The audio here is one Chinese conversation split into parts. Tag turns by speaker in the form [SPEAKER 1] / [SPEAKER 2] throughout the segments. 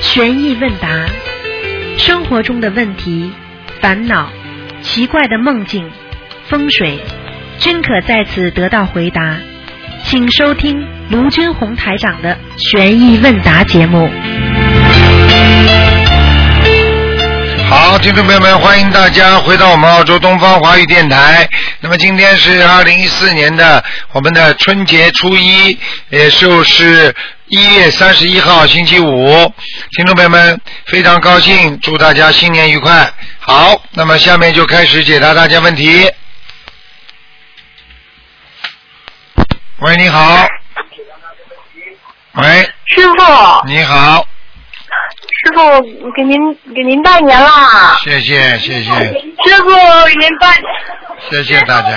[SPEAKER 1] 悬疑问答，生活中的问题、烦恼、奇怪的梦境、风水，均可在此得到回答。请收听卢军红台长的悬疑问答节目。
[SPEAKER 2] 好，听众朋友们，欢迎大家回到我们澳洲东方华语电台。那么今天是二零一四年的我们的春节初一，也就是一月三十一号星期五。听众朋友们，非常高兴，祝大家新年愉快。好，那么下面就开始解答大家问题。喂，你好。喂，
[SPEAKER 3] 师傅，
[SPEAKER 2] 你好，
[SPEAKER 3] 师傅给您给您拜年啦！
[SPEAKER 2] 谢谢谢谢
[SPEAKER 3] 师傅给您拜，
[SPEAKER 2] 谢谢大家，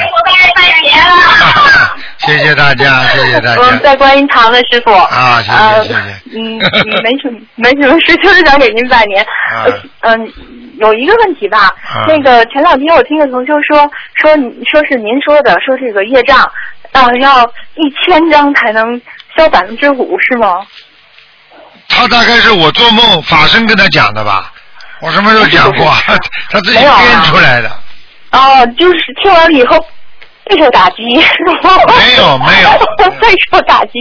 [SPEAKER 3] 拜年
[SPEAKER 2] 啊谢谢大家， 谢谢大
[SPEAKER 3] 嗯，
[SPEAKER 2] 家。
[SPEAKER 3] 在观音堂的师傅
[SPEAKER 2] 啊谢谢
[SPEAKER 3] 呃
[SPEAKER 2] 谢谢
[SPEAKER 3] 嗯，嗯没什么没什么事，就是想给您拜 年。
[SPEAKER 2] 啊
[SPEAKER 3] 呃嗯，有一个问题吧，
[SPEAKER 2] 啊
[SPEAKER 3] 那个前两天我听个同修说说说是您说的，说这个业障，呃，要一千张才能消百分之五，是吗？
[SPEAKER 2] 他大概是我做梦法身跟他讲的吧？我什么时候讲过？ 他自己编出来的。
[SPEAKER 3] 哦，就是听完了以后备受打击，没
[SPEAKER 2] 有没有 啊
[SPEAKER 3] 备受打击，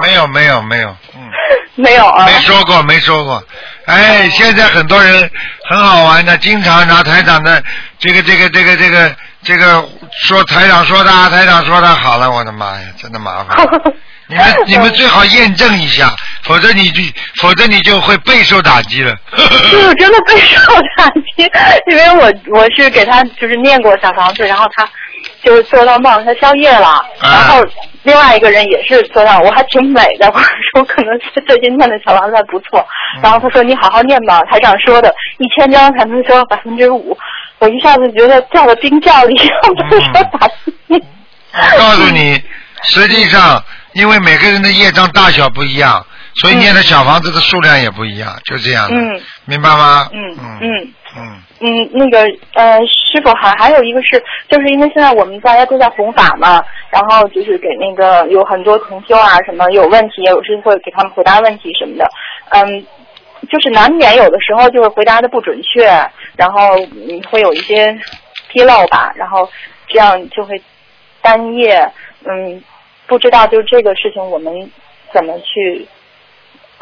[SPEAKER 2] 没有没有没有，嗯，
[SPEAKER 3] 没有啊，
[SPEAKER 2] 没说过没说过。哎，现在很多人很好玩的，经常拿台长的这个这个这个这个这个说台长说的，啊台长说的，好了，我的妈呀，真的麻 烦。你们你们最好验证一下，否则你就否则你就会备受打击了。
[SPEAKER 3] 就是真的备受打击，因为我我是给他就是念过小房子，然后他就是做到梦，他宵夜了，然后另外一个人也是做到，我还挺美的，我说可能是最近念的小房子还不错，然后他说你好好念吧，台长说的一千张才能收百分之五，我一下子觉得掉到冰窖里，备受打击。
[SPEAKER 2] 我 告诉你，实际上因为每个人的业障大小不一样，所以念的小房子的数量也不一样，就这样的，
[SPEAKER 3] 嗯
[SPEAKER 2] 明白吗？
[SPEAKER 3] 嗯
[SPEAKER 2] 嗯
[SPEAKER 3] 嗯。
[SPEAKER 2] 嗯
[SPEAKER 3] 嗯，那个呃，师傅还还有一个是，就是因为现在我们大家都在弘法嘛，然后就是给那个有很多同修啊什么有问题，有时会给他们回答问题什么的，嗯，就是难免有的时候就是回答的不准确，然后嗯会有一些纰漏吧，然后这样就会单夜嗯不知道就这个事情我们怎么去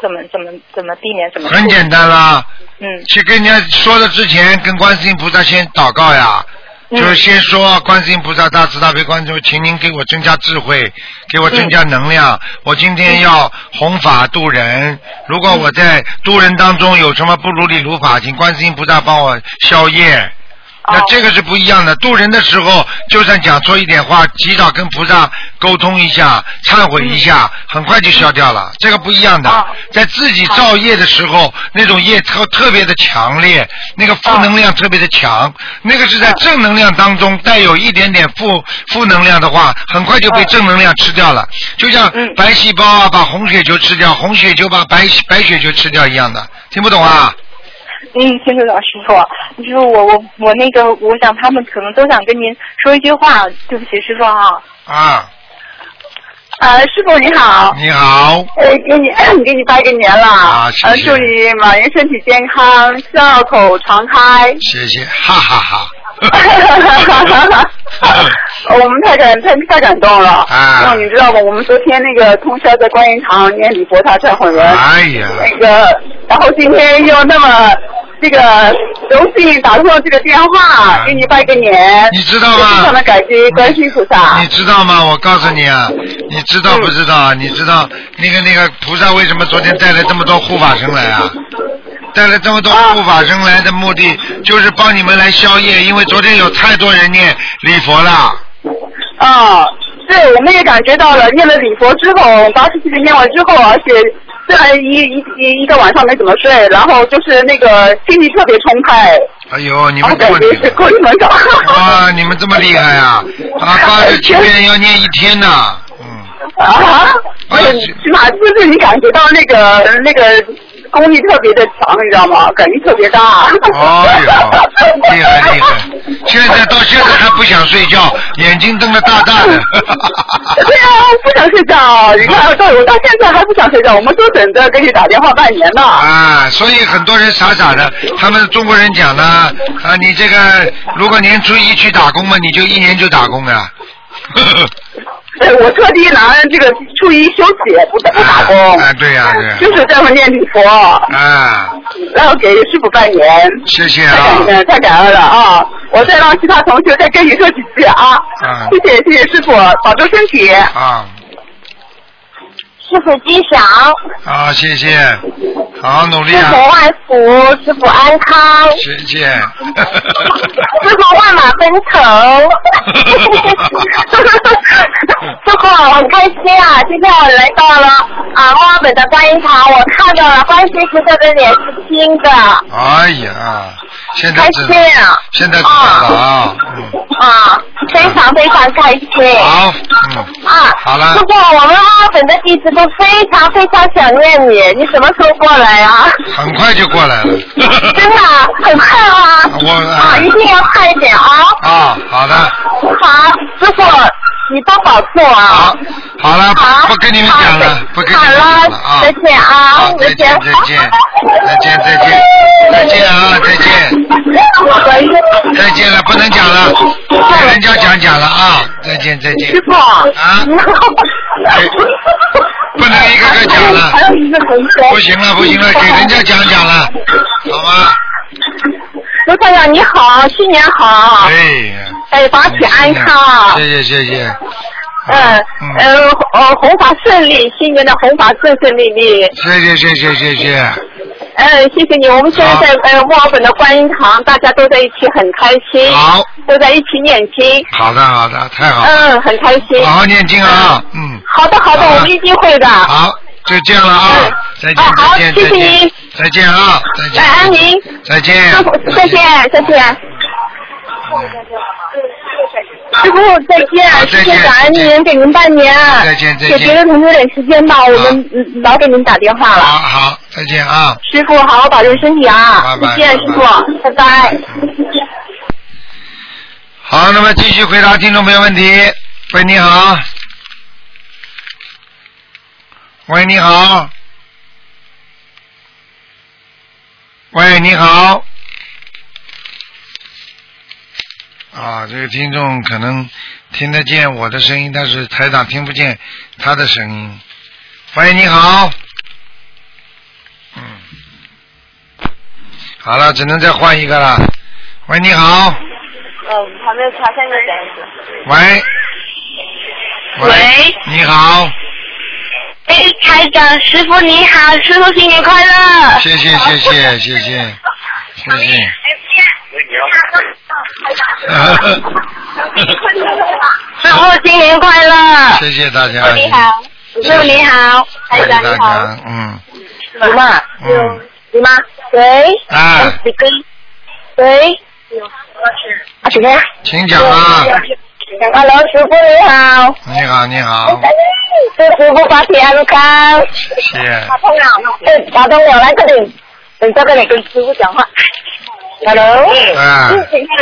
[SPEAKER 3] 怎么怎么怎么避免怎么
[SPEAKER 2] 很简单啦，
[SPEAKER 3] 嗯
[SPEAKER 2] 去跟人家说的之前，跟观世音菩萨先祷告呀。
[SPEAKER 3] 嗯
[SPEAKER 2] 就是先说观世音菩萨大慈大悲观世音，请您给我增加智慧，给我增加能量。
[SPEAKER 3] 嗯
[SPEAKER 2] 我今天要弘法度人，如果我在度人当中有什么不如理如法，请观世音菩萨帮我消业。那
[SPEAKER 3] 哦
[SPEAKER 2] 这个是不一样的。渡人的时候，就算讲错一点话，及早跟菩萨沟通一下，忏悔一下，很快就消掉了。这个不一样的
[SPEAKER 3] 嗯哦，
[SPEAKER 2] 在自己造业的时候，那种业特特别的强烈，那个负能量特别的强，那个是在正能量当中带有一点点负负能量的话，很快就被正能量吃掉了。就像
[SPEAKER 3] 嗯
[SPEAKER 2] 白细胞啊把红血球吃掉，红血球把白白血球吃掉一样的，听不懂啊？
[SPEAKER 3] 嗯，听得懂师傅。师傅，我我我那个，我想他们可能都想跟您说一句话。对不起，师傅哈。
[SPEAKER 2] 啊，
[SPEAKER 3] 呃，师傅你好，
[SPEAKER 2] 你好，
[SPEAKER 3] 呃，给你 给你拜个年了，
[SPEAKER 2] 啊谢谢
[SPEAKER 3] 呃，祝你马年身体健康，笑口常开。
[SPEAKER 2] 谢谢，哈哈哈。
[SPEAKER 3] 哦我们太感太太感动了，哦
[SPEAKER 2] 啊
[SPEAKER 3] 然后你知道吗？我们昨天那个通宵在观音堂念礼佛大忏悔文，
[SPEAKER 2] 哎呀，
[SPEAKER 3] 那个，然后今天又那么这个荣幸打通了这个电话，给你拜个年，
[SPEAKER 2] 啊你知道
[SPEAKER 3] 我非常
[SPEAKER 2] 吗嗯
[SPEAKER 3] 的？感激观世音菩萨
[SPEAKER 2] 你。知道吗？我告诉你啊，你知道不知道啊？你知道那个那个菩萨为什么昨天带了这么多护法神来啊？带了这么多护法神来的目的，就是帮你们来消业，因为昨天有太多人念礼佛了。
[SPEAKER 3] 啊，对，我们也感觉到了，念了礼佛之后，八十七遍念完之后，而且虽然一一一一个晚上没怎么睡，然后就是那个精力特别充沛，
[SPEAKER 2] 哎呦，你
[SPEAKER 3] 然后
[SPEAKER 2] 们这
[SPEAKER 3] 感
[SPEAKER 2] 么
[SPEAKER 3] 觉
[SPEAKER 2] 厉
[SPEAKER 3] 是
[SPEAKER 2] 害
[SPEAKER 3] 过一门道。
[SPEAKER 2] 啊！你们这么厉害啊！啊，八十七遍要念一天呐、嗯。
[SPEAKER 3] 啊，
[SPEAKER 2] 哎呀
[SPEAKER 3] 嗯起码就是你感觉到那个那个
[SPEAKER 2] 啊
[SPEAKER 3] 功力特别的强，你知道吗？感觉特别大。
[SPEAKER 2] 哎呦，厉害厉害！现在到现在还不想睡觉，眼睛瞪得大大的。
[SPEAKER 3] 对呀、啊，我不想睡觉。你看，到我到现在还不想睡觉，我们都等着给你打电话半年呢。
[SPEAKER 2] 啊，所以很多人傻傻的，他们中国人讲呢，啊，你这个如果年初一去打工嘛，你就一年就打工啊了。
[SPEAKER 3] 对，我特地拿这个初一休息，不不打 工。
[SPEAKER 2] 啊，对呀、对呀、
[SPEAKER 3] 就是这么念礼佛，
[SPEAKER 2] 啊，
[SPEAKER 3] 然后给师傅拜年。
[SPEAKER 2] 谢谢啊
[SPEAKER 3] 太感。恩，太感恩了啊！我再让其他同学再跟你说几句啊！
[SPEAKER 2] 嗯
[SPEAKER 3] 谢谢谢谢师傅，保重身体。
[SPEAKER 2] 啊
[SPEAKER 4] 师傅吉祥，
[SPEAKER 2] 啊，谢谢，好努力
[SPEAKER 4] 师
[SPEAKER 2] 啊
[SPEAKER 4] 傅，万福，师傅安康，
[SPEAKER 2] 谢谢。
[SPEAKER 4] 师傅万马奔腾。师傅，我很开心啊！今天我来到了啊墨尔本的观音堂，我看到了观世音菩萨的脸是新的，
[SPEAKER 2] 哎呀，现在
[SPEAKER 4] 开
[SPEAKER 2] 知道，现
[SPEAKER 4] 心啊！
[SPEAKER 2] 在知道了啊。嗯，
[SPEAKER 4] 啊，非常非常开心。
[SPEAKER 2] 好，嗯，
[SPEAKER 4] 啊，
[SPEAKER 2] 好了
[SPEAKER 4] 师傅，我们墨尔本的弟子都非常非常想念你，你什么时候过来啊？
[SPEAKER 2] 很快就过来了。
[SPEAKER 4] 真的啊很快啊！
[SPEAKER 2] 我
[SPEAKER 4] 啊，一定要快一点啊！
[SPEAKER 2] 啊，好的，
[SPEAKER 4] 好，师傅，你多保重啊
[SPEAKER 2] 好！，好了，
[SPEAKER 4] 好，
[SPEAKER 2] 不跟你们讲了，不跟你
[SPEAKER 4] 好
[SPEAKER 2] 们讲
[SPEAKER 4] 了
[SPEAKER 2] 了啊。
[SPEAKER 4] 再见啊
[SPEAKER 2] 好，，再见，再见，再见，再见，再见啊，再见，再见了，不能讲了，给人家讲讲了啊，再见，再见
[SPEAKER 3] 师，傅，啊
[SPEAKER 2] 啊，不能一个个讲了
[SPEAKER 3] 还有一个同学，
[SPEAKER 2] 不行了，不行了，给人家讲讲了，好吗？
[SPEAKER 3] 刘太太你好，新年好，
[SPEAKER 2] 哎呀，
[SPEAKER 3] 哎，法体安康，啊
[SPEAKER 2] 谢谢，谢谢，
[SPEAKER 3] 嗯
[SPEAKER 2] 嗯，
[SPEAKER 3] 呃呃，弘法顺利，新年的弘法顺顺利利。
[SPEAKER 2] 谢谢，谢谢，谢谢，
[SPEAKER 3] 嗯，谢谢你。我们现在在呃墨尔本的观音堂，大家都在一起很开心，
[SPEAKER 2] 好，
[SPEAKER 3] 都在一起念经，
[SPEAKER 2] 好的，好的，太好，
[SPEAKER 3] 嗯，很开心。
[SPEAKER 2] 好好念经啊，嗯，
[SPEAKER 3] 好的，好的，
[SPEAKER 2] 好
[SPEAKER 3] 我们一定会的。
[SPEAKER 2] 好，就这样了啊
[SPEAKER 3] 嗯，
[SPEAKER 2] 再见
[SPEAKER 3] 啊，好
[SPEAKER 2] 再见，
[SPEAKER 3] 谢
[SPEAKER 2] 再
[SPEAKER 3] 谢
[SPEAKER 2] 见再见
[SPEAKER 3] 您，
[SPEAKER 2] 啊，再见，
[SPEAKER 3] 感恩您，
[SPEAKER 2] 再见
[SPEAKER 3] 师傅，，再见，再见。师傅再
[SPEAKER 2] 好
[SPEAKER 3] 见，
[SPEAKER 2] 再
[SPEAKER 3] 谢
[SPEAKER 2] 见
[SPEAKER 3] 谢感恩
[SPEAKER 2] 再见
[SPEAKER 3] 您给您拜年，
[SPEAKER 2] 再见再
[SPEAKER 3] 给
[SPEAKER 2] 见
[SPEAKER 3] 别的同学点时间吧，我们嗯老给您打电话
[SPEAKER 2] 好
[SPEAKER 3] 了。
[SPEAKER 2] 好，再见啊。
[SPEAKER 3] 师傅，好好保重身体啊！
[SPEAKER 2] 拜拜
[SPEAKER 3] 再见，师傅，拜拜。
[SPEAKER 2] 好，那么继续回答听众朋友问题。喂，你好。喂，你好。喂，你好。啊，这个听众可能听得见我的声音，但是台长听不见他的声音。喂，你好。嗯，好了，只能再换一个了。喂，你好。
[SPEAKER 4] 嗯，旁边茶三个人。
[SPEAKER 2] 喂，
[SPEAKER 4] 喂，
[SPEAKER 2] 你 好，
[SPEAKER 4] 哎，台长，师傅你好，师傅新年快乐。
[SPEAKER 2] 谢谢谢谢谢谢谢谢，
[SPEAKER 4] 师傅新年快乐。
[SPEAKER 2] 谢谢大家，
[SPEAKER 4] 你好，师傅你好，
[SPEAKER 2] 谢
[SPEAKER 4] 台
[SPEAKER 2] 谢
[SPEAKER 3] 哎
[SPEAKER 4] 长
[SPEAKER 2] 大
[SPEAKER 4] 你好。
[SPEAKER 2] 家，嗯
[SPEAKER 4] 你妈，
[SPEAKER 2] 嗯，
[SPEAKER 4] 你妈，喂，
[SPEAKER 2] 啊，
[SPEAKER 3] 哎
[SPEAKER 4] 你跟，喂，啊，什么呀？
[SPEAKER 2] 请讲啊，
[SPEAKER 4] Hello，师傅你好，
[SPEAKER 2] 你好你
[SPEAKER 4] 哎
[SPEAKER 2] 好，
[SPEAKER 4] 祝师傅法体安康。
[SPEAKER 2] 谢谢，
[SPEAKER 4] 哎，打通我来这里，等这个你跟师傅讲话。Hello，
[SPEAKER 2] 啊，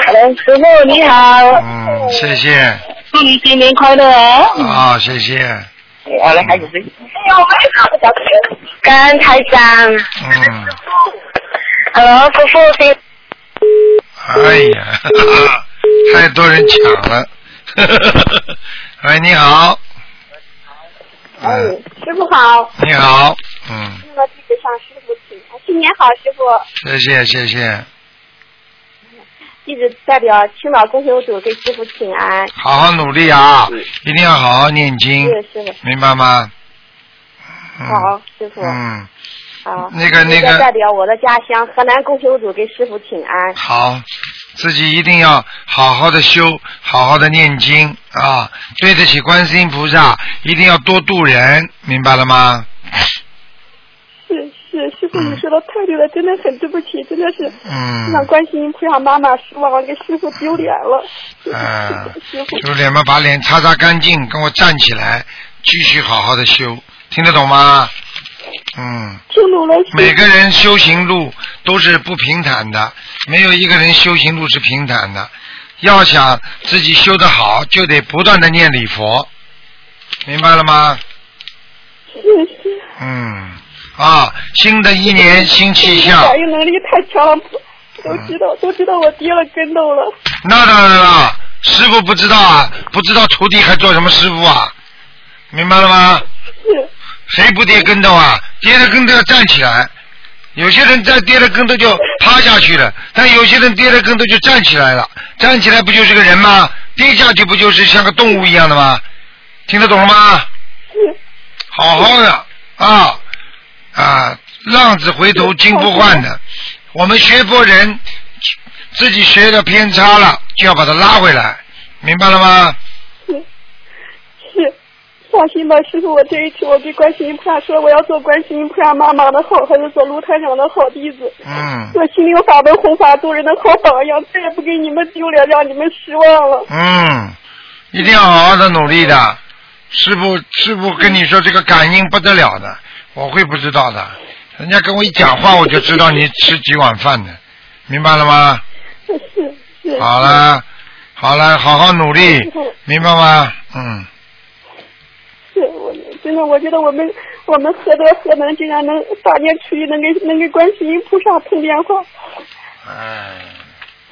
[SPEAKER 4] Hello，师傅你好，
[SPEAKER 2] 嗯，谢谢，
[SPEAKER 4] 祝你新年快乐哦。
[SPEAKER 2] 啊，谢谢，
[SPEAKER 4] 我来开始
[SPEAKER 5] 哎
[SPEAKER 4] 睡。感恩台长
[SPEAKER 2] 嗯，
[SPEAKER 4] ，Hello，师傅新
[SPEAKER 2] 哎呀， 太多人抢了， 喂，你好，
[SPEAKER 4] 哎
[SPEAKER 2] 嗯，
[SPEAKER 6] 师傅好，
[SPEAKER 2] 你好，嗯。
[SPEAKER 6] 那个弟子向师傅请安，新年好，师傅。
[SPEAKER 2] 谢谢谢谢，
[SPEAKER 6] 弟子代表青岛共修组给师傅请安。
[SPEAKER 2] 好好努力啊！
[SPEAKER 4] 嗯
[SPEAKER 2] 一定要好好念经，
[SPEAKER 6] 是师傅，
[SPEAKER 2] 明白吗？嗯、
[SPEAKER 6] 好，师傅，
[SPEAKER 2] 嗯，
[SPEAKER 6] 好。
[SPEAKER 2] 那个那
[SPEAKER 6] 弟
[SPEAKER 2] 个
[SPEAKER 6] 子代表我的家乡河南共修组给师傅请安。
[SPEAKER 2] 好，自己一定要好好的修，好好的念经啊！对得起观世音菩萨，一定要多度人，明白了吗？
[SPEAKER 6] 是是，师傅你说的太对了，真的很对不起，真的是
[SPEAKER 2] 嗯，
[SPEAKER 6] 让观世音菩萨妈妈失望，给师傅丢脸了。
[SPEAKER 2] 嗯，
[SPEAKER 6] 师傅，
[SPEAKER 2] 修脸嘛，把脸擦擦干净，跟我站起来，继续好好的修，听得懂吗？嗯。
[SPEAKER 6] 听懂了，师
[SPEAKER 2] 每个人修行路都是不平坦的，没有一个人修行路是平坦的。要想自己修得好，就得不断的念礼佛，明白了吗？
[SPEAKER 6] 谢谢。嗯
[SPEAKER 2] 嗯，啊，新的一年新气
[SPEAKER 6] 我
[SPEAKER 2] 象
[SPEAKER 6] 的，反应能力太强了，都知道都知道我跌了跟头了。
[SPEAKER 2] 那当然了，师傅不知道啊，不知道徒弟还做什么师傅啊，明白了吗？
[SPEAKER 6] 是
[SPEAKER 2] 谁不跌跟头啊？跌了跟头要站起来。有些人在跌了跟头就趴下去了，但有些人跌了跟头就站起来了。站起来不就是个人吗？跌下去不就是像个动物一样的吗？听得懂了吗？
[SPEAKER 6] 是
[SPEAKER 2] 好好的啊啊，浪子回头金不换的。我们学佛人自己学的偏差了，就要把它拉回来，明白了吗？
[SPEAKER 6] 是是，放心吧，师傅，我这一次我对观世音菩萨说，我要做观世音菩萨妈妈的好孩子，做卢台长的好弟子。
[SPEAKER 2] 嗯
[SPEAKER 6] 做心灵法门弘法度人的好榜样，再也不给你们丢脸，让你们失望了。
[SPEAKER 2] 嗯，一定要好好的努力的。师傅，师傅跟你说这个感应不得了的，我会不知道的。人家跟我一讲话，我就知道你吃几碗饭的，明白了吗？
[SPEAKER 6] 是是。
[SPEAKER 2] 好了，好了，好好努力，明白吗？嗯。
[SPEAKER 6] 是我真的，我觉得我们我们何德何能，竟然能大年初一能给能给观世音菩萨通电话。
[SPEAKER 2] 哎，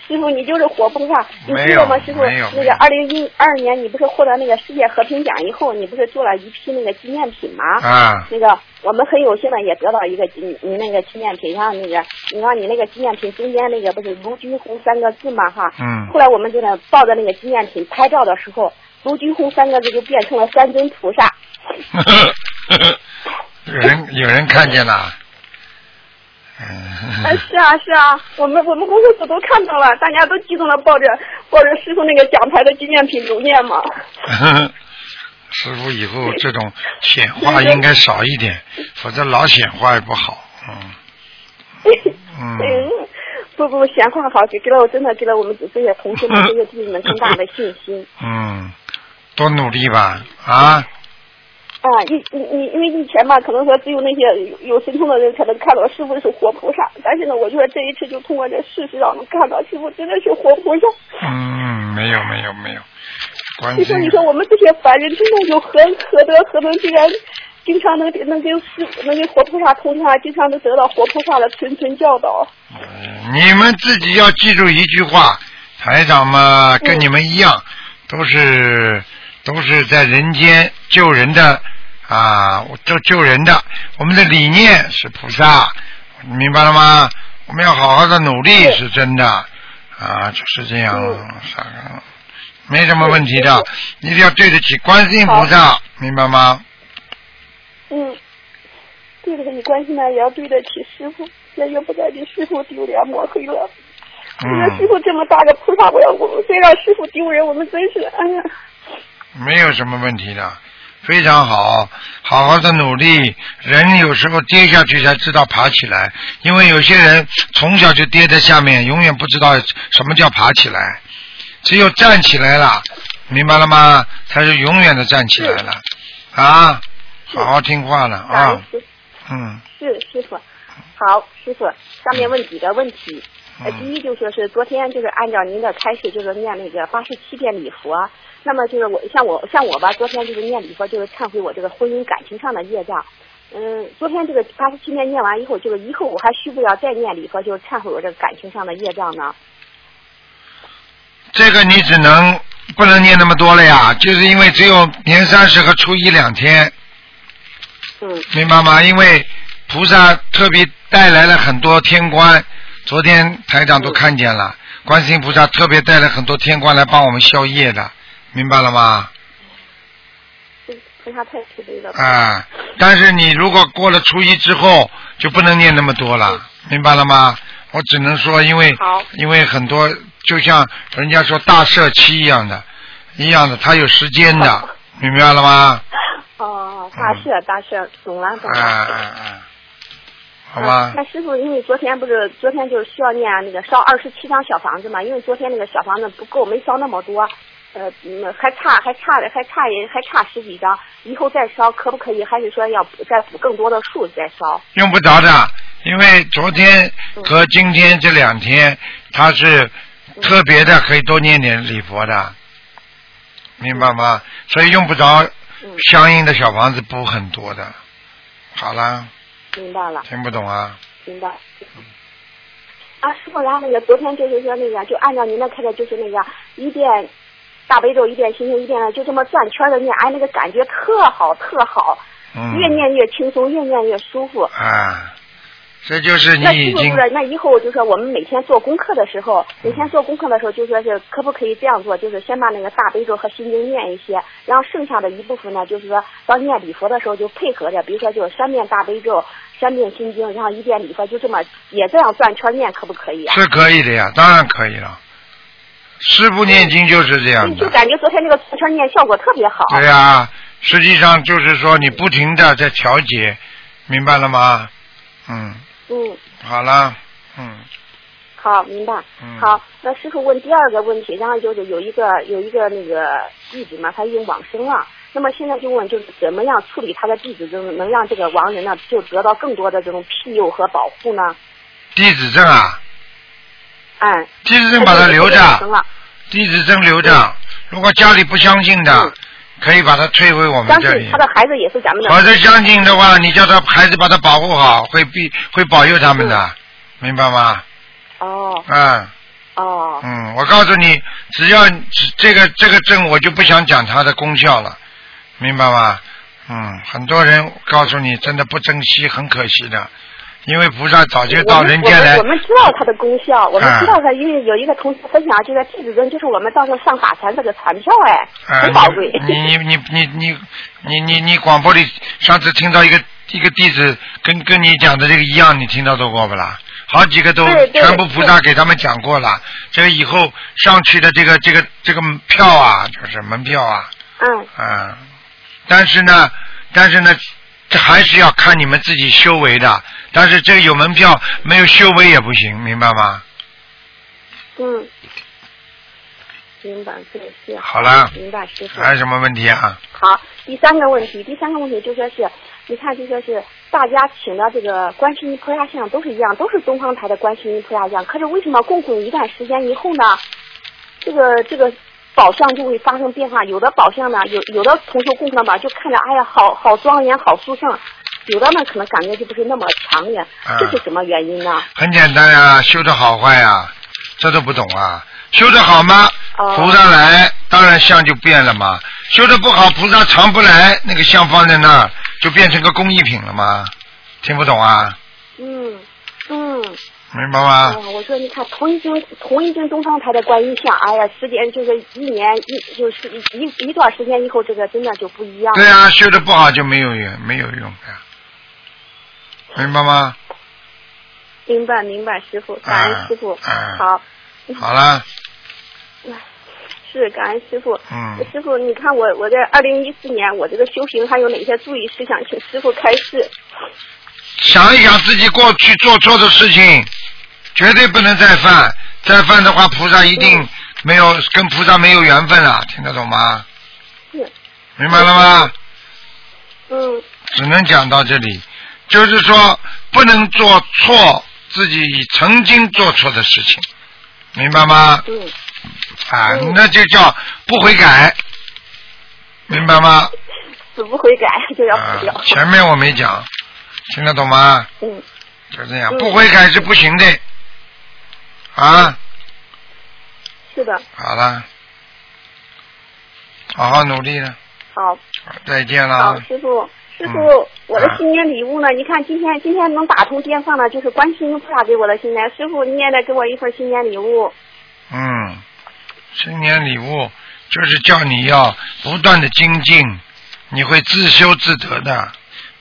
[SPEAKER 6] 师傅，你就是活菩萨，你
[SPEAKER 2] 没有
[SPEAKER 6] 知道吗？师傅，
[SPEAKER 2] 没有
[SPEAKER 6] 那
[SPEAKER 2] 没有
[SPEAKER 6] 个二零一二年，你不是获得那个世界和平奖以后，你不是做了一批那个纪念品吗？
[SPEAKER 2] 啊，
[SPEAKER 6] 那个我们很有幸的也得到一个纪你你那个纪念品，然后那个你让你那个纪念品中间那个不是卢军红三个字嘛哈，
[SPEAKER 2] 嗯
[SPEAKER 6] 后来我们就在抱着那个纪念品拍照的时候，卢军红三个字就变成了三尊菩萨，
[SPEAKER 2] 有人有人看见了。嗯，
[SPEAKER 6] 啊，是啊，是啊，我们我们工作组都看到了，大家都激动的抱着抱着师傅那个奖牌的纪念品留念嘛。
[SPEAKER 2] 师傅以后这种显化应该少一点，否则老显化也不好。嗯嗯，
[SPEAKER 6] 嗯，不不，闲话好，给给了我真的给了我们这些 同学们、这些弟弟们更大的信心。
[SPEAKER 2] 嗯，多努力吧啊！
[SPEAKER 6] 啊，以你你因为以前吧，可能说只有那些有有神通的人才能看到师傅是活菩萨，但是呢，我觉得这一次就通过这事实让我们看到师傅真的是活菩萨。
[SPEAKER 2] 嗯，没有没有没有，关
[SPEAKER 6] 你
[SPEAKER 2] 心啊
[SPEAKER 6] 说，你说我们这些凡人真的有何何德何能，竟然经常能能跟师能跟活菩萨通电话，经常能得到活菩萨的谆谆教导。
[SPEAKER 2] 你们自己要记住一句话，台长嘛，跟你们一样，都是都是在人间救人的啊，救救人的。我们的理念是菩萨，明白了吗？我们要好好的努力，是真的啊，就是这样，
[SPEAKER 3] 嗯
[SPEAKER 2] 啥个没什么问题的，一定要对得起观世音菩萨，明白吗？
[SPEAKER 6] 嗯，对得起关心呢，也要对得起师傅，也绝不再给师傅丢脸抹黑了。我觉得师
[SPEAKER 2] 嗯，
[SPEAKER 6] 傅这么大个菩萨，我要我再让师傅丢人，我们真是哎呀。
[SPEAKER 2] 没有什么问题的。非常好，好好的努力。人有时候跌下去才知道爬起来，因为有些人从小就跌在下面，永远不知道什么叫爬起来。只有站起来了，明白了吗？才是永远的站起来了。啊，好好听话了啊
[SPEAKER 6] 感，恩
[SPEAKER 2] 嗯
[SPEAKER 6] 是师傅，好，师傅，下面问几个问题。呃，第
[SPEAKER 2] 嗯
[SPEAKER 6] 一就说是昨天就是按照您的开始就是念那个八十七遍礼佛，那么就是我像我像我吧，昨天就是念礼佛就是忏悔我这个婚姻感情上的业障。嗯，昨天这个八十七遍念完以后，就是以后我还需不要再念礼佛，就是忏悔我这个感情上的业障呢？
[SPEAKER 2] 这个你只能不能念那么多了呀，就是因为只有年三十和初一两天，
[SPEAKER 6] 嗯
[SPEAKER 2] 明白吗？因为菩萨特别带来了很多天官，昨天台长都看见了，观世音菩萨特别带了很多天官来帮我们消业的，明白了吗？
[SPEAKER 6] 这菩萨太慈悲了。
[SPEAKER 2] 啊，但是你如果过了初一之后，就不能念那么多了，明白了吗？我只能说，因为
[SPEAKER 6] 好
[SPEAKER 2] 因为很多就像人家说大社期一样的，一样的，它有时间的，明白了吗？
[SPEAKER 6] 哦，大赦大赦，懂了懂
[SPEAKER 2] 嗯啊
[SPEAKER 6] 了。
[SPEAKER 2] 啊啊，好
[SPEAKER 6] 啊
[SPEAKER 2] 吧，
[SPEAKER 6] 那师傅，因为昨天不是昨天就是需要念啊那个烧二十七张小房子嘛，因为昨天那个小房子不够，没烧那么多，呃，嗯，还差还差还差也还差十几张，以后再烧可不可以？还是说要补再补更多的数再烧？
[SPEAKER 2] 用不着的，因为昨天和今天这两天，它是特别的可以多念点礼佛的，明白吗？所以用不着
[SPEAKER 6] 嗯
[SPEAKER 2] 相应的小房子补很多的。好啦，
[SPEAKER 6] 明白了，
[SPEAKER 2] 听不懂啊？
[SPEAKER 6] 明白。啊，师傅，然后那个昨天就是说那个，就按照您的开的，就是那个一遍大悲咒，一遍心经，一遍就这么转圈的念，哎，那个感觉特好，特好，
[SPEAKER 2] 嗯。
[SPEAKER 6] 越念越轻松，越念越舒服。
[SPEAKER 2] 啊，这就是
[SPEAKER 6] 那
[SPEAKER 2] 你
[SPEAKER 6] 是
[SPEAKER 2] 已
[SPEAKER 6] 不
[SPEAKER 2] 经
[SPEAKER 6] 是那以后就说我们每天做功课的时候，每天做功课的时候就说是可不可以这样做，就是先把那个大悲咒和心经念一些，然后剩下的一部分呢，就是说到念礼佛的时候就配合着，比如说就是三遍大悲咒，三遍心经，然后一遍礼佛，就这么也这样转圈念，可不可以啊？
[SPEAKER 2] 是可以的呀，当然可以了。师傅念经就是这样
[SPEAKER 6] 就
[SPEAKER 2] 的
[SPEAKER 6] 就，感觉昨天那个转圈念效果特别好。
[SPEAKER 2] 啊对呀、实际上就是说你不停的在调节，明白了吗？嗯，
[SPEAKER 6] 嗯，
[SPEAKER 2] 好了，嗯
[SPEAKER 6] 好，明白。
[SPEAKER 2] 嗯。
[SPEAKER 6] 好，那师傅问第二个问题，然后就是有一个有一个那个弟子嘛，他已经往生了，那么现在就问就是怎么样处理他的弟子，就是能让这个亡人呢就得到更多的这种庇佑和保护呢？
[SPEAKER 2] 弟子证啊，
[SPEAKER 6] 哎，
[SPEAKER 2] 弟子证把它
[SPEAKER 6] 他弟子
[SPEAKER 2] 留
[SPEAKER 6] 往生
[SPEAKER 2] 着，
[SPEAKER 6] 了，
[SPEAKER 2] 弟子证留着。如果家里不相信的
[SPEAKER 6] 嗯，
[SPEAKER 2] 可以把它退回我们
[SPEAKER 6] 相
[SPEAKER 2] 这
[SPEAKER 6] 信
[SPEAKER 2] 里
[SPEAKER 6] 他。的孩子也是咱们的。
[SPEAKER 2] 否则相信的话，你叫他孩子把他保护好，会必会保佑他们的，明白吗？
[SPEAKER 6] 嗯哦
[SPEAKER 2] 嗯
[SPEAKER 6] 哦，
[SPEAKER 2] 嗯，我告诉你，只要只这个这个证，我就不想讲它的功效了，明白吗？嗯，很多人告诉你，真的不珍惜，很可惜的，因为菩萨早就到
[SPEAKER 6] 我们
[SPEAKER 2] 人间来
[SPEAKER 6] 我们我们知道它的功效，我
[SPEAKER 2] 哎
[SPEAKER 6] 们知道它，因为有一个同学分享，这个弟子证就是我们到时候上法坛这个传票，哎，
[SPEAKER 2] 啊
[SPEAKER 6] 很，宝贵。
[SPEAKER 2] 你你你你你你你你广播里上次听到一个一个弟子跟跟你讲的这个一样，你听到都过不啦？好几个都
[SPEAKER 6] 对对
[SPEAKER 2] 全部菩萨给他们讲过了。这个以后上去的这个这个这个票啊，就是门票啊，
[SPEAKER 6] 嗯
[SPEAKER 2] 啊，但是呢，但是呢，这还是要看你们自己修为的。但是这个有门票，没有修为也不行，明白吗？
[SPEAKER 6] 嗯，明白，对，是。
[SPEAKER 2] 好了，
[SPEAKER 6] 明白，师傅。
[SPEAKER 2] 还有什么问题啊？
[SPEAKER 6] 好，第三个问题，第三个问题就说是，你看就说是大家请的这个观世音菩萨像都是一样，都是东方台的观世音菩萨像，可是为什么供奉一段时间以后呢，这个这个宝相就会发生变化？有的宝相呢，有有的同学供奉吧，就看着哎呀好好庄严，好殊胜。有的呢，可能感觉就不是那么强烈，这是什么原因呢？
[SPEAKER 2] 很简单呀、修的好坏呀、这都不懂啊。修的好吗？
[SPEAKER 6] 哦
[SPEAKER 2] 菩萨来，当然相就变了嘛。修的不好，菩萨常不来，那个相放在那儿，就变成个工艺品了嘛。听不懂啊？
[SPEAKER 6] 嗯嗯。
[SPEAKER 2] 明白吗？
[SPEAKER 6] 嗯，我说你看同一尊同一尊东方台的观音像，哎呀，时间就是一年一就是一一一段时间以后，这个真的就不一样。
[SPEAKER 2] 对啊，修的不好就没有用，没有用呀、明白吗？
[SPEAKER 6] 明白明白，师傅，感恩师傅。
[SPEAKER 2] 啊
[SPEAKER 6] 好，嗯
[SPEAKER 2] 好了，
[SPEAKER 6] 是感恩师傅。
[SPEAKER 2] 嗯，
[SPEAKER 6] 师傅，你看我我在二零一四年我这个修行还有哪些注意事项，请师傅开示。
[SPEAKER 2] 想一想自己过去做错的事情，绝对不能再犯，再犯的话，菩萨一定没有跟菩萨没有缘分了，听得懂吗？
[SPEAKER 6] 是，
[SPEAKER 2] 明白了吗？
[SPEAKER 6] 嗯
[SPEAKER 2] 只能讲到这里，就是说不能做错自己曾经做错的事情，明白吗？
[SPEAKER 6] 嗯，
[SPEAKER 2] 啊
[SPEAKER 6] 嗯，
[SPEAKER 2] 那就叫不悔改，明白吗？
[SPEAKER 6] 死不悔改就要死
[SPEAKER 2] 啊
[SPEAKER 6] 掉。，
[SPEAKER 2] 前面我没讲，听得懂吗？
[SPEAKER 6] 嗯，
[SPEAKER 2] 就这样，
[SPEAKER 6] 嗯
[SPEAKER 2] 不悔改是不行的。啊，
[SPEAKER 6] 是的，
[SPEAKER 2] 好了，好好努力了，
[SPEAKER 6] 好，
[SPEAKER 2] 再见了
[SPEAKER 6] 好，
[SPEAKER 2] 啊。
[SPEAKER 6] 哦师傅，师傅
[SPEAKER 2] 嗯，
[SPEAKER 6] 我的
[SPEAKER 2] 啊
[SPEAKER 6] 新年礼物呢？你看今天今天能打通电话呢，就是观世音菩萨给我的新年。师傅，你也得给我一份新年礼物。
[SPEAKER 2] 嗯，新年礼物就是叫你要不断的精进，你会自修自得的。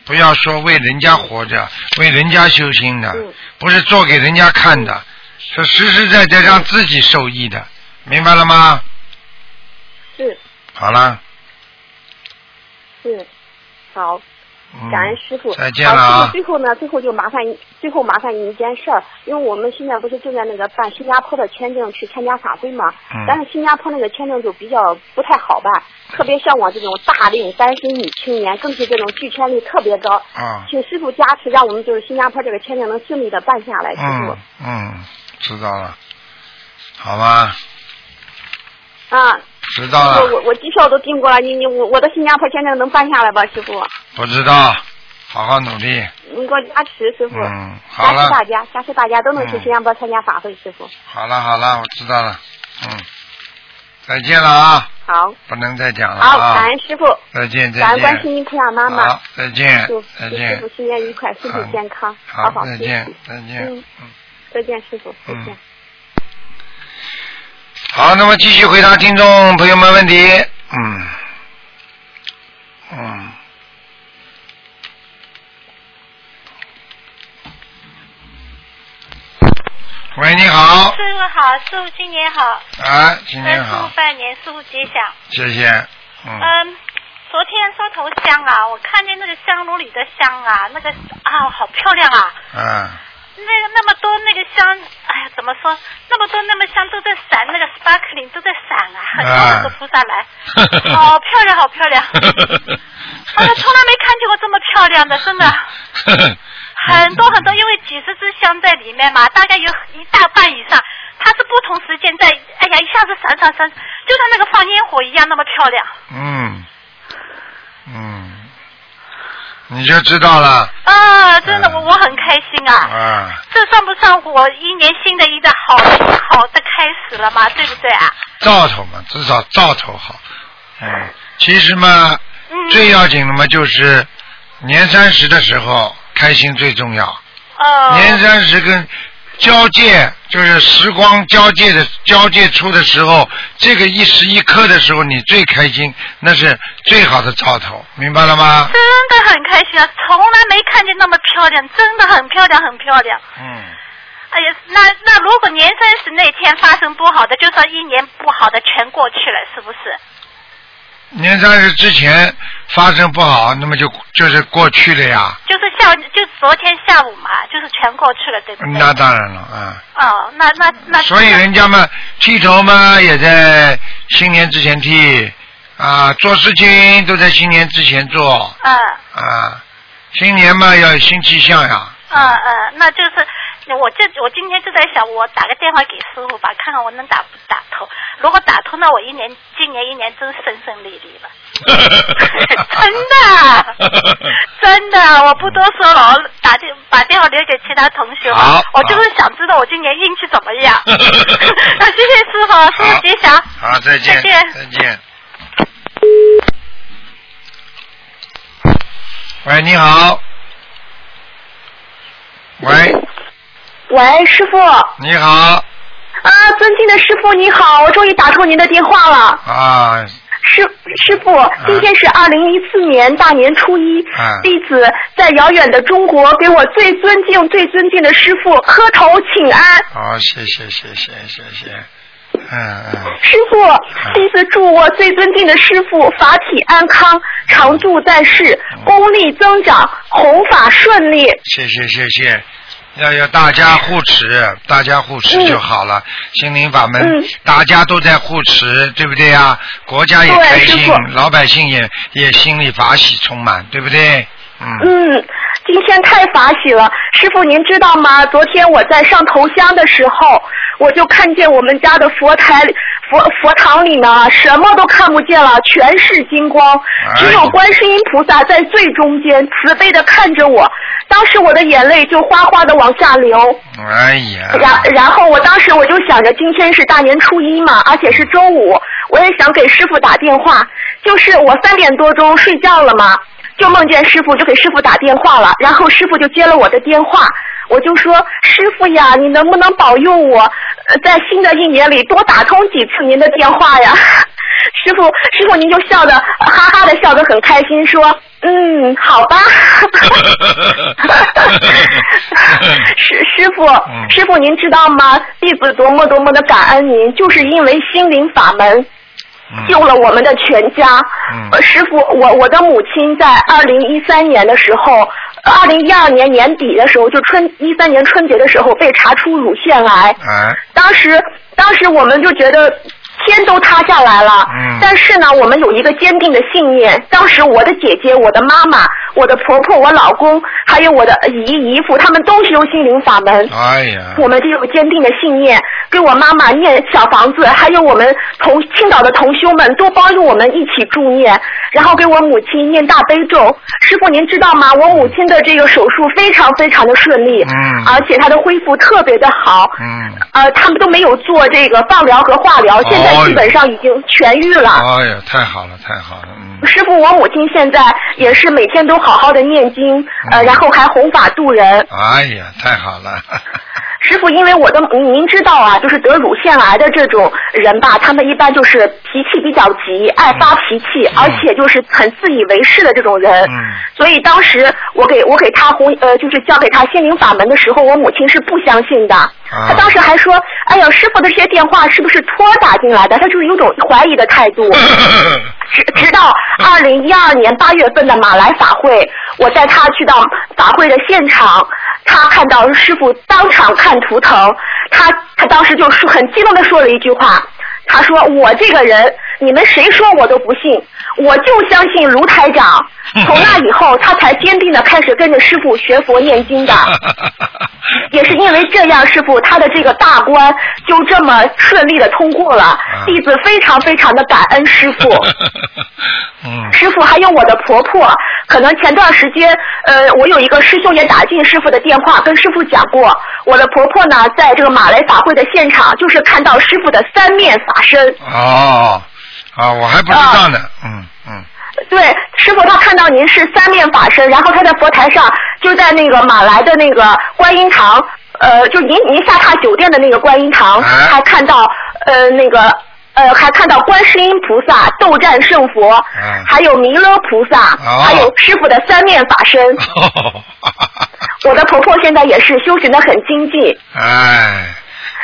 [SPEAKER 2] 不要说为人家活着，为人家修心的，
[SPEAKER 6] 嗯
[SPEAKER 2] 不是做给人家看的，是实实在在让自己受益的，明白了吗？
[SPEAKER 6] 是
[SPEAKER 2] 好了。
[SPEAKER 6] 是，好，
[SPEAKER 2] 嗯
[SPEAKER 6] 感恩师傅。
[SPEAKER 2] 再见了
[SPEAKER 6] 好，师
[SPEAKER 2] 啊
[SPEAKER 6] 傅，！最后呢，最后就麻烦你，最后麻烦你一件事儿，因为我们现在不是正在那个办新加坡的签证去参加法会嘛，
[SPEAKER 2] 嗯
[SPEAKER 6] 但是新加坡那个签证就比较不太好办，特别像我这种大龄单身女青年，更是这种拒签率特别高。
[SPEAKER 2] 啊，
[SPEAKER 6] 请师傅加持，让我
[SPEAKER 2] 嗯
[SPEAKER 6] 们就是新加坡这个签证能顺利的办下来，师傅。
[SPEAKER 2] 嗯嗯，知道了。好吧，
[SPEAKER 6] 啊，
[SPEAKER 2] 知道
[SPEAKER 6] 我
[SPEAKER 2] 了，
[SPEAKER 6] 我我机票都订过了，你你我我的新加坡签证能办下来吧，师傅？
[SPEAKER 2] 不知道，好好努力，
[SPEAKER 6] 你给我加持，师傅。
[SPEAKER 2] 嗯，好
[SPEAKER 6] 加持大
[SPEAKER 2] 了，
[SPEAKER 6] 家，加持大家都能去
[SPEAKER 2] 嗯
[SPEAKER 6] 新加坡参加法会，师傅。
[SPEAKER 2] 好了，好了，我知道了，嗯，再见了啊，
[SPEAKER 6] 好，
[SPEAKER 2] 不能再讲了
[SPEAKER 6] 好，感
[SPEAKER 2] 啊，
[SPEAKER 6] 恩师傅，
[SPEAKER 2] 再见，
[SPEAKER 6] 感
[SPEAKER 2] 再
[SPEAKER 6] 恩观世
[SPEAKER 2] 见，
[SPEAKER 6] 音菩萨妈啊妈
[SPEAKER 2] 好，，再见
[SPEAKER 6] 祝，
[SPEAKER 2] 再
[SPEAKER 6] 祝师
[SPEAKER 2] 见
[SPEAKER 6] 傅，新年愉快，身体健康，好
[SPEAKER 2] 好，
[SPEAKER 6] 好
[SPEAKER 2] 再
[SPEAKER 6] 休
[SPEAKER 2] 见
[SPEAKER 6] 息。，
[SPEAKER 2] 再见，
[SPEAKER 6] 嗯
[SPEAKER 2] 嗯。
[SPEAKER 6] 再见，师傅，再见。
[SPEAKER 2] 嗯好，那么继续回答听众朋友们问题。嗯，嗯。喂，你好，
[SPEAKER 7] 师傅好，师傅新年好，
[SPEAKER 2] 啊，今
[SPEAKER 7] 呃，
[SPEAKER 2] 天
[SPEAKER 7] 师傅
[SPEAKER 2] 好，
[SPEAKER 7] 拜年，师傅吉祥。
[SPEAKER 2] 谢谢，嗯，
[SPEAKER 7] 嗯，昨天烧头香啊，我看见那个香炉里的香啊，那个啊，好漂亮啊！
[SPEAKER 2] 啊，
[SPEAKER 7] 那个那么多那个香，哎呀，怎么说？那么多那么香都在闪，那个 sparkling 都在闪啊，很多
[SPEAKER 2] 啊
[SPEAKER 7] 那个菩萨 来，好漂亮，好漂亮！我从来没看见过这么漂亮的，真的。很多很多，因为几十支香在里面嘛，大概有一大半以上，它是不同时间在，哎呀，一下子闪闪闪，就像那个放烟火一样那么漂亮。
[SPEAKER 2] 嗯，嗯，你就知道了，
[SPEAKER 7] 啊，真的，
[SPEAKER 2] 嗯
[SPEAKER 7] 我我很开心啊！
[SPEAKER 2] 啊，
[SPEAKER 7] 这算不算我一年新的一个好好的开始了嘛？对不对啊？
[SPEAKER 2] 兆头嘛，至少兆头好，嗯，其实嘛，
[SPEAKER 7] 嗯。
[SPEAKER 2] 最要紧的嘛就是年三十的时候开心最重要。
[SPEAKER 7] 呃。
[SPEAKER 2] 年三十跟交界就是时光交界的交界处的时候，这个一时一刻的时候，你最开心，那是最好的兆头，明白了吗？
[SPEAKER 7] 真的很开心啊！从来没看见那么漂亮，真的很漂亮，很漂亮。
[SPEAKER 2] 嗯，
[SPEAKER 7] 哎呀，那那如果年三十那天发生不好的，就算一年不好的全过去了，是不是？
[SPEAKER 2] 年三十之前发生不好，那么就就是过去了呀。
[SPEAKER 7] 就是下午，就昨天下午嘛，就是全过去了，对不对？
[SPEAKER 2] 那当然了啊。
[SPEAKER 7] 哦，那那那。
[SPEAKER 2] 所以人家嘛，剃头嘛也在新年之前剃，啊，做事情都在新年之前做，
[SPEAKER 7] 嗯
[SPEAKER 2] 啊，新年嘛要有新气象呀。
[SPEAKER 7] 嗯嗯，那就是。我这我今天就在想，我打个电话给师傅吧，看看我能打不打通。如果打通，那我一年今年一年真顺顺利利 了。 真的，真的，我不多说了，我打电把电话留给其他同学
[SPEAKER 2] 好
[SPEAKER 7] 吧。我就是想知道我今年运气怎么样。 那谢谢师傅，师
[SPEAKER 2] 好
[SPEAKER 7] 傅吉祥。
[SPEAKER 2] 好，再见，
[SPEAKER 7] 再见
[SPEAKER 2] 再见。喂，你好。喂，
[SPEAKER 5] 喂，师傅啊，
[SPEAKER 2] 你好
[SPEAKER 5] 尊敬的师傅你好，我终于打通您的电话了。
[SPEAKER 2] 啊，
[SPEAKER 5] 师师傅，今天是二零一四年大年初一，
[SPEAKER 2] 啊
[SPEAKER 5] 弟子在遥远的中国给我最尊敬、最尊敬的师傅磕头请安。
[SPEAKER 2] 好，谢谢，谢谢，谢谢，嗯嗯，
[SPEAKER 5] 师傅，弟子祝我最尊敬的师傅法体安康，常驻在世，功力增长，弘法顺利。
[SPEAKER 2] 谢谢，谢谢。要有大
[SPEAKER 5] 嗯
[SPEAKER 2] 家护持，大家护持就好了。心灵法门，
[SPEAKER 5] 嗯
[SPEAKER 2] 大家都在护持，对不对呀？国家也
[SPEAKER 5] 对
[SPEAKER 2] 开
[SPEAKER 5] 师
[SPEAKER 2] 心
[SPEAKER 5] 父，
[SPEAKER 2] 老百姓也也心里法喜充满，对不对？
[SPEAKER 5] 嗯，今天太法喜了，师傅您知道吗？昨天我在上头香的时候，我就看见我们家的佛台佛佛堂里呢，什么都看不见了，全是金光，只有观世音菩萨在最中间，慈悲的看着我。当时我的眼泪就哗哗的往下流，
[SPEAKER 2] 哎呀，
[SPEAKER 5] 然然后我当时我就想着，今天是大年初一嘛，而且是周五，我也想给师傅打电话。就是我三点多钟睡觉了嘛，就梦见师傅，就给师傅打电话了。然后师傅就接了我的电话，我就说：“师傅呀，你能不能保佑我，呃在新的一年里多打通几次您的电话呀？” 师傅，师傅您就笑得哈哈的笑得很开心，说：“嗯，好吧。”师师傅
[SPEAKER 2] 嗯，
[SPEAKER 5] 师傅您知道吗？弟子多么多么的感恩您，就是因为心灵法门
[SPEAKER 2] 嗯
[SPEAKER 5] 救了我们的全家。
[SPEAKER 2] 嗯
[SPEAKER 5] 呃师傅，我我的母亲在二零一三年的时候，二零一二年年底的时候，就春一三年春节的时候被查出乳腺癌。
[SPEAKER 2] 哎，
[SPEAKER 5] 当时当时我们就觉得天都塌下来了，
[SPEAKER 2] 嗯
[SPEAKER 5] 但是呢，我们有一个坚定的信念。当时我的姐姐、我的妈妈、我的婆婆、我老公，还有我的姨姨父，他们都是修心灵法门。
[SPEAKER 2] 哎呀，
[SPEAKER 5] 我们就有坚定的信念，给我妈妈念小房子，还有我们同青岛的同修们都帮助我们一起助念，然后给我母亲念大悲咒。师傅您知道吗？我母亲的这个手术非常非常的顺利，
[SPEAKER 2] 嗯
[SPEAKER 5] 而且她的恢复特别的好，
[SPEAKER 2] 嗯，
[SPEAKER 5] 呃，他们都没有做这个放疗和化疗，现在基本上已经痊愈了。
[SPEAKER 2] 哎呀，太好了，太好了，嗯，
[SPEAKER 5] 师傅，我母亲现在也是每天都好好的念经，呃，然后还弘法度人。
[SPEAKER 2] 哎呀，太好了，
[SPEAKER 5] 师傅，因为我的您您知道啊，就是得乳腺癌的这种人吧，他们一般就是脾气比较急，爱发脾气，而且就是很自以为是的这种人。
[SPEAKER 2] 嗯
[SPEAKER 5] 所以当时我给我给他红呃，就是教给他心灵法门的时候，我母亲是不相信的。她当时还说：“哎呀，师傅的这些电话是不是托打进来的？”她就是有种怀疑的态度。直直到二零一二年八月份的马来法会，我带他去到法会的现场，他看到师傅当场看图腾，他他当时就说很激动的说了一句话，他说我这个人，你们谁说我都不信，我就相信卢台长。从那以后，他才坚定的开始跟着师傅学佛念经的。也是因为这样，师傅他的这个大关就这么顺利的通过了，弟子非常非常的感恩师傅。
[SPEAKER 2] 嗯，
[SPEAKER 5] 师傅还有我的婆婆，可能前段时间，呃，我有一个师兄也打进师傅的电话，跟师傅讲过，我的婆婆呢，在这个马来法会的现场，就是看到师傅的三面法身。
[SPEAKER 2] 哦，啊，我还不知道呢，嗯嗯，
[SPEAKER 5] 对，师傅他看到您是三面法身，然后他在佛台上，就在那个马来的那个观音堂，呃，就您您下榻酒店的那个观音堂，
[SPEAKER 2] 哎
[SPEAKER 5] 还看到呃那个呃还看到观世音菩萨、斗战胜佛，
[SPEAKER 2] 哎
[SPEAKER 5] 还有弥勒菩萨，
[SPEAKER 2] 哦
[SPEAKER 5] 还有师傅的三面法身。啊我的婆婆现在也是修行的很精进，
[SPEAKER 2] 哎，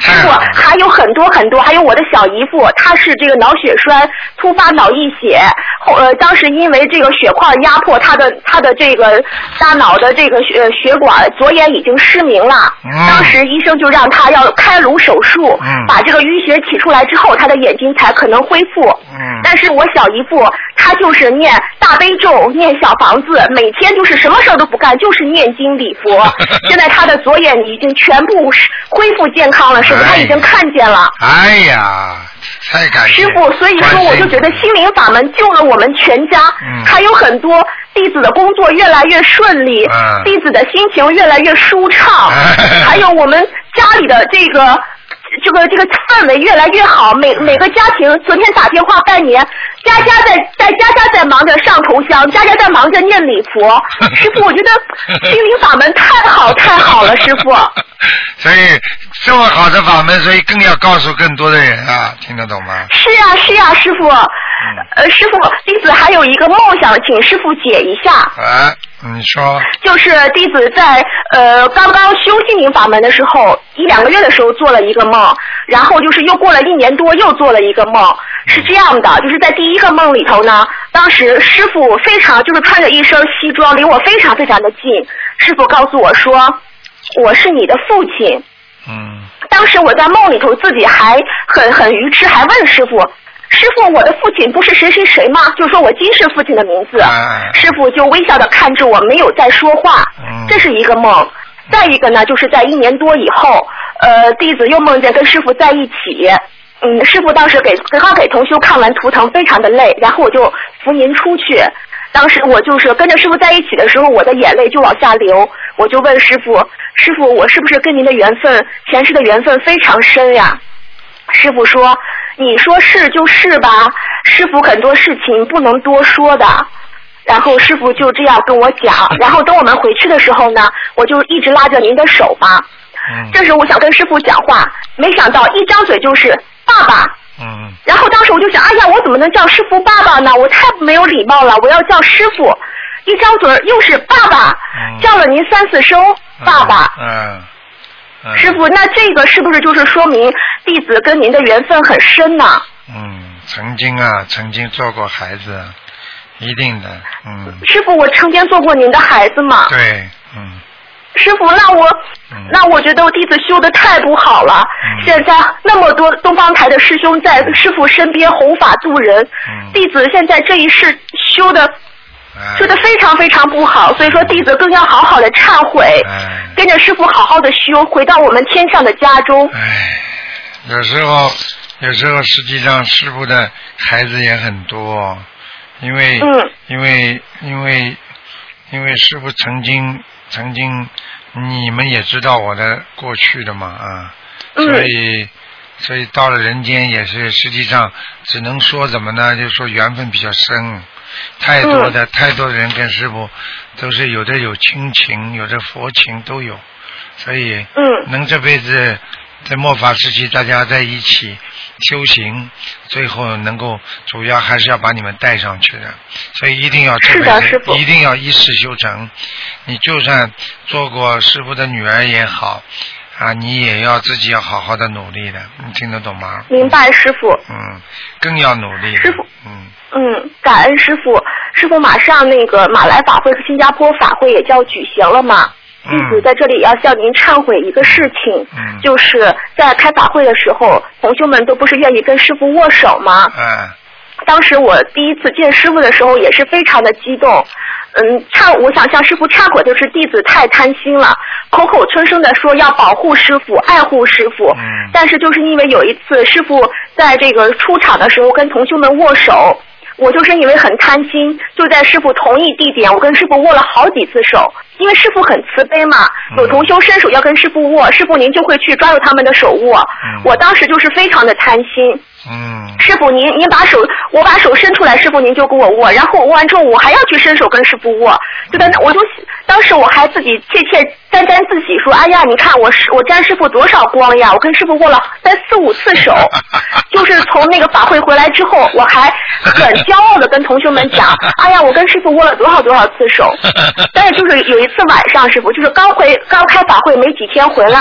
[SPEAKER 5] 师
[SPEAKER 2] 太
[SPEAKER 5] 傅
[SPEAKER 2] 好了，
[SPEAKER 5] 还有很多很多，还有我的小姨父，他是这个脑血栓突发脑溢血，后呃当时因为这个血块压迫他的他的这个大脑的这个血呃血管，左眼已经失明了。
[SPEAKER 2] 嗯
[SPEAKER 5] 当时医生就让他要开颅手术，
[SPEAKER 2] 嗯
[SPEAKER 5] 把这个淤血取出来之后，他的眼睛才可能恢复。
[SPEAKER 2] 嗯
[SPEAKER 5] 但是我小姨父他就是念大悲咒，念小房子，每天就是什么事儿都不干，就是念经礼佛。现在他的左眼已经全部是恢复健康了，师傅
[SPEAKER 2] 哎
[SPEAKER 5] 他已经看见了。
[SPEAKER 2] 哎呀，太感谢
[SPEAKER 5] 师傅，所以说我就觉得心灵法门救了我们全家，
[SPEAKER 2] 嗯
[SPEAKER 5] 还有很多弟子的工作越来越顺利，
[SPEAKER 2] 嗯
[SPEAKER 5] 弟子的心情越来越舒畅，
[SPEAKER 2] 哎
[SPEAKER 5] 还有我们家里的这个。这个这个氛围越来越好，每
[SPEAKER 2] 嗯
[SPEAKER 5] 每个家庭，昨天打电话拜年，家家在在家家在忙着上头香，家家在忙着念礼 佛。师傅，我觉得心灵法门太好太好了，师傅。
[SPEAKER 2] 所以这么好的法门，所以更要告诉更多的人啊，听得懂吗？
[SPEAKER 5] 是呀、啊是呀、师傅。呃，师傅，弟子还有一个梦想，请师傅解一下。
[SPEAKER 2] 啊，你说，
[SPEAKER 5] 就是弟子在呃刚刚修心灵法门的时候，一两个月的时候做了一个梦，然后就是又过了一年多又做了一个梦，是这样的，就是在第一个梦里头呢，当时师傅非常就是穿着一身西装，离我非常非常的近，师傅告诉我说，我是你的父亲。
[SPEAKER 2] 嗯，
[SPEAKER 5] 当时我在梦里头自己还很很愚痴，还问师傅。师傅，我的父亲不是谁谁谁吗？就说我今世父亲的名字。
[SPEAKER 2] 哎
[SPEAKER 5] 师傅就微笑的看着我，没有再说话。
[SPEAKER 2] 嗯
[SPEAKER 5] 这是一个梦。再一个呢，就是在一年多以后，呃，弟子又梦见跟师傅在一起。嗯，师傅当时给刚刚给同修看完图腾，非常的累，然后我就扶您出去。当时我就是跟着师傅在一起的时候，我的眼泪就往下流。我就问师傅：“师傅，我是不是跟您的缘分，前世的缘分非常深呀？”师傅说：“你说是就是吧，师傅很多事情不能多说的。”然后师傅就这样跟我讲，然后等我们回去的时候呢，我就一直拉着您的手嘛。
[SPEAKER 2] 嗯
[SPEAKER 5] 这时候我想跟师傅讲话，没想到一张嘴就是爸爸。
[SPEAKER 2] 嗯，
[SPEAKER 5] 然后当时我就想，哎呀，我怎么能叫师傅爸爸呢？我太没有礼貌了，我要叫师傅。一张嘴儿又是爸爸，
[SPEAKER 2] 嗯
[SPEAKER 5] 叫了您三四声爸爸。
[SPEAKER 2] 嗯，嗯，
[SPEAKER 5] 师，傅，那这个是不是就是说明弟子跟您的缘分很深呢、
[SPEAKER 2] 嗯，曾经啊，曾经做过孩子，一定的，嗯，
[SPEAKER 5] 师傅，我曾经做过您的孩子嘛。
[SPEAKER 2] 对，嗯，
[SPEAKER 5] 师傅，那我
[SPEAKER 2] 嗯
[SPEAKER 5] 那我觉得我弟子修的太不好了。
[SPEAKER 2] 嗯
[SPEAKER 5] 现在那么多东方台的师兄在师傅身边弘法度人，
[SPEAKER 2] 嗯
[SPEAKER 5] 弟子现在这一世修的
[SPEAKER 2] 哎
[SPEAKER 5] 修的非常非常不好，所以说弟子更要好好的忏悔，
[SPEAKER 2] 哎
[SPEAKER 5] 跟着师傅好好的修，回到我们天上的家中。
[SPEAKER 2] 哎，有时候，有时候实际上师傅的孩子也很多，因为、
[SPEAKER 8] 嗯
[SPEAKER 2] 因为因为因为师傅曾经曾经，你们也知道我的过去的嘛啊，
[SPEAKER 8] 嗯
[SPEAKER 2] 所以所以到了人间也是实际上只能说怎么呢？就是说缘分比较深，太多的、太多的人跟师傅都是有的有亲情，有的佛情都有，所以
[SPEAKER 8] 嗯
[SPEAKER 2] 能这辈子在末法时期大家在一起修行，最后能够主要还是要把你们带上去的，所以一定要这
[SPEAKER 8] 是的
[SPEAKER 2] 辈
[SPEAKER 8] 师
[SPEAKER 2] 子
[SPEAKER 8] 父
[SPEAKER 2] 一定要一世修成。你就算做过师傅的女儿也好，啊，你也要自己要好好的努力的，你听得懂吗？
[SPEAKER 5] 明白，师傅。
[SPEAKER 2] 嗯，更要努力。
[SPEAKER 5] 师父，
[SPEAKER 2] 嗯，
[SPEAKER 5] 嗯，感恩师傅。师傅，马上那个马来法会和新加坡法会也就要举行了嘛。弟子
[SPEAKER 2] 嗯，
[SPEAKER 5] 在这里要向您忏悔一个事情，
[SPEAKER 2] 嗯
[SPEAKER 5] 就是在开法会的时候，同学们都不是愿意跟师傅握手吗？
[SPEAKER 2] 啊，
[SPEAKER 5] 当时我第一次见师傅的时候也是非常的激动，嗯，忏我想向师傅忏悔，就是弟子太贪心了，口口声声的说要保护师傅、爱护师傅，
[SPEAKER 2] 嗯
[SPEAKER 5] 但是就是因为有一次师傅在这个出场的时候跟同学们握手，我就是因为很贪心，就在师傅同一地点，我跟师傅握了好几次手，因为师傅很慈悲嘛，
[SPEAKER 2] 嗯
[SPEAKER 5] 有同修伸手要跟师傅握，师傅您就会去抓住他们的手握，
[SPEAKER 2] 嗯
[SPEAKER 5] 我当时就是非常的贪心。
[SPEAKER 2] 嗯，
[SPEAKER 5] 师傅您您把手，我把手伸出来，师傅您就给我握，然后我握完之后我还要去伸手跟师傅握，就在那我就当时我还自己窃窃沾沾自喜说，哎呀，你看我是我沾师傅多少光呀，我跟师傅握了三四五次手，就是从那个法会回来之后，我还很骄傲的跟同学们讲，哎呀，我跟师傅握了多少多少次手，但是就是有一次晚上，师傅就是刚回刚开法会没几天回来。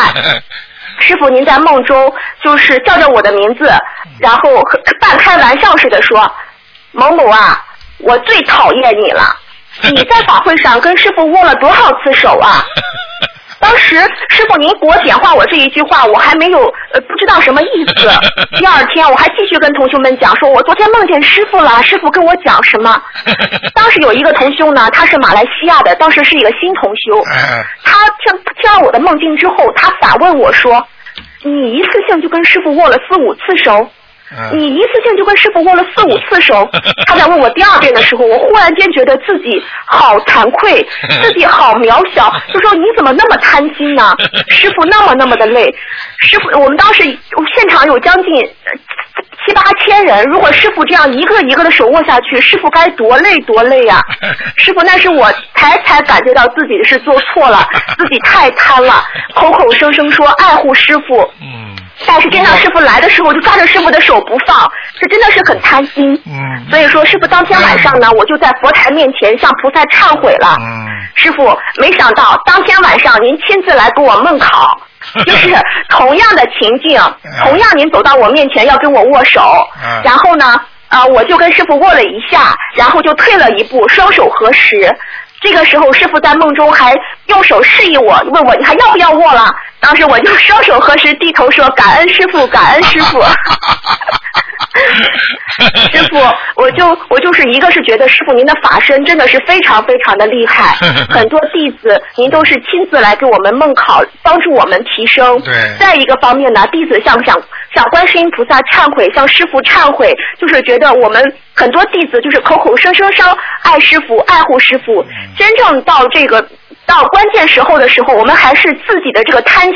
[SPEAKER 5] 师傅，您在梦中就是叫着我的名字，然后和半开玩笑似的说：“某某啊，我最讨厌你了，你在法会上跟师傅握了多少次手啊？”当时师傅您给我点化我这一句话，我还没有呃不知道什么意思。第二天我还继续跟同学们讲说，我昨天梦见师傅了，师傅跟我讲什么？ 当时有一个同修呢，他是马来西亚的，当时是一个新同修，
[SPEAKER 2] 哎，
[SPEAKER 5] 他听听了我的梦境之后，他反问我说：“你一次性就跟师傅握了四五次手，
[SPEAKER 2] 嗯，
[SPEAKER 5] 你一次性就跟师傅握了四五次手。” 他在问我第二遍的时候，我忽然间觉得自己好惭 愧，自己好渺小，就说你怎么那么贪心呢？师傅那么那么的累，师傅我们当时现场有将近。呃七八千人，如果师傅这样一个一个的手握下去，师傅该多累多累 呀、师傅，那是我才才感觉到自己是做错了，自己太贪了，口口声声说爱护师傅，
[SPEAKER 2] 嗯，
[SPEAKER 5] 但是真让师傅来的时候就抓着师傅的手不放，这真的是很贪心。
[SPEAKER 2] 嗯，
[SPEAKER 5] 所以说，师傅当天晚上呢，我就在佛台面前向菩萨忏悔了。
[SPEAKER 2] 嗯。
[SPEAKER 5] 师傅，没想到当天晚上您亲自来给我梦考，就是同样的情境，同样您走到我面前要跟我握手
[SPEAKER 2] 嗯，，
[SPEAKER 5] 然后呢，呃，我就跟师傅握了一下，然后就退了一步，双手合十。这个时候，师傅在梦中还用手示意我，问我你还要不要握了？当时我就双手合十，低头说感恩师傅，感恩师傅。 师傅，我就我就是一个是觉得师傅您的法身真的是非常非常的厉害很多弟子您都是亲自来给我们梦考，帮助我们提升。
[SPEAKER 2] 对
[SPEAKER 5] 再一个方面呢，弟子向向向观世音菩萨忏悔，向师傅忏悔，就是觉得我们很多弟子就是口口声声说爱师傅、爱护师
[SPEAKER 2] 嗯
[SPEAKER 5] 傅，真正到这个。到关键时候的时候，我们还是自己的这个贪心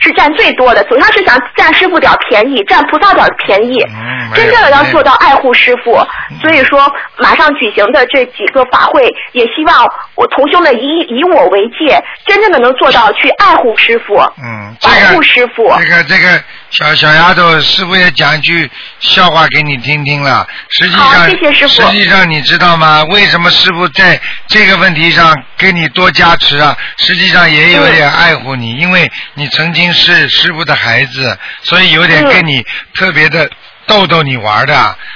[SPEAKER 5] 是占最多的，总要是想占师傅点儿便宜，占菩萨点儿便宜。
[SPEAKER 2] 嗯没有嗯
[SPEAKER 5] 真正的要
[SPEAKER 2] 没有
[SPEAKER 5] 做到爱护师傅，所以说马上举行的这几个法会，也希望我同修们以以我为戒，真正的能做到去爱护师傅，
[SPEAKER 2] 嗯，这
[SPEAKER 5] 保
[SPEAKER 2] 个
[SPEAKER 5] 护师傅。
[SPEAKER 2] 这个这个小小丫头，师傅也讲一句笑话给你听听了。实际上，
[SPEAKER 5] 好谢谢师傅
[SPEAKER 2] 实际上你知道吗？为什么师傅在这个问题上给你多加持啊？实际上也
[SPEAKER 5] 嗯
[SPEAKER 2] 有点爱护你，因为你曾经是师傅的孩子，所以有
[SPEAKER 5] 嗯
[SPEAKER 2] 点跟你特别的。逗逗你玩的，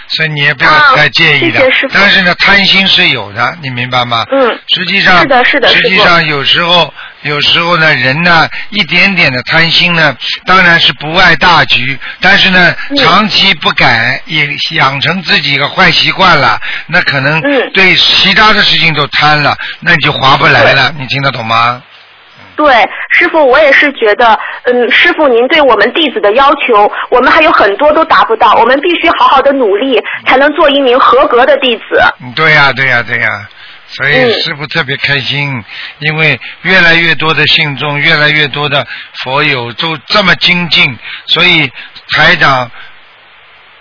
[SPEAKER 2] 所以你也不要
[SPEAKER 5] 啊
[SPEAKER 2] 太介意的。
[SPEAKER 5] 谢谢师傅
[SPEAKER 2] 但是呢，贪心是有的，你明白吗？
[SPEAKER 5] 嗯
[SPEAKER 2] 实际上，
[SPEAKER 5] 是的是的
[SPEAKER 2] 实际
[SPEAKER 5] 师傅
[SPEAKER 2] 上有时候，有时候呢，人呢一点点的贪心呢，当然是不爱大局，但是呢，长期不改，也养成自己一个坏习惯了，那可能
[SPEAKER 5] 嗯
[SPEAKER 2] 对其他的事情都贪了，那你就划不来了，你听得懂吗？
[SPEAKER 5] 对，师傅，我也是觉得，嗯，师傅您对我们弟子的要求，我们还有很多都达不到，我们必须好好的努力，才能做一名合格的弟子。
[SPEAKER 2] 嗯，对呀、对呀、对呀、所以
[SPEAKER 5] 嗯
[SPEAKER 2] 师傅特别开心，因为越来越多的信众，越来越多的佛友都这么精进，所以台长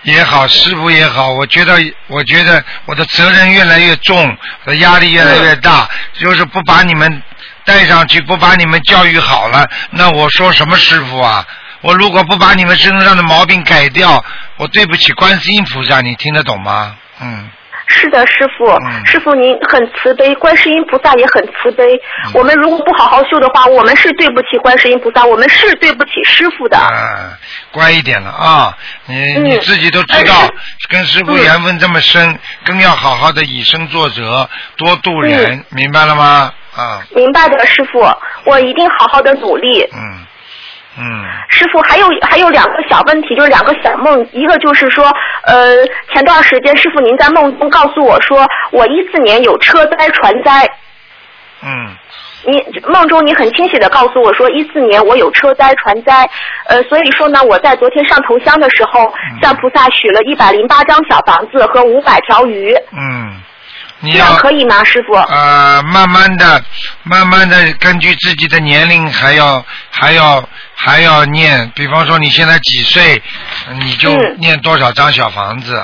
[SPEAKER 2] 也好，师傅也好，我觉得，我觉得我的责任越来越重，我的压力越来越大，就是不把你们带上去，不把你们教育好了，那我说什么师傅啊？我如果不把你们身上的毛病改掉，我对不起观世音菩萨，你听得懂吗？嗯。
[SPEAKER 5] 是的，师傅，
[SPEAKER 2] 嗯
[SPEAKER 5] 师傅您很慈悲，观世音菩萨也很慈悲。我们如果不好好修的话，我们是对不起观世音菩萨，我们是对不起师傅的。
[SPEAKER 2] 啊，乖一点了啊！你、
[SPEAKER 5] 嗯
[SPEAKER 2] 你自己都知道， 跟师傅缘分这么深，更要好好的以身作则，多度人，明白了吗？啊，
[SPEAKER 5] 明白的，师傅，我一定好好的努力。
[SPEAKER 2] 嗯嗯，
[SPEAKER 5] 师傅，还有还有两个小问题，就是两个小梦，一个就是说，呃，前段时间师傅您在梦中告诉我说，我一四年有车灾、船灾，
[SPEAKER 2] 嗯，
[SPEAKER 5] 你梦中你很清晰的告诉我说，一四年我有车灾、船灾，呃，所以说呢，我在昨天上头香的时候，
[SPEAKER 2] 嗯
[SPEAKER 5] 向菩萨许了一百零八张小房子和五百条鱼，
[SPEAKER 2] 嗯，你
[SPEAKER 5] 这
[SPEAKER 2] 要
[SPEAKER 5] 样可以吗，师傅？
[SPEAKER 2] 呃，慢慢的，慢慢的，根据自己的年龄还要还要还要念，比方说你现在几岁，你就
[SPEAKER 5] 嗯
[SPEAKER 2] 念多少张小房子，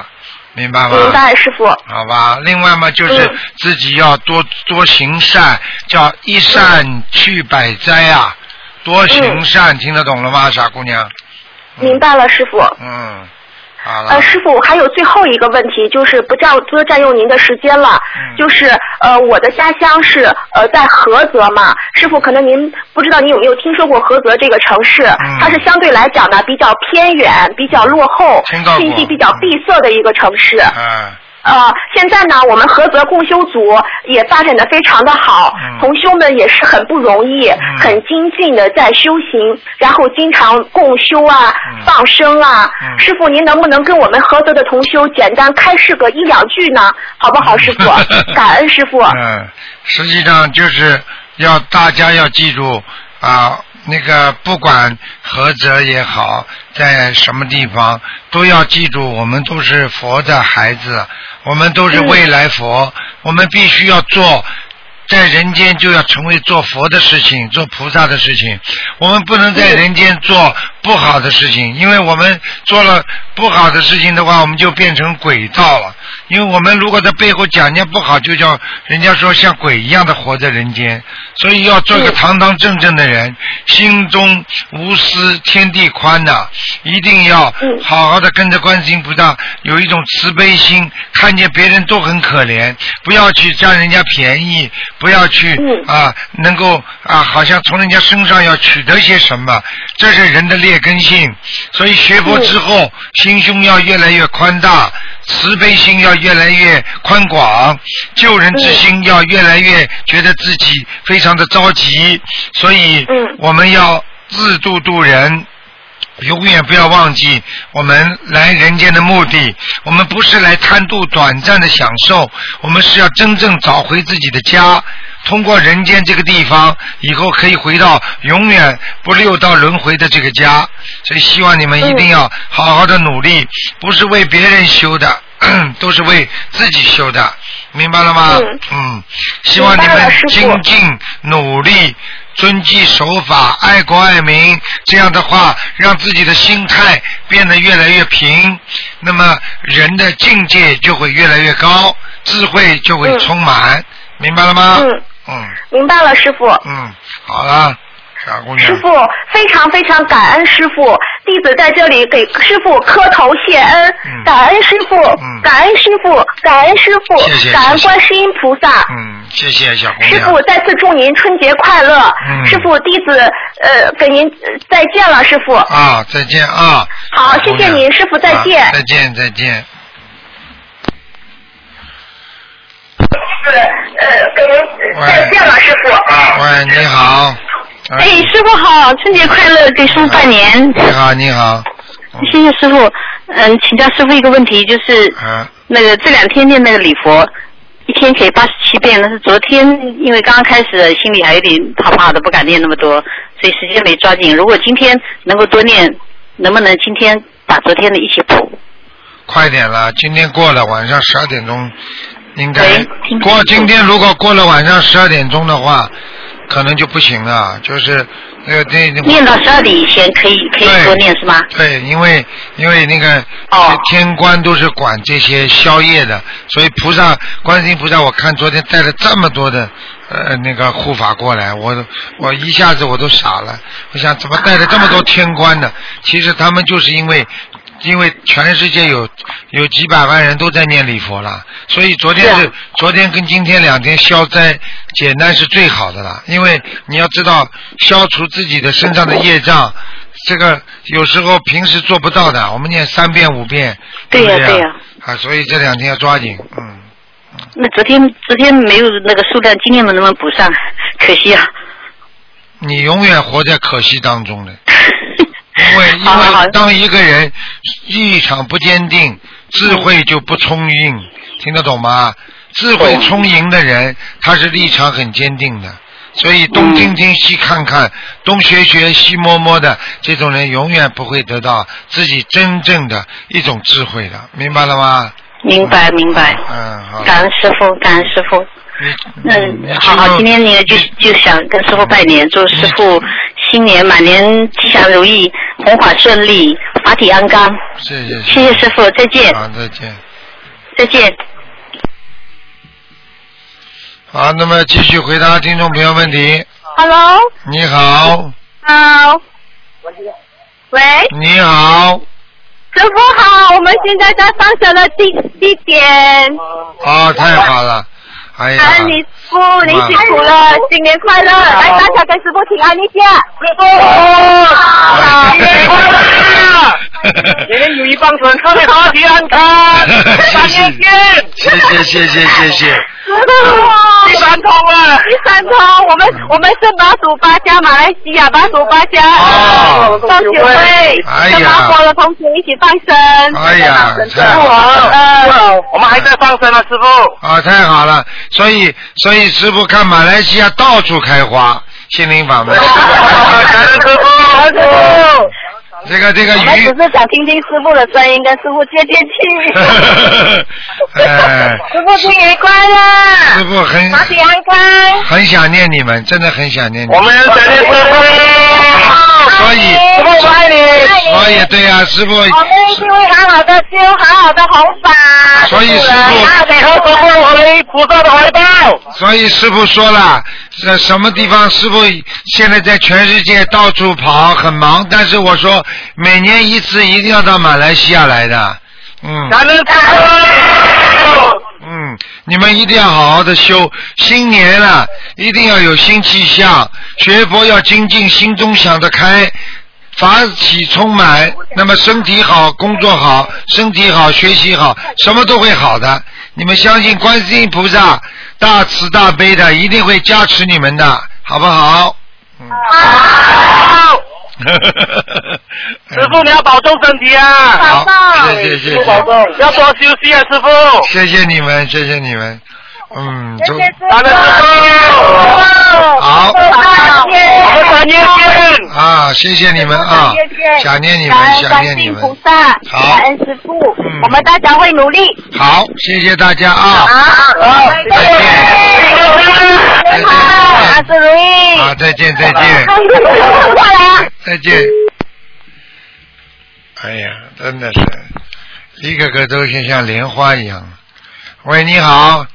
[SPEAKER 2] 明白吗？
[SPEAKER 5] 明白，师傅。
[SPEAKER 2] 好吧，另外嘛，就是
[SPEAKER 5] 嗯
[SPEAKER 2] 自己要多、多行善，叫一善去百灾啊，多
[SPEAKER 5] 嗯
[SPEAKER 2] 行善，听得懂了吗，傻姑娘？嗯
[SPEAKER 5] 明。白了，师傅。
[SPEAKER 2] 嗯，好了。
[SPEAKER 5] 呃，师傅，我还有最后一个问题，就是不占多占用您的时间了。
[SPEAKER 2] 嗯
[SPEAKER 5] 就是呃，我的家乡是呃在菏泽嘛，师傅可能您不知道您有没有听说过菏泽这个城市，
[SPEAKER 2] 嗯
[SPEAKER 5] 它是相对来讲呢比较偏远、比较落后
[SPEAKER 2] 听到、过
[SPEAKER 5] 信息比较闭塞的一个城市。
[SPEAKER 2] 啊，
[SPEAKER 5] 呃，现在呢，我们菏泽共修组也发展的非常的好，
[SPEAKER 2] 嗯
[SPEAKER 5] 同修们也是很不容易，
[SPEAKER 2] 嗯
[SPEAKER 5] 很精进的在修行，然后经常共修啊、
[SPEAKER 2] 嗯
[SPEAKER 5] 放生啊。
[SPEAKER 2] 嗯？
[SPEAKER 5] 师傅，您能不能跟我们菏泽的同修简单开示个一两句呢？好不好，师傅 感恩师傅。
[SPEAKER 2] 嗯，实际上就是要大家要记住啊，那个不管菏泽也好，在什么地方，都要记住，我们都是佛的孩子，我们都是未来佛，
[SPEAKER 5] 嗯
[SPEAKER 2] 我们必须要做。在人间就要成为做佛的事情，做菩萨的事情。我们不能在人间做不好的事情，因为我们做了不好的事情的话，我们就变成鬼道了。因为我们如果在背后讲人家不好，就叫人家说像鬼一样的活在人间，所以要做个堂堂正正的人，心中无私，天地宽呐、一定要
[SPEAKER 5] 嗯
[SPEAKER 2] 好好的跟着观世音菩萨，有一种慈悲心，看见别人都很可怜，不要去占人家便宜，不要去
[SPEAKER 5] 嗯
[SPEAKER 2] 啊，能够啊，好像从人家身上要取得些什么，这是人的劣根性。所以学佛之
[SPEAKER 5] 嗯
[SPEAKER 2] 后，心胸要越来越宽大，慈悲心要越来越宽广，救人之心要越来越觉得自己非常的着急，所以
[SPEAKER 5] 嗯
[SPEAKER 2] 我们要自度度人。永远不要忘记，我们来人间的目的，我们不是来贪图短暂的享受，我们是要真正找回自己的家。通过人间这个地方，以后可以回到永远不六道轮回的这个家。所以希望你们一定要好好的努力，不是为别人修的， 都是为自己修的，明白了吗？
[SPEAKER 5] 嗯
[SPEAKER 2] 希望你
[SPEAKER 5] 明白
[SPEAKER 2] 们
[SPEAKER 5] 了师傅
[SPEAKER 2] 精进努力。遵纪守法，爱国爱民，这样的话，让自己的心态变得越来越平，那么人的境界就会越来越高，智慧就会
[SPEAKER 5] 嗯
[SPEAKER 2] 充满，明白了吗？
[SPEAKER 5] 嗯
[SPEAKER 2] 嗯
[SPEAKER 5] 明白了，师傅。
[SPEAKER 2] 嗯，好了，傻姑娘。
[SPEAKER 5] 师傅，非常非常感恩师傅，弟子在这里给师傅磕头谢恩
[SPEAKER 2] 嗯，
[SPEAKER 5] 感恩师傅
[SPEAKER 2] 嗯，
[SPEAKER 5] 感恩师傅，感恩师
[SPEAKER 2] 谢谢谢
[SPEAKER 5] 傅，感恩
[SPEAKER 2] 谢
[SPEAKER 5] 观世音菩萨。
[SPEAKER 2] 嗯，谢谢小姑娘。
[SPEAKER 5] 师傅，再次祝您春节快乐！
[SPEAKER 2] 嗯
[SPEAKER 5] 师傅，弟子呃给您呃再见了，师傅。
[SPEAKER 2] 啊，再见啊！
[SPEAKER 5] 好
[SPEAKER 2] 小姑
[SPEAKER 5] 谢谢
[SPEAKER 2] 娘
[SPEAKER 5] 您师傅再
[SPEAKER 2] 啊
[SPEAKER 5] 见
[SPEAKER 2] 再见，再见。
[SPEAKER 5] 呃，给您
[SPEAKER 2] 呃再见
[SPEAKER 5] 了，师傅。
[SPEAKER 2] 喂，你好。啊
[SPEAKER 9] 哎，师傅好，春节快乐，给师傅拜年。
[SPEAKER 2] 你好，你好。嗯
[SPEAKER 9] 谢谢嗯师傅。嗯，请教师傅一个问题，就是
[SPEAKER 2] 啊，
[SPEAKER 9] 那个这两天念那个礼佛，一天可以八十七遍，但是昨天因为刚刚开始，心里还有点怕怕的，不敢念那么多，所以时间没抓紧。如果今天能够多念，能不能今天把昨天的一起补？
[SPEAKER 2] 快点了，今天过了晚上十二点钟，应该
[SPEAKER 9] 喂听
[SPEAKER 2] 过。今天如果过了晚上十二点钟的话，可能就不行了，就是那个那
[SPEAKER 9] 念到十二点以前可以可以多念是吗？
[SPEAKER 2] 对，因为因为那个
[SPEAKER 9] 哦
[SPEAKER 2] 天官都是管这些宵夜的，所以菩萨观世音菩萨，我看昨天带了这么多的呃那个护法过来，我我一下子我都傻了，我想怎么带了这么多天官呢？其实他们就是因为。因为全世界有有几百万人都在念礼佛了，所以昨天是
[SPEAKER 9] 是啊
[SPEAKER 2] 昨天跟今天两天消灾简单是最好的了，因为你要知道消除自己的身上的业障，这个有时候平时做不到的，我们念三遍五遍，
[SPEAKER 9] 对呀
[SPEAKER 2] 不对
[SPEAKER 9] 对呀
[SPEAKER 2] 啊，所以这两天要抓紧，嗯，
[SPEAKER 9] 那昨天昨天没有那个数量，今天能不能补上？ 可惜啊。
[SPEAKER 2] 你永远活在可惜当中 的，因为因
[SPEAKER 9] 好好好
[SPEAKER 2] 为当一个人立场不坚定，智慧就不充盈，听得懂吗？智慧充盈的人，他是立场很坚定的，所以东听听西看看，东学学西摸摸的，这种人永远不会得到自己真正的一种智慧的，明白了吗？
[SPEAKER 9] 明白明白，
[SPEAKER 2] 嗯，好。
[SPEAKER 9] 感恩师傅，感恩师傅。
[SPEAKER 2] 你你
[SPEAKER 9] 嗯，
[SPEAKER 2] 你
[SPEAKER 9] 好好，今天你就就想跟师傅拜年，祝师傅新年马年吉祥如意，红法顺利，法体安康。
[SPEAKER 2] 谢谢
[SPEAKER 9] 谢谢师傅，再见，
[SPEAKER 2] 好，再见。
[SPEAKER 9] 再见。
[SPEAKER 2] 好，那么继续回答听众朋友问题。
[SPEAKER 5] Hello，
[SPEAKER 2] 你好，
[SPEAKER 5] 好。喂，
[SPEAKER 2] 你好，
[SPEAKER 5] 师傅好，我们现在在放学的地地点。
[SPEAKER 2] 啊、太好了，哎呀，
[SPEAKER 5] 安妮师傅，您辛苦了，新年快乐！
[SPEAKER 2] 哎
[SPEAKER 5] 来，大家跟师傅请安一下。师傅，
[SPEAKER 2] 哦
[SPEAKER 5] 好，新年快乐！
[SPEAKER 2] 谢
[SPEAKER 10] 人有一帮准特别好，吉安 康见，
[SPEAKER 2] 谢谢谢谢谢，
[SPEAKER 5] 师傅，
[SPEAKER 10] 第三通啊了。
[SPEAKER 5] 第三通，我们我们是巴蜀八家，马来西亚巴蜀八家
[SPEAKER 2] 哦
[SPEAKER 5] 同学会，
[SPEAKER 2] 哎呀
[SPEAKER 5] 跟马国的同学一起放生。
[SPEAKER 2] 哎呀，太好了，
[SPEAKER 5] 呃，
[SPEAKER 10] 我们还在放生呢，师傅。
[SPEAKER 2] 啊，太好了，所以所以师傅看马来西亚到处开花，心灵法门，哎
[SPEAKER 10] 感恩师傅，
[SPEAKER 2] 这个这个
[SPEAKER 5] 我们
[SPEAKER 2] 鱼
[SPEAKER 5] 只，是想听听师傅的声音，跟师傅接接气。
[SPEAKER 2] 哎，
[SPEAKER 5] 师傅新年快乐！
[SPEAKER 2] 师傅很
[SPEAKER 5] 身体安康。
[SPEAKER 2] 很想念你们，真的很想念你们
[SPEAKER 10] 我。们感恩师傅，
[SPEAKER 2] 所以，
[SPEAKER 10] 师傅我爱你。
[SPEAKER 2] 所以哦对呀、师傅，
[SPEAKER 5] 我们一定会好好的修，好好的弘
[SPEAKER 10] 啊
[SPEAKER 5] 法。
[SPEAKER 2] 所以师
[SPEAKER 10] 大
[SPEAKER 2] 傅，
[SPEAKER 10] 家好，师傅回菩萨的怀抱。
[SPEAKER 2] 所以师傅说了，这什么地方？师傅现在在全世界到处跑，很忙。但是我说，每年一次，一定要到马来西亚来的。嗯
[SPEAKER 10] 感恩师傅。
[SPEAKER 2] 嗯，你们一定要好好的修，新年了，一定要有新气象，学佛要精进，心中想得开。法喜充满，那么身体好，工作好，身体好，学习好，什么都会好的。你们相信观世音菩萨大慈大悲的，一定会加持你们的，好不好？嗯
[SPEAKER 10] 好，
[SPEAKER 2] 师
[SPEAKER 10] 师傅你要保重身体啊，
[SPEAKER 2] 好， 谢谢谢谢，
[SPEAKER 10] 要多休息啊，师傅。
[SPEAKER 2] 谢谢你们，谢谢你们。嗯，都
[SPEAKER 10] 感恩师傅。
[SPEAKER 2] 好
[SPEAKER 10] 我们感恩见。
[SPEAKER 2] 啊，谢谢你们啊，想念你们，想念你们。好，
[SPEAKER 5] 师傅，
[SPEAKER 2] 嗯
[SPEAKER 5] 大家会努力。
[SPEAKER 2] 好，谢谢大家啊，
[SPEAKER 10] 好，
[SPEAKER 5] 再见
[SPEAKER 2] 再见
[SPEAKER 5] 万事如意。
[SPEAKER 2] 啊，再见再见
[SPEAKER 5] 过来啊！
[SPEAKER 2] 再见。哎呀，真的是，一个个都是像莲花一样。喂，你好，
[SPEAKER 1] 哦，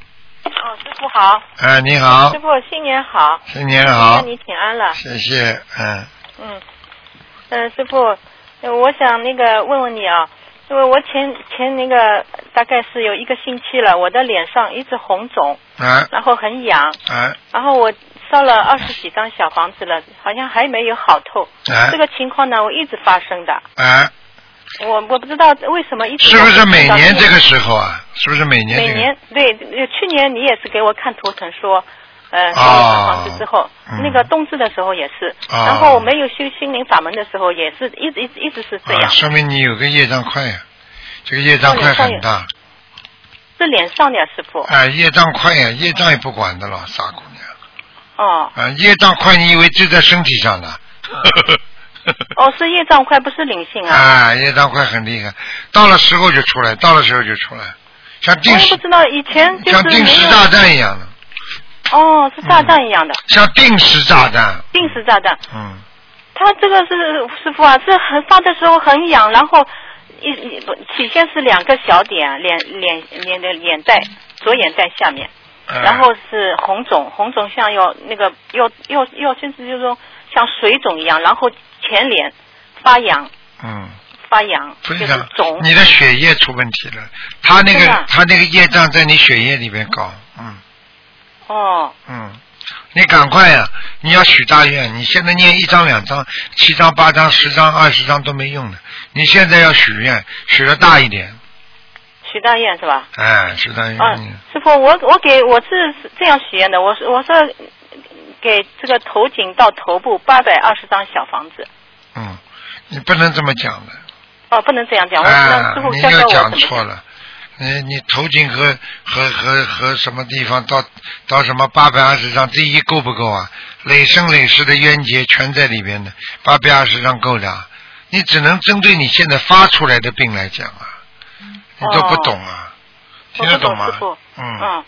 [SPEAKER 1] 师傅好，
[SPEAKER 2] 啊，你好
[SPEAKER 1] 师，傅新年好，
[SPEAKER 2] 新年
[SPEAKER 1] 那
[SPEAKER 2] 好，
[SPEAKER 1] 你请安了。
[SPEAKER 2] 谢谢，嗯，
[SPEAKER 1] 嗯，呃，师傅，呃我想那个问问你啊，因为我前前那个大概是有一个星期了，我的脸上一直红肿，
[SPEAKER 2] 啊
[SPEAKER 1] 然后很痒，
[SPEAKER 2] 啊
[SPEAKER 1] 然后我烧了二十几张小房子了，好像还没有好透。
[SPEAKER 2] 啊
[SPEAKER 1] 这个情况呢，我一直发生的，
[SPEAKER 2] 啊，
[SPEAKER 1] 我我不知道为什么一直
[SPEAKER 2] 是不是每年这
[SPEAKER 1] 到
[SPEAKER 2] 个时候啊？是不是每年
[SPEAKER 1] 每
[SPEAKER 2] 这个？
[SPEAKER 1] 年对，呃去年你也是给我看图腾说，呃，烧了小
[SPEAKER 2] 哦
[SPEAKER 1] 房子之后，
[SPEAKER 2] 嗯
[SPEAKER 1] 那个冬至的时候也是，
[SPEAKER 2] 哦
[SPEAKER 1] 然后我没有修心灵法门的时候也是一直一直一直是这
[SPEAKER 2] 啊，
[SPEAKER 1] 样。
[SPEAKER 2] 说明你有个业障快呀、这个业障快很大。
[SPEAKER 1] 是脸上的呀师傅。
[SPEAKER 2] 哎，业障快呀，业障也不管的了，傻姑娘。
[SPEAKER 1] 哦
[SPEAKER 2] 啊，业障快，你以为就在身体上 呢？
[SPEAKER 1] 哦，是业障快，不是灵性啊。
[SPEAKER 2] 啊，业障快很厉害，到了时候就出来，到了时候就出来，像
[SPEAKER 1] 我
[SPEAKER 2] 定
[SPEAKER 1] 也
[SPEAKER 2] 时
[SPEAKER 1] 不知道以前哦就是
[SPEAKER 2] 像定时
[SPEAKER 1] 没有
[SPEAKER 2] 炸弹一样的，
[SPEAKER 1] 哦，是炸弹一样的，
[SPEAKER 2] 像定时炸弹，
[SPEAKER 1] 定时炸弹。
[SPEAKER 2] 嗯，
[SPEAKER 1] 他这个是师傅啊，是很发的时候很痒，然后一一不起先是两个小点，脸脸脸的眼袋左眼袋下面，
[SPEAKER 4] 嗯
[SPEAKER 2] 哎
[SPEAKER 1] 然后是红肿，红肿像有那个又又又甚至就是说像水肿一样，然后前脸发痒
[SPEAKER 2] 嗯，
[SPEAKER 1] 发痒，就
[SPEAKER 2] 非
[SPEAKER 1] 是
[SPEAKER 2] 常
[SPEAKER 1] 肿，。
[SPEAKER 2] 你的血液出问题了，他那
[SPEAKER 1] 是
[SPEAKER 2] 个
[SPEAKER 1] 吧
[SPEAKER 2] 他那个业障在你血液里面搞，嗯
[SPEAKER 1] 哦
[SPEAKER 2] 嗯，你赶快呀、你要许大愿，你现在念一张、两张、七张、八张、十张、二十张都没用的，你现在要许愿，许的大一点，
[SPEAKER 1] 许大愿是吧？
[SPEAKER 2] 哎，许大愿。
[SPEAKER 1] 嗯，师傅，我我给我是这样许愿的，我说我说给这个头颈到头部八百二十张小房子。
[SPEAKER 2] 嗯，你不能这么讲的，
[SPEAKER 1] 哦，不能这样讲，我是让
[SPEAKER 2] 啊
[SPEAKER 1] 师傅，
[SPEAKER 2] 你
[SPEAKER 1] 教教
[SPEAKER 2] 又
[SPEAKER 1] 我
[SPEAKER 2] 讲
[SPEAKER 1] 怎么哦
[SPEAKER 2] 错 了。你你头颈和和和和什么地方到到什么八百二十张，第一够不够啊？累生累世的冤结全在里边的，八百二十张够的啊。你只能针对你现在发出来的病来讲啊，你都不懂啊，
[SPEAKER 1] 哦
[SPEAKER 2] 听
[SPEAKER 1] 我哦不
[SPEAKER 2] 得
[SPEAKER 1] 懂
[SPEAKER 2] 吗
[SPEAKER 1] 师？傅，
[SPEAKER 2] 嗯，
[SPEAKER 1] 嗯，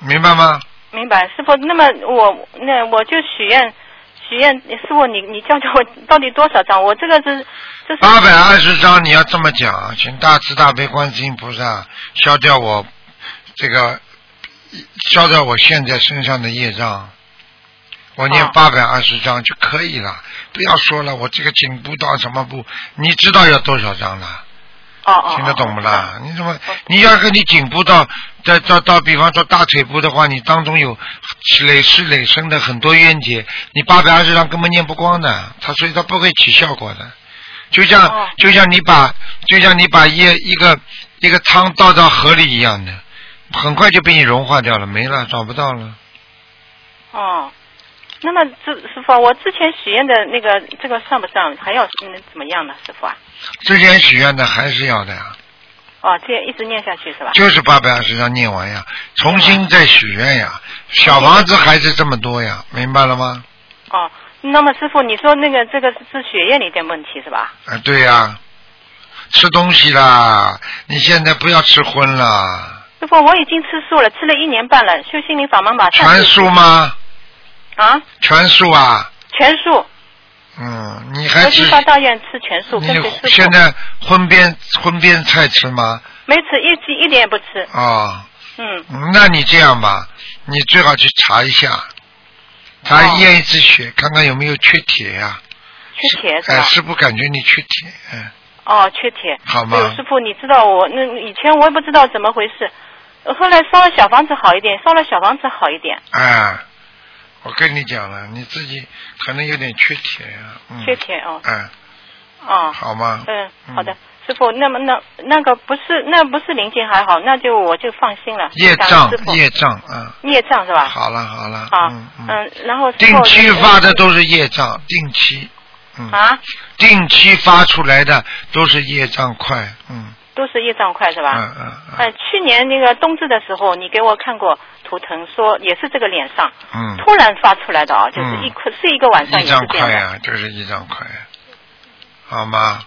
[SPEAKER 2] 明白吗？
[SPEAKER 1] 明白，师傅。那么我那我就许愿，许愿，师傅你你教教我到底多少张？我这个是这 是
[SPEAKER 2] 八百二十张，你要这么讲啊，请大慈大悲观世音菩萨消掉我这个消掉我现在身上的业障，我念
[SPEAKER 1] 哦
[SPEAKER 2] 八百二十张就可以了，不要说了，我这个颈部到什么部，你知道要多少张了？
[SPEAKER 1] 哦哦，
[SPEAKER 2] 听得懂不
[SPEAKER 1] 哦？
[SPEAKER 2] 啦？你怎么你要跟你颈部到到到到，比方说大腿部的话，你当中有累世累生的很多冤结，你八百二十张根本念不光的，它所以它不会起效果的。就像、
[SPEAKER 1] 哦
[SPEAKER 2] 就像你把就像你把一一个一个汤倒到河里一样的，很快就被你融化掉了，没了，找不到了。
[SPEAKER 1] 哦。那么这师傅，我之前许愿的那个这个算不算？还要嗯怎么样呢，师傅啊？
[SPEAKER 2] 之前许愿的还是要的呀、
[SPEAKER 1] 哦，这样一直念下去是吧？
[SPEAKER 2] 就是八百二十张念完呀，重新再许愿呀，小房子还是这么多呀，明白了吗？
[SPEAKER 1] 哦，那么师傅，你说那个这个是血液里的问题是吧？
[SPEAKER 2] 啊，对呀、吃东西啦，你现在不要吃荤啦，
[SPEAKER 1] 师傅，我已经吃素了，吃了一年半了，修心灵法门马上
[SPEAKER 2] 全素吗？
[SPEAKER 1] 啊，
[SPEAKER 2] 全素啊，
[SPEAKER 1] 全素。
[SPEAKER 2] 嗯，你
[SPEAKER 1] 我
[SPEAKER 2] 还
[SPEAKER 1] 去
[SPEAKER 2] 吃？
[SPEAKER 1] 发大愿吃全素，跟随师
[SPEAKER 2] 你
[SPEAKER 1] 傅。
[SPEAKER 2] 现在荤边荤边菜吃吗？
[SPEAKER 1] 没吃一鸡一点也不吃。
[SPEAKER 2] 啊、
[SPEAKER 1] 嗯，
[SPEAKER 2] 那你这样吧，你最好去查一下，查
[SPEAKER 1] 哦
[SPEAKER 2] 验一次血，看看有没有缺铁呀、
[SPEAKER 1] 缺铁是
[SPEAKER 2] 哎，
[SPEAKER 1] 吧？
[SPEAKER 2] 师傅感觉你缺铁，嗯，
[SPEAKER 1] 哦，缺铁。
[SPEAKER 2] 好
[SPEAKER 1] 哎呦，
[SPEAKER 2] 吗
[SPEAKER 1] 师？傅，你知道我那以前我也不知道怎么回事，呃后来烧了小房子好一点，烧了小房子好一点，
[SPEAKER 2] 哎，我跟你讲了，你自己可能有点缺铁呀、嗯，
[SPEAKER 1] 缺，铁哦，
[SPEAKER 2] 哎，
[SPEAKER 1] 哦，
[SPEAKER 2] 好吗？
[SPEAKER 1] 嗯，
[SPEAKER 2] 嗯
[SPEAKER 1] 好的，师傅，那么那那个不是那不是零件还好，那就我就放心了。
[SPEAKER 2] 业
[SPEAKER 1] 感恩
[SPEAKER 2] 障
[SPEAKER 1] 师，傅
[SPEAKER 2] 业障，嗯，
[SPEAKER 1] 业障是吧？
[SPEAKER 2] 好了好了，
[SPEAKER 1] 好
[SPEAKER 2] 嗯，嗯，
[SPEAKER 1] 嗯，然后师
[SPEAKER 2] 定
[SPEAKER 1] 傅
[SPEAKER 2] 期
[SPEAKER 1] 那个
[SPEAKER 2] 发的都是业障，定期，嗯，
[SPEAKER 1] 啊，
[SPEAKER 2] 定期发出来的都是业障块，嗯，
[SPEAKER 1] 都是业障快是吧？
[SPEAKER 2] 嗯嗯嗯
[SPEAKER 1] 呃，去年那个冬至的时候，你给我看过图腾，说也是这个脸上
[SPEAKER 2] 嗯，
[SPEAKER 1] 突然发出来的啊，就是
[SPEAKER 2] 嗯
[SPEAKER 1] 一块、是一个晚上
[SPEAKER 2] 业
[SPEAKER 1] 也是
[SPEAKER 2] 障
[SPEAKER 1] 这样
[SPEAKER 2] 块
[SPEAKER 1] 的。
[SPEAKER 2] 呀，就是业障块，好吗？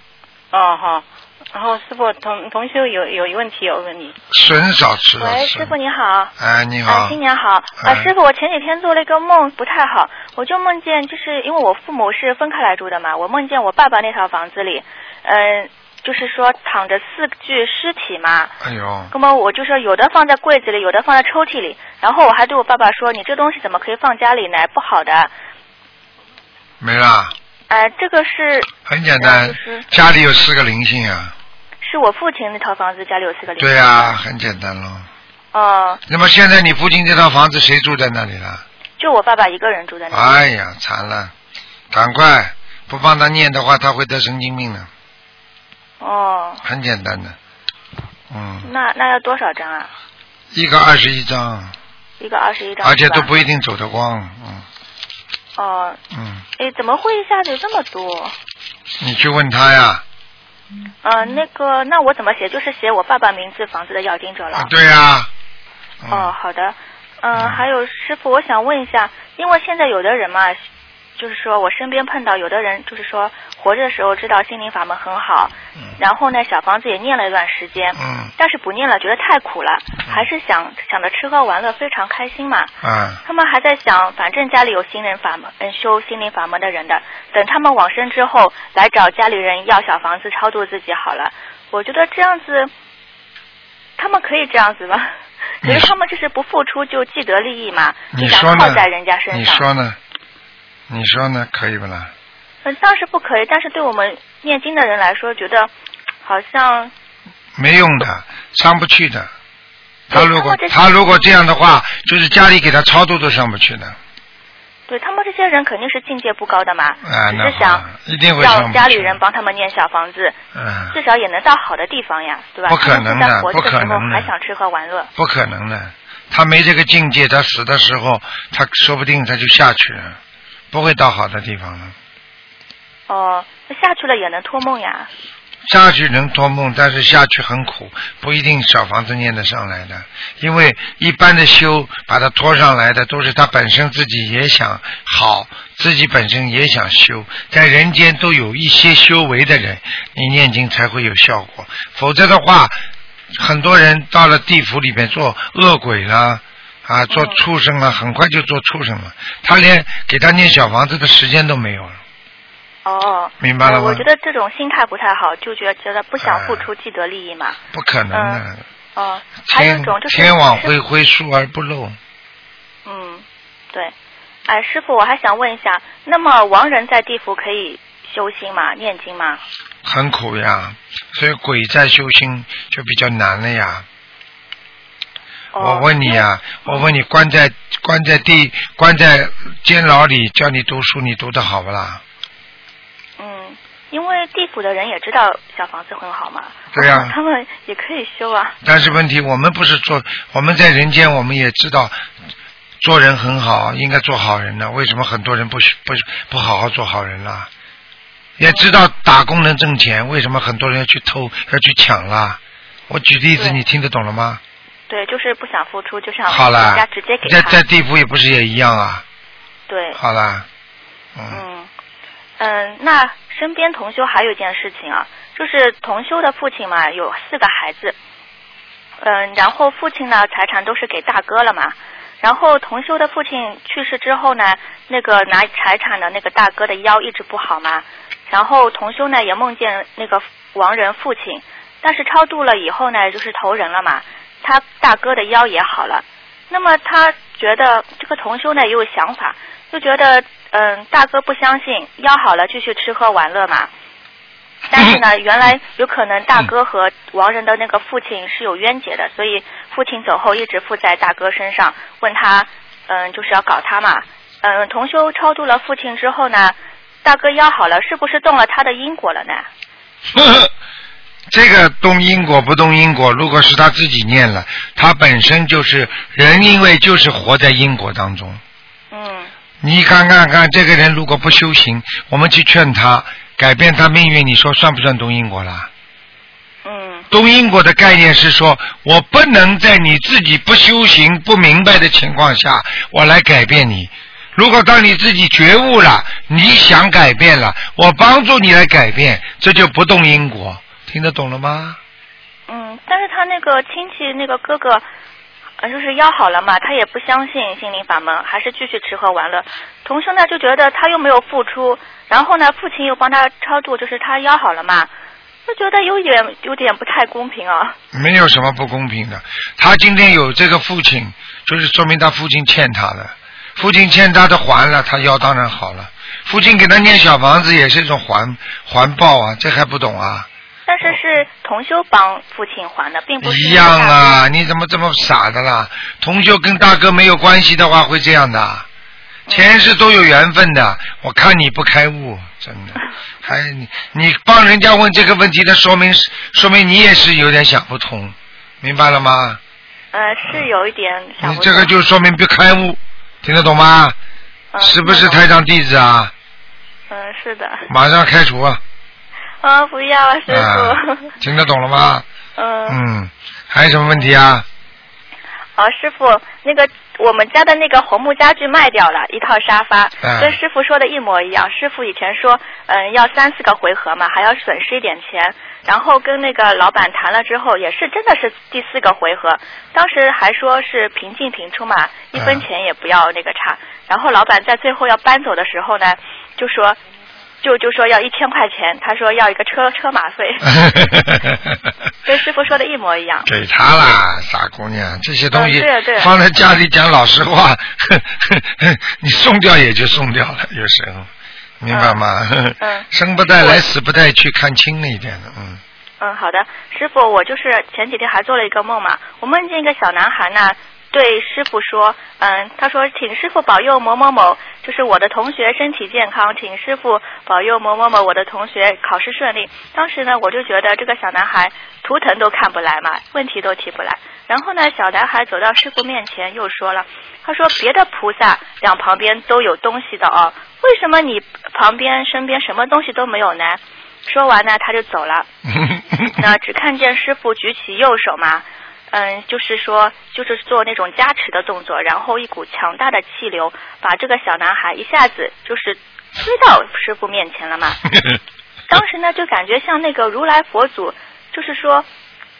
[SPEAKER 1] 哦好，然后师傅同同修有有一问题哦要问你。
[SPEAKER 2] 笋少吃了，
[SPEAKER 11] 喂，
[SPEAKER 2] 笋
[SPEAKER 11] 师傅，你好。
[SPEAKER 2] 哎，你
[SPEAKER 11] 啊，
[SPEAKER 2] 好，
[SPEAKER 11] 新年好！
[SPEAKER 2] 啊哎
[SPEAKER 11] 啊，师傅，我前几天做了一个梦，不太好，我就梦见，就是因为我父母是分开来住的嘛，我梦见我爸爸那套房子里，嗯、就是说躺着四具尸体嘛，
[SPEAKER 2] 哎呦，
[SPEAKER 11] 那么我就说有的放在柜子里，有的放在抽屉里，然后我还对我爸爸说，你这东西怎么可以放家里呢？不好的，
[SPEAKER 2] 没啦，
[SPEAKER 11] 呃，这个是
[SPEAKER 2] 很简单
[SPEAKER 11] 嗯就是，
[SPEAKER 2] 家里有四个灵性啊，
[SPEAKER 11] 是我父亲那套房子，家里有四个零。
[SPEAKER 2] 对呀，很简单喽。
[SPEAKER 11] 哦、
[SPEAKER 2] 那么现在你附近这套房子谁住在那里了？
[SPEAKER 11] 就我爸爸一个人住在那里。
[SPEAKER 2] 哎呀，惨了！赶快，不帮他念的话，他会得神经病的，
[SPEAKER 11] 哦，
[SPEAKER 2] 很简单的。嗯，
[SPEAKER 11] 那那要多少张啊？
[SPEAKER 2] 一个二十一张，
[SPEAKER 11] 一个二十一张。
[SPEAKER 2] 而且
[SPEAKER 11] 是吧
[SPEAKER 2] 都不一定走得光。嗯
[SPEAKER 11] 哦、
[SPEAKER 2] 嗯，
[SPEAKER 11] 哎，怎么会一下子有这么多？
[SPEAKER 2] 你去问他呀，
[SPEAKER 11] 呃，那个，那我怎么写？就是写我爸爸名字房子的要经者了。
[SPEAKER 2] 啊对嗯呀、
[SPEAKER 11] 哦，好的。嗯、还有师傅，我想问一下，因为现在有的人嘛，就是说我身边碰到有的人，就是说活着的时候知道心灵法门很好，然后呢，小房子也念了一段时间，
[SPEAKER 2] 嗯
[SPEAKER 11] 但是不念了，觉得太苦了，还是想想着吃喝玩乐，非常开心嘛。
[SPEAKER 2] 嗯
[SPEAKER 11] 他们还在想，反正家里有心灵法门，嗯，修心灵法门的人的，等他们往生之后来找家里人要小房子超度自己好了。我觉得这样子，他们可以这样子吧？可是他们就是不付出就既得利益嘛，就
[SPEAKER 2] 你说
[SPEAKER 11] 想靠
[SPEAKER 2] 呢
[SPEAKER 11] 在人家？身
[SPEAKER 2] 你
[SPEAKER 11] 上。
[SPEAKER 2] 说呢？你说呢？可以不啦？
[SPEAKER 11] 嗯，当时不可以，但是对我们念经的人来说，觉得好像
[SPEAKER 2] 没用的，上不去的。他如果
[SPEAKER 11] 对
[SPEAKER 2] 他
[SPEAKER 11] 他们这
[SPEAKER 2] 如果这样的话，就是家里给他超度都上不去的，
[SPEAKER 11] 对他们这些人肯定是境界不高的嘛，
[SPEAKER 2] 啊，
[SPEAKER 11] 只
[SPEAKER 2] 那
[SPEAKER 11] 是想
[SPEAKER 2] 一定会
[SPEAKER 11] 让
[SPEAKER 2] 上不
[SPEAKER 11] 家里
[SPEAKER 2] 去。
[SPEAKER 11] 人帮他们念小房子，
[SPEAKER 2] 嗯，
[SPEAKER 11] 至少也能到好的地方呀，对吧？
[SPEAKER 2] 不可能的
[SPEAKER 11] 他们在活着的时
[SPEAKER 2] 不可
[SPEAKER 11] 候
[SPEAKER 2] 能的
[SPEAKER 11] 还想吃喝玩乐，
[SPEAKER 2] 不可能的，他没这个境界，他死的时候，他说不定他就下去了，不会到好的地方了。
[SPEAKER 11] 哦、那下去了也能托梦呀。
[SPEAKER 2] 下去能托梦，但是下去很苦，不一定小房子念得上来的。因为一般的修把它拖上来的，都是他本身自己也想好，自己本身也想修，在人间都有一些修为的人，你念经才会有效果。否则的话，很多人到了地府里面做恶鬼啦，啊，做畜生啦，很快就做畜生了，他连给他念小房子的时间都没有了。
[SPEAKER 11] 哦，
[SPEAKER 2] 明白了吗哎
[SPEAKER 11] 我觉得这种心态不太好，就觉得觉得不想付出既得利益嘛。
[SPEAKER 2] 不可能的，
[SPEAKER 11] 哦，还有
[SPEAKER 2] 天
[SPEAKER 11] 一种就是
[SPEAKER 2] 天网恢恢，疏而不漏。
[SPEAKER 11] 嗯，对。哎，师傅，我还想问一下，那么亡人在地府可以修心吗？念经吗？
[SPEAKER 2] 很苦呀，所以鬼在修心就比较难了呀。
[SPEAKER 11] 哦
[SPEAKER 2] 我问你呀、我问你，关在关在地关在监牢里叫你读书，你读的好不啦？
[SPEAKER 11] 嗯，因为地府的人也知道小房子很好嘛，
[SPEAKER 2] 对呀、
[SPEAKER 11] 哦他们也可以修啊。
[SPEAKER 2] 但是问题，我们不是做，我们在人间，我们也知道做人很好，应该做好人呢。为什么很多人不学不不好好做好人啦？也知道打工能挣钱，为什么很多人要去偷要去抢啦？我举例子，你听得懂了吗？
[SPEAKER 11] 对，就是不想付出，就想
[SPEAKER 2] 好
[SPEAKER 11] 人
[SPEAKER 2] 啦
[SPEAKER 11] 哦家直接给，
[SPEAKER 2] 在
[SPEAKER 11] 他。
[SPEAKER 2] 在地府也不是也一样啊？
[SPEAKER 11] 对，
[SPEAKER 2] 好啦，
[SPEAKER 11] 嗯嗯，那身边同修还有一件事情啊，就是同修的父亲嘛，有四个孩子，嗯，然后父亲呢财产都是给大哥了嘛，然后同修的父亲去世之后呢，那个拿财产的那个大哥的腰一直不好嘛，然后同修呢也梦见那个亡人父亲，但是超度了以后呢，就是投人了嘛，他大哥的腰也好了。那么他觉得这个同修呢也有想法，就觉得嗯大哥不相信，要好了继续吃喝玩乐嘛。但是呢，原来有可能大哥和亡人的那个父亲是有冤结的，所以父亲走后一直附在大哥身上，问他嗯就是要搞他嘛。嗯，同修超度了父亲之后呢，大哥要好了，是不是动了他的因果了呢？
[SPEAKER 2] 这个动因果不动因果，如果是他自己念了，他本身就是人，因为就是活在因果当中。
[SPEAKER 11] 嗯。
[SPEAKER 2] 你看看看，这个人如果不修行，我们去劝他改变他命运，你说算不算动因果啦？
[SPEAKER 11] 嗯。
[SPEAKER 2] 动因果的概念是说，我不能在你自己不修行、不明白的情况下，我来改变你。如果当你自己觉悟了，你想改变了，我帮助你来改变，这就不动因果。听得懂了吗？
[SPEAKER 11] 嗯，但是他那个亲戚那个哥哥，呃就是要好了嘛，他也不相信心灵法门，还是继续吃喝玩乐。同修呢就觉得他又没有付出，然后呢父亲又帮他超度，就是他要好了嘛，就觉得有点有点不太公平啊。
[SPEAKER 2] 没有什么不公平的。他今天有这个父亲，就是说明他父亲欠他的，父亲欠他的还了，他腰当然好了。父亲给他念小房子也是一种还还报啊，这还不懂啊？
[SPEAKER 11] 但是是同修帮父亲还的，并不是
[SPEAKER 2] 一样啊！你怎么这么傻的啦？同修跟大哥没有关系的话，会这样的。前世都有缘分的，我看你不开悟，真的。还你你帮人家问这个问题，那说明是说明你也是有点想不通，明白了吗？
[SPEAKER 11] 呃是有一点想
[SPEAKER 2] 你
[SPEAKER 11] 不
[SPEAKER 2] 这个就说明不开悟，听得懂吗？是不是台长弟子啊？
[SPEAKER 11] 嗯嗯、是的，
[SPEAKER 2] 马上开除啊！
[SPEAKER 11] 啊，不要啊，师
[SPEAKER 2] 啊
[SPEAKER 11] 傅。
[SPEAKER 2] 听得懂了吗？
[SPEAKER 11] 嗯。
[SPEAKER 2] 嗯，还有什么问题啊？
[SPEAKER 11] 哦，师傅，那个我们家的那个红木家具卖掉了一套沙发，
[SPEAKER 2] 嗯
[SPEAKER 11] 跟师傅说的一模一样。师傅以前说，嗯，要三四个回合嘛，还要损失一点钱。然后跟那个老板谈了之后，也是真的是第四个回合，当时还说是平进平出嘛，一分钱也不要那个差。然后老板在最后要搬走的时候呢，就说。就就说要一千块钱，他说要一个车车马费，跟师傅说的一模一样。
[SPEAKER 2] 给他啦，傻姑娘，这些东西
[SPEAKER 11] 嗯对啊对啊
[SPEAKER 2] 放在家里讲老实话， 你送掉也就送掉了，有时候，明白吗？
[SPEAKER 11] 嗯
[SPEAKER 2] 生不带来，死不带去，看清了一点的，嗯。
[SPEAKER 11] 嗯，好的，师傅，我就是前几天还做了一个梦嘛，我梦见一个小男孩呢，对师傅说，嗯，他说，请师傅保佑某某某，就是我的同学身体健康，请师傅保佑某某某我的同学考试顺利。当时呢，我就觉得这个小男孩图腾都看不来嘛，问题都提不来。然后呢，小男孩走到师傅面前又说了，他说别的菩萨两旁边都有东西的哦，为什么你旁边身边什么东西都没有呢？说完呢，他就走了。那只看见师傅举起右手嘛，嗯，就是说就是做那种加持的动作，然后一股强大的气流把这个小男孩一下子就是推到师傅面前了嘛。当时呢，就感觉像那个如来佛祖，就是说。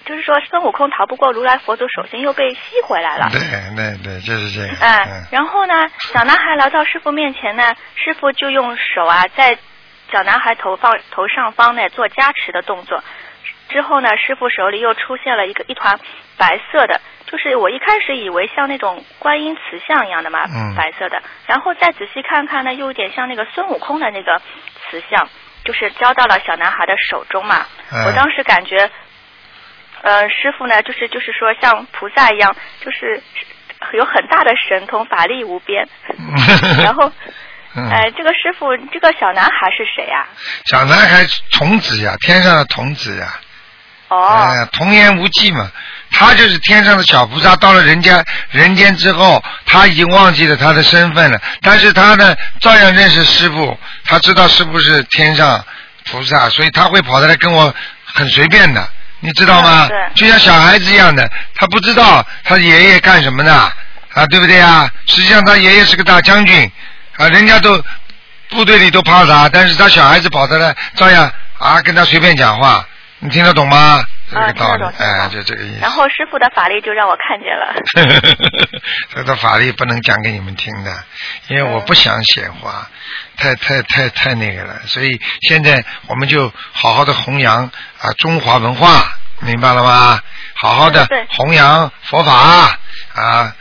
[SPEAKER 11] 就是说，孙悟空逃不过如来佛祖手心，又被吸回 来了。
[SPEAKER 2] 对 对对，嗯就是这个。
[SPEAKER 11] 哎，然后呢，小男孩来到师傅面前呢，师傅就用手啊，在小男孩头放头上方呢做加持的动作。之后呢，师傅手里又出现了一个一团白色的，就是我一开始以为像那种观音慈像一样的嘛，
[SPEAKER 4] 嗯
[SPEAKER 11] 白色的。然后再仔细看看呢，又有点像那个孙悟空的那个慈像，就是交到了小男孩的手中嘛。
[SPEAKER 4] 嗯
[SPEAKER 11] 我当时感觉呃，师傅呢，就是就是说像菩萨一样，就是有很大的神通，法力无 边。然后，
[SPEAKER 2] 嗯
[SPEAKER 11] 呃，这个师傅，这个小男孩是谁啊呀、
[SPEAKER 2] 小男孩童子呀，天上的童子呀。
[SPEAKER 11] 哦。
[SPEAKER 2] 哎，童言无忌嘛，他就是天上的小菩萨，到了人间人间之后，他已经忘记了他的身份了，但是他呢，照样认识师傅，他知道师傅是天上菩萨，所以他会跑过来跟我很随便的，你知道吗？
[SPEAKER 4] 嗯对
[SPEAKER 2] 就像小孩子一样的，他不知道他爷爷干什么的啊，对不对啊？实际上他爷爷是个大将军啊，人家都部队里都怕他，但是他小孩子跑他来，照样啊跟他随便讲话，你听得懂吗？这
[SPEAKER 11] 啊
[SPEAKER 2] 个道理，哎，就这个意
[SPEAKER 11] 然
[SPEAKER 2] 思。
[SPEAKER 11] 后师傅的法力就让我看 见了。
[SPEAKER 2] 这个法律不能讲给你们听的，因为我不想显化，太太太太那个了，所以现在我们就好好的弘扬啊中华文化，明白了吗？好好的
[SPEAKER 4] 对
[SPEAKER 2] 弘扬佛法啊啊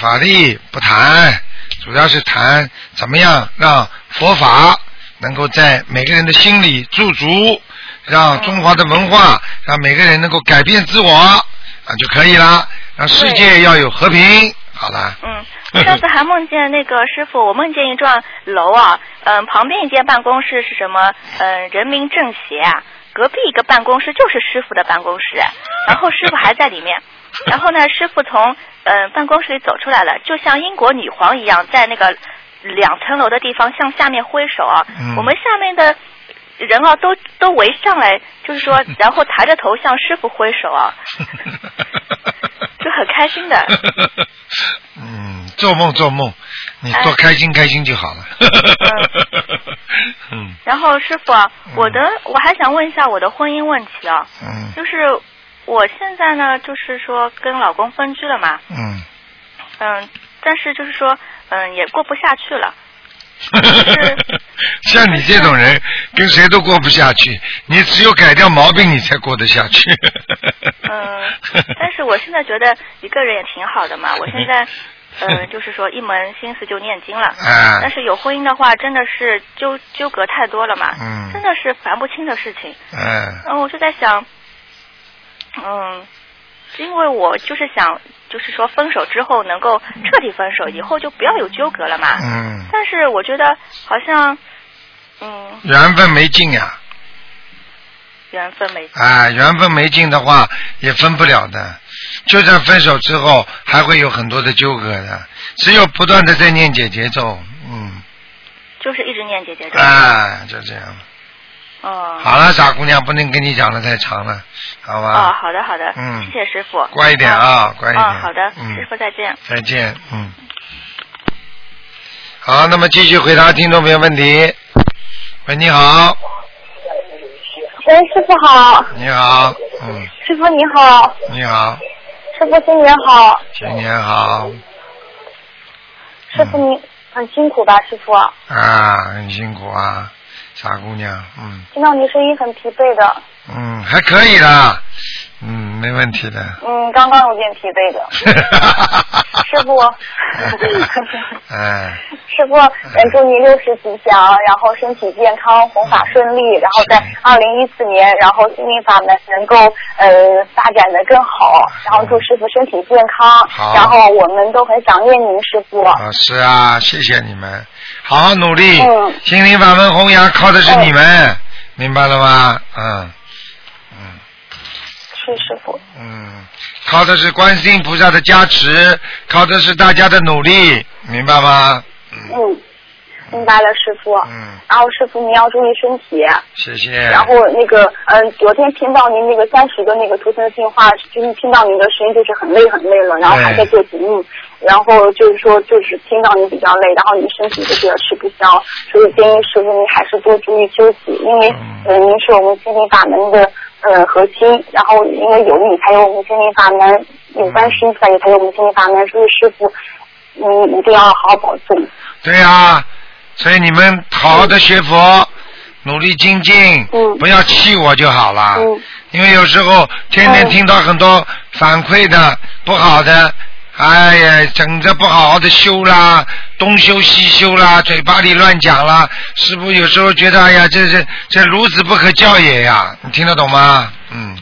[SPEAKER 2] 法律不谈，主要是谈怎么样让佛法能够在每个人的心里驻足，让中华的文化让每个人能够改变自我啊就可以啦，让世界要有和平，好啦。
[SPEAKER 11] 嗯， 上次还梦见那个师傅，我梦见一幢楼啊，嗯、旁边一间办公室是什么？嗯、人民政协啊，隔壁一个办公室就是师傅的办公室，然后师傅还在里面，然后呢，师傅从嗯、呃办公室里走出来了，就像英国女皇一样，在那个两层楼的地方向下面挥手啊，
[SPEAKER 4] 嗯
[SPEAKER 11] 我们下面的。人啊，都都围上来，就是说，然后抬着头向师傅挥手啊，就很开心的。
[SPEAKER 2] 嗯，做梦做梦，你多
[SPEAKER 11] 哎
[SPEAKER 2] 开心开心就好了。嗯
[SPEAKER 11] 然后师傅啊，我的我还想问一下我的婚姻问题啊，
[SPEAKER 2] 嗯
[SPEAKER 11] 就是我现在呢，就是说跟老公分居了嘛，
[SPEAKER 2] 嗯，
[SPEAKER 11] 嗯，但是就是说，嗯，也过不下去了，
[SPEAKER 2] 像你这种人跟谁都过不下去，你只有改掉毛病，你才过得下去。
[SPEAKER 11] 嗯，但是我现在觉得一个人也挺好的嘛，我现在。嗯，就是说一门心思就念经了，
[SPEAKER 4] 哎
[SPEAKER 11] 但是有婚姻的话，真的是纠纠葛太多了嘛，
[SPEAKER 4] 嗯
[SPEAKER 11] 真的是烦不清的事情。
[SPEAKER 2] 哎，
[SPEAKER 11] 嗯，我就在想，嗯，因为我就是想，就是说分手之后能够彻底分手，以后就不要有纠葛了嘛。
[SPEAKER 2] 嗯，
[SPEAKER 11] 但是我觉得好像，嗯，
[SPEAKER 2] 缘分没尽呀、
[SPEAKER 11] 缘分没
[SPEAKER 2] 啊，缘分没尽的话也分不了的。就算分手之后，还会有很多的纠葛的。只有不断的在念解节奏，嗯，
[SPEAKER 11] 就是一直念姐姐咒。
[SPEAKER 2] 啊，就这样。
[SPEAKER 11] 哦。
[SPEAKER 2] 哎好了，傻姑娘，不能跟你讲的太长了，好吧？
[SPEAKER 11] 哦，好的好的，
[SPEAKER 2] 嗯
[SPEAKER 11] 谢谢师傅，
[SPEAKER 2] 乖一点啊乖一点
[SPEAKER 11] 嗯，好的，
[SPEAKER 2] 嗯
[SPEAKER 11] 师傅再见。
[SPEAKER 2] 再见，嗯。好，那么继续回答听众朋友问题。喂，你好，
[SPEAKER 4] 喂，师傅好，
[SPEAKER 2] 你好，嗯，
[SPEAKER 4] 师傅你好，
[SPEAKER 2] 你好，
[SPEAKER 4] 师傅新年好，
[SPEAKER 2] 新年好
[SPEAKER 4] 师傅你很辛苦吧，师傅，
[SPEAKER 2] 啊，很辛苦啊，傻姑娘，嗯
[SPEAKER 4] 听到你声音很疲惫的，
[SPEAKER 2] 嗯，还可以啦，嗯，没问题的，
[SPEAKER 4] 嗯，刚刚有点疲惫的，师傅，
[SPEAKER 2] 哎，
[SPEAKER 4] 师傅，嗯祝你六十吉祥，然后身体健康，弘法顺利，然后在二零一四年，然后心灵法门能够呃发展的更好，然后祝师傅身体健康
[SPEAKER 2] 好，
[SPEAKER 4] 然后我们都很想念您师傅，
[SPEAKER 2] 啊，是啊，谢谢你们，好好努力
[SPEAKER 4] 嗯，
[SPEAKER 2] 心灵法门弘扬靠的是你们，明白了吗？嗯。
[SPEAKER 4] 是师傅，
[SPEAKER 2] 嗯，靠的是观世音菩萨的加持，靠的是大家的努力，明白吗？
[SPEAKER 4] 嗯，明白了师傅，
[SPEAKER 2] 嗯，
[SPEAKER 4] 然后师傅您要注意身体，
[SPEAKER 2] 谢谢。
[SPEAKER 4] 然后那个，嗯、昨天听到您那个三十个那个图腾的电话，就是听到您的声音，就是很累很累了，然后还在做节目，然后就是说就是听到你比较累，然后你身体就是也吃不消，所以建议师傅您还是多注意休息，因为嗯、呃您是我们心灵法门的呃核心，然后因为有你才有我们心灵法门，有关师傅也才有我们心灵法门，所以师傅嗯您一定要好好保重。
[SPEAKER 2] 对啊，所以你们好好的学佛，努力精进，不要气我就好了。因为有时候天天听到很多反馈的不好的，哎呀，整着不好好的修啦，东修西修啦，嘴巴里乱讲啦，师傅有时候觉得哎呀，这这这孺子不可教也呀，你听得懂吗？嗯。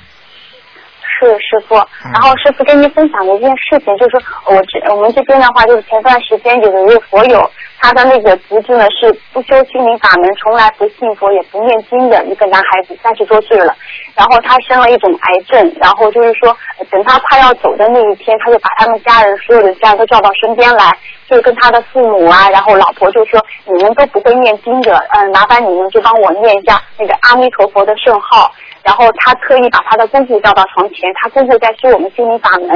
[SPEAKER 4] 是师傅，然后师傅跟您分享了一件事情，就是我这我们这边的话，就是前段时间有一位佛友，他的那个徒弟呢是不修心灵法门，从来不信佛，也不念经的一个男孩子，三十多岁了。然后他生了一种癌症，然后就是说，呃等他快要走的那一天，他就把他们家人所有的家人都叫到身边来，就是跟他的父母啊，然后老婆就说，你们都不会念经的，嗯，麻烦你们就帮我念一下那个阿弥陀佛的圣号。然后他特意把他的姑姑叫到床前，他姑姑在修我们心灵法门。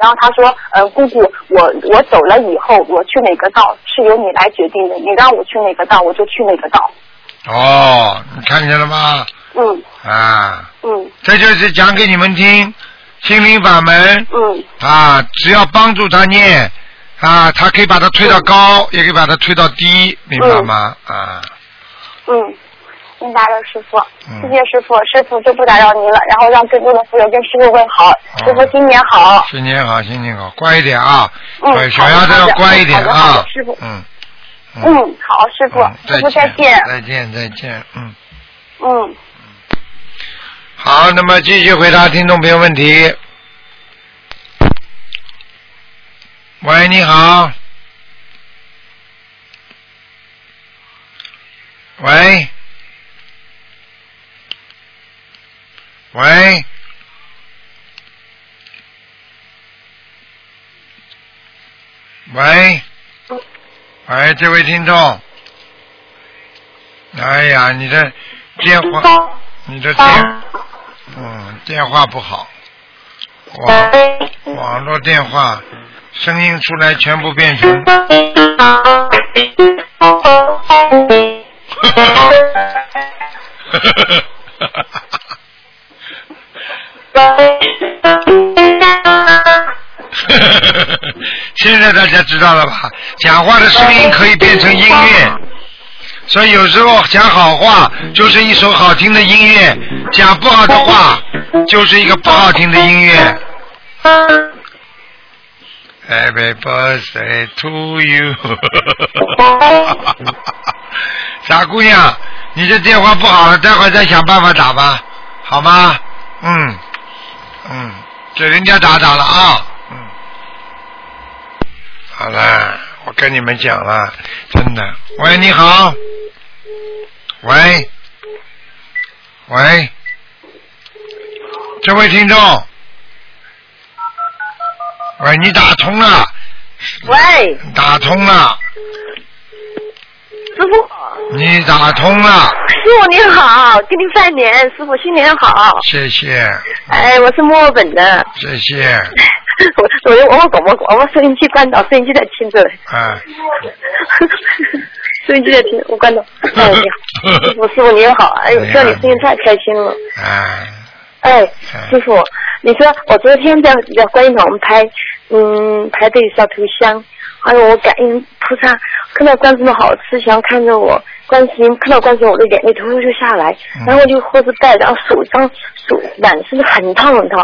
[SPEAKER 4] 然后他说，呃，姑姑，我我走了以后，我去哪个道是由你来决定的，你让我去哪个道，我就去哪个道。
[SPEAKER 2] 哦，你看见了吗？
[SPEAKER 4] 嗯
[SPEAKER 2] 啊，
[SPEAKER 4] 嗯
[SPEAKER 2] 这就是讲给你们听，心灵法门。
[SPEAKER 4] 嗯。
[SPEAKER 2] 啊，只要帮助他念，啊，他可以把他推到高，也可以把他推到低，明白吗？啊，
[SPEAKER 4] 嗯，明白了，师傅，
[SPEAKER 2] 嗯
[SPEAKER 4] 谢谢师傅，师傅就不打扰您了，然后让更多的佛友跟师傅问好，师傅新年好。
[SPEAKER 2] 新年好，新年好，乖一点啊，
[SPEAKER 4] 嗯
[SPEAKER 2] 乖
[SPEAKER 4] 好
[SPEAKER 2] 小
[SPEAKER 4] 的
[SPEAKER 2] 丫头
[SPEAKER 4] 好
[SPEAKER 2] 要
[SPEAKER 4] 的
[SPEAKER 2] 乖一点
[SPEAKER 4] 好的好
[SPEAKER 2] 啊
[SPEAKER 4] 的师傅。
[SPEAKER 2] 嗯，
[SPEAKER 4] 嗯，好，师傅，师傅再见。
[SPEAKER 2] 再见，再见，嗯。
[SPEAKER 4] 嗯，
[SPEAKER 2] 好，那么继续回答听众朋友问题。喂，你好。喂。喂。喂。喂，这位听众。哎呀，你的电话，你的电，嗯，电话不好，网网络电话声音出来全部变成。 现在大家知道了吧？讲话的声音可以变成音乐，所以有时候讲好话就是一首好听的音乐，讲不好的话就是一个不好听的音乐。Happy birthday to you 傻姑娘，你这电话不好了，待会儿再想办法打吧，好吗？嗯，嗯，给人家打打了啊。好啦，我跟你们讲了，真的。喂，你好。喂，喂，这位听众，喂，你打通了，
[SPEAKER 12] 喂，
[SPEAKER 2] 打通了。
[SPEAKER 12] 师傅，
[SPEAKER 2] 你打通了，
[SPEAKER 12] 师傅您好，给您拜年，师傅新年好。
[SPEAKER 2] 谢谢
[SPEAKER 12] 哎，我是墨尔本的，
[SPEAKER 2] 谢谢，
[SPEAKER 12] 我我用我广播广播收音机关到，收音机在听着，
[SPEAKER 2] 啊，
[SPEAKER 12] 收音机在听，我关到。哎，你好，师傅师傅您好，哎呦，
[SPEAKER 2] 哎呀
[SPEAKER 12] 叫你声音太开心了。
[SPEAKER 2] 啊，
[SPEAKER 12] 哎，师傅，你说我昨天在在观音堂我们拍，嗯，排队小头香，哎呦，我感应菩萨看到观世音好慈祥看着我，观世音看到观世音我的眼泪头头就下来，然后我就或是带，然后手上手满身很烫很烫，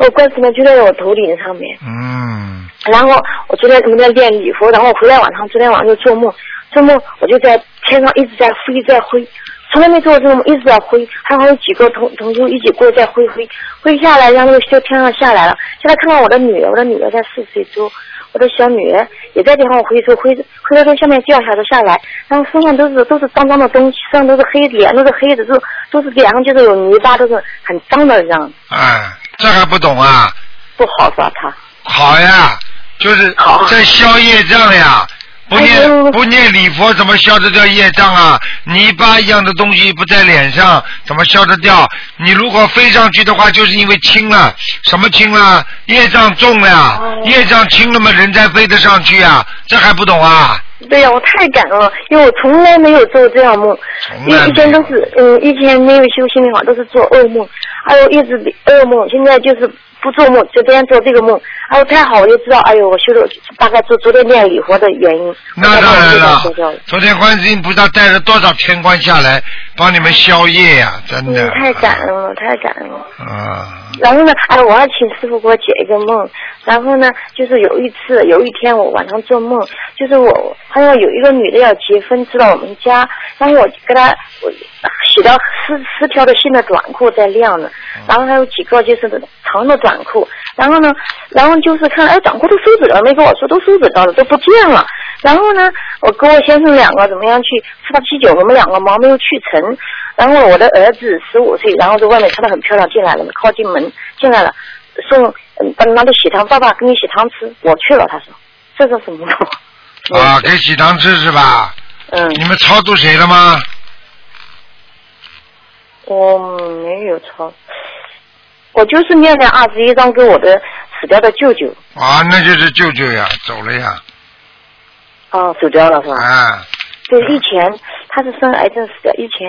[SPEAKER 12] 我观世音就在我头顶上面，
[SPEAKER 2] 嗯，
[SPEAKER 12] 然后我昨天我们在练礼佛，然后我回来晚上，昨天晚上就做梦，做梦我就在天上一直在飞在挥，从来没做过这个梦，一直在挥，还有几个同同修一起过在挥挥挥下来，然后就天上下来了，下来看看我的女儿，我的女儿在四岁多，我的小女儿也在天上挥手挥挥到天下面掉下来下来，然后身上都是都是脏脏的东西，身上都是黑的，脸都是黑的，都都是脸上就是有泥巴，都是很脏的这样，
[SPEAKER 2] 啊，这还不懂啊？
[SPEAKER 12] 不好是吧？他
[SPEAKER 2] 好呀，就是在消业障呀。不念不念礼佛，怎么消得掉业障啊？泥巴一样的东西不在脸上，怎么消得掉？你如果飞上去的话，就是因为轻了，什么轻了？业障重了呀，业障轻了嘛，人才飞得上去啊，这还不懂啊？
[SPEAKER 12] 对呀、我太感恩了，因为我从来没有做这样梦，因为以前都是嗯，以前没有修心灵法，都是做噩梦，哎呦一直噩梦，现在就是不做梦，就天天做这个梦，哎呦太好，我就知道，哎呦我修的大概昨昨天练礼佛的原因，
[SPEAKER 2] 那当然了
[SPEAKER 12] 我就知道，
[SPEAKER 2] 昨天观世音菩萨带了多少天官下来帮你们消业呀、真的
[SPEAKER 12] 嗯，太感恩了，太感恩了。
[SPEAKER 2] 啊，
[SPEAKER 12] 然后呢，哎，我要请师傅给我解一个梦。然后呢，就是有一次，有一天我晚上做梦，就是我好像有一个女的要结婚，知道我们家，然后我就给她我洗到十十条的新的短裤在晾呢，然后还有几个就是长的短裤，然后呢，然后就是看，哎，短裤都收走了，没跟我说都收走到了，都不见了。然后呢，我跟我先生两个怎么样去吃到啤酒，我们两个忙没有去成。然后我的儿子十五岁，然后在外面穿的很漂亮进来了，靠近门进来了，送嗯帮拿着喜糖，爸爸给你喜糖吃，我去了，他说这是 什么梦？
[SPEAKER 2] 啊，给喜糖吃是吧？
[SPEAKER 12] 嗯。
[SPEAKER 2] 你们超度谁了吗？
[SPEAKER 12] 我哦没有抄，我就是念了二十一章给我的死掉的舅舅，
[SPEAKER 2] 啊，那就是舅舅呀，走了呀。
[SPEAKER 12] 哦，走掉了是吧？
[SPEAKER 2] 啊，
[SPEAKER 12] 对，以前他是生癌症死的，以前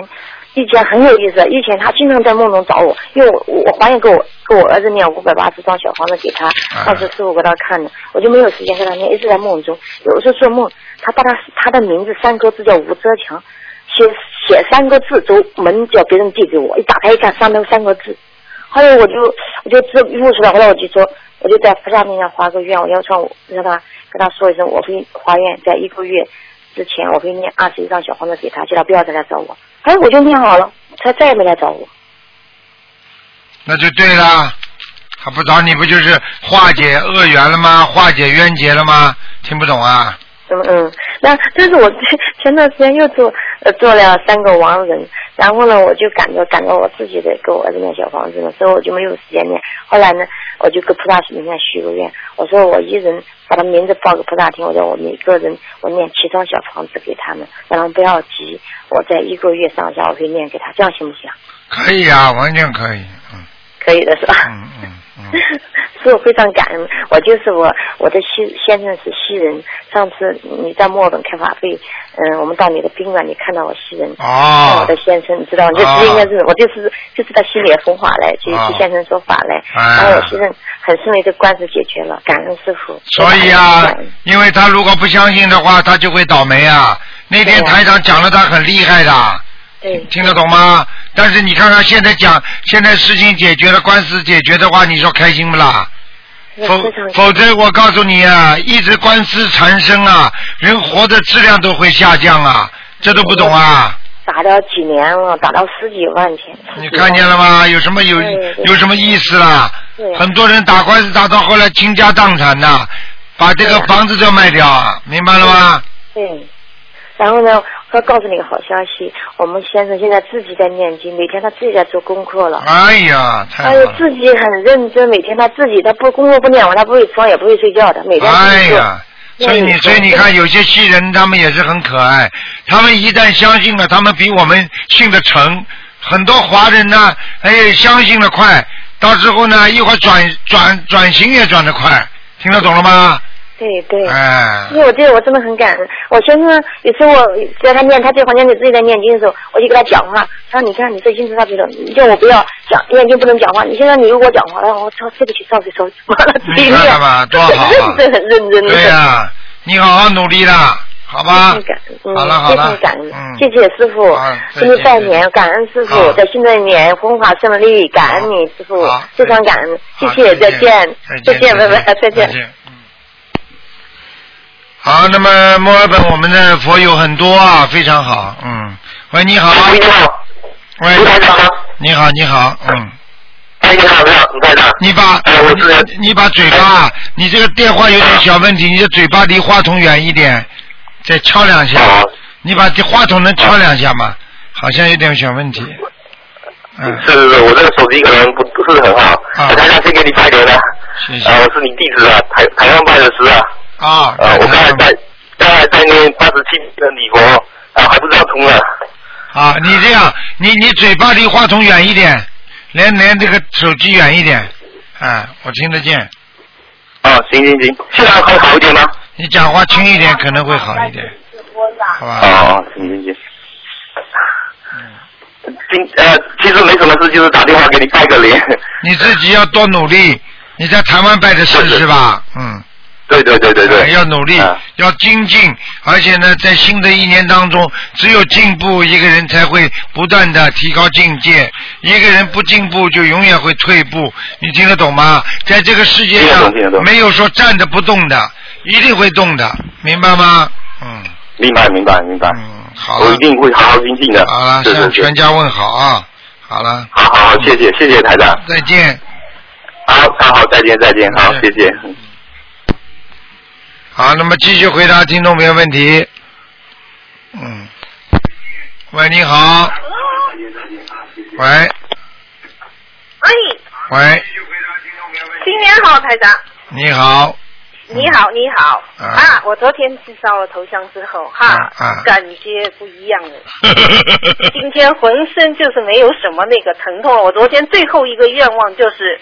[SPEAKER 12] 以前很有意思，以前他经常在梦中找我，因为我我我还愿给我给我儿子念五百八十张小房子给他，当时师傅给他看的，我就没有时间给他念，一直在梦中，有时候做梦，他把他他的名字三个字叫吴泽强，写写三个字，走门叫别人递给我，一打开一看，上面有三个字，后来我就我就知悟出来，后来我就说，我就在菩萨面前发个愿，我要让我让他跟他说一声，我会发愿，在一个月之前我会念二十一张小黄子给他，叫他不要再来找我。哎，我就念好了，他再也没来找我。
[SPEAKER 2] 那就对了。他不找你不就是化解恶缘了吗？化解冤结了吗？听不懂啊？
[SPEAKER 12] 嗯嗯，那但是我 前段时间又做呃做了三个亡人，然后呢，我就赶着赶着我自己的给我儿子念小房子呢，所以我就没有时间念。后来呢，我就跟菩萨面前许个愿，我说我一人把他名字报给菩萨听，我说我每个人我念七张小房子给他们，让他们不要急，我在一个月上下我会念给他，这样行不行？
[SPEAKER 2] 可以啊，完全可以。
[SPEAKER 12] 可以的是吧？嗯嗯嗯。 是我非常感恩，我就是我，我的西先生是西人。上次你在墨尔本开法会，嗯，我们到你的宾馆，你看到我西人，看
[SPEAKER 2] 哦
[SPEAKER 12] 我的先生，你知道，就
[SPEAKER 2] 哦
[SPEAKER 12] 是应该是我就是就是到西里弘法来，去
[SPEAKER 2] 哦
[SPEAKER 12] 去先生说法来，
[SPEAKER 2] 哎
[SPEAKER 12] 然后我先生很顺利的官司解决了，感恩师傅。
[SPEAKER 2] 所以啊，因为他如果不相信的话，他就会倒霉啊。那天台长讲了，他很厉害的。听得懂吗？但是你看看现在讲，现在事情解决了，官司解决的话，你说开心不啦？否否则我告诉你啊，一直官司缠身啊，人活的质量都会下降啊，这都不懂
[SPEAKER 12] 嗯
[SPEAKER 2] 啊！
[SPEAKER 12] 打了几年了，打到十几万钱。
[SPEAKER 2] 你看见了吗？有什么有有什么意思啦？很多人打官司打到后来倾家荡产呐、把这个房子都卖掉啊，明白了吗？
[SPEAKER 12] 对，嗯然后呢，我要告诉你个好消息，我们先生现在自己在念经，每天他自己在做功课了。
[SPEAKER 2] 哎呀，太
[SPEAKER 12] 哎呦，自己很认真，每天他自己他不工作不念完，他不会吃饭也不会睡觉的，每天自
[SPEAKER 2] 哎
[SPEAKER 12] 己做。
[SPEAKER 2] 呀，所以你所以你看，有些西人他们也是很可爱，他们一旦相信了，他们比我们信的诚。很多华人呢，哎，相信的快，到之后呢，一会儿转转转型也转得快，听得懂了吗？
[SPEAKER 12] 对对，
[SPEAKER 2] 哎
[SPEAKER 12] 其，实我这个我真的很感恩。我先生有次我在他念他这房间里自己在念经的时候，我就给他讲话，他说：“你看你这经知道不知道？你叫我不要讲念经不能讲话，你现在你又给我讲话，然后我说对不起，对不起，对不起，完了自己
[SPEAKER 2] 你
[SPEAKER 12] 念
[SPEAKER 2] 看，了吧，多好啊！
[SPEAKER 12] 认真很认真的。
[SPEAKER 2] 对呀、你好好努力啦，好吧
[SPEAKER 12] 非嗯常？感恩，
[SPEAKER 2] 好了好
[SPEAKER 12] 非
[SPEAKER 2] 了嗯
[SPEAKER 12] 常感恩，谢谢师傅，
[SPEAKER 2] 再见
[SPEAKER 12] 给你拜年，感恩师傅
[SPEAKER 2] 好，
[SPEAKER 12] 在新的一年弘法顺利，感恩你师傅，非常感恩，谢谢，再见，
[SPEAKER 2] 再
[SPEAKER 12] 再
[SPEAKER 2] 见
[SPEAKER 12] 见，拜拜，
[SPEAKER 2] 再
[SPEAKER 12] 再
[SPEAKER 2] 见
[SPEAKER 12] 见。
[SPEAKER 2] 好，那么墨尔本我们的佛友很多啊，非常好，嗯。喂，你好。你好。喂，你好，你好，嗯。哎，你好，你好，你好。哎你把，你你把嘴巴啊，你这个电话有点小问题，你的嘴巴离话筒远一点，再敲两下。你把这话筒能敲两下吗？好像有点小问题。嗯
[SPEAKER 13] 是是是，我这个手机可能不不是很好。我大家先给你拜年了。
[SPEAKER 2] 啊谢
[SPEAKER 13] 谢。啊，我是你弟子啊，台台湾拜的师啊。
[SPEAKER 2] 啊。
[SPEAKER 13] 啊，我刚才在刚才在念八十七的礼佛，啊，还不知道通了。
[SPEAKER 2] 啊，你这样，你你嘴巴离话筒远一点，连连这个手机远一点，啊，我听得见。
[SPEAKER 13] 啊，行行行，现在会好一点吗？
[SPEAKER 2] 你讲话轻一点可能会好一点，好吧？
[SPEAKER 13] 哦，行行行。今呃，其实没什么事，就是打电话给你拜个年。
[SPEAKER 2] 你自己要多努力，你在台湾拜的师是吧？嗯。
[SPEAKER 13] 对对对对啊
[SPEAKER 2] 哎
[SPEAKER 13] 对。
[SPEAKER 2] 要努力，要精进，而且呢，在新的一年当中，只有进步，一个人才会不断的提高境界。一个人不进步，就永远会退步。你听得懂吗？在这个世界上
[SPEAKER 13] 听得懂听得，懂
[SPEAKER 2] 没有说站着不动的，一定会动的，明白吗？
[SPEAKER 13] 明白明白明白。
[SPEAKER 2] 嗯，好
[SPEAKER 13] 我一定会好好精进的。
[SPEAKER 2] 好了，
[SPEAKER 13] 是
[SPEAKER 2] 向
[SPEAKER 13] 是是
[SPEAKER 2] 全。家问好啊！好了，
[SPEAKER 13] 好好好，谢谢谢谢台长。
[SPEAKER 2] 再见。
[SPEAKER 13] 好好好，再见再见，好谢谢。
[SPEAKER 2] 好，那么继续回答听众朋友问题。嗯，喂，你好，喂，
[SPEAKER 3] 哎，
[SPEAKER 2] 喂，
[SPEAKER 3] 新年好，台长，
[SPEAKER 2] 你好，
[SPEAKER 3] 你好，你好
[SPEAKER 2] 啊
[SPEAKER 3] 啊！我昨天去烧了头香之后，哈
[SPEAKER 2] 啊啊，
[SPEAKER 3] 感觉不一 样了。今天浑身就是没有什么那个疼痛
[SPEAKER 1] 啊
[SPEAKER 3] 了。我昨天最后一个愿望就是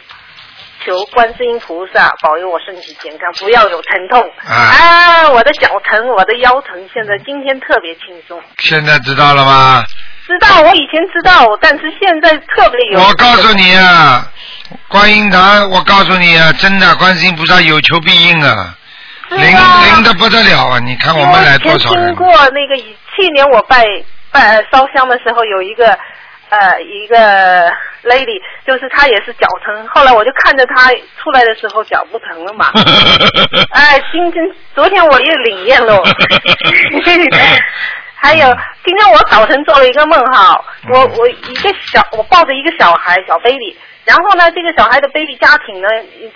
[SPEAKER 3] 求观世音菩萨保佑我身体健康，不要有疼痛
[SPEAKER 2] 嗯
[SPEAKER 3] 啊！我的脚疼，我的腰疼，现在今天特别轻松。
[SPEAKER 2] 现在知道了吗？
[SPEAKER 3] 知道我以前知道，但是现在特别有。
[SPEAKER 2] 我告诉你啊，观音堂，我告诉你啊，真的，观世音菩萨有求必应啊，灵灵的不得了啊！你看我们来多少
[SPEAKER 3] 因为
[SPEAKER 2] 人
[SPEAKER 3] 听过那个以去年我拜拜呃烧香的时候，有一个呃一个 lady，就是她也是脚疼，后来我就看着她出来的时候脚不疼了嘛。 哎，今天昨天我也领验 了。还有，今天我早晨做了一个梦哈，我我一个小，我抱着一个小孩，小 baby，然后呢，这个小孩的 baby 家庭呢，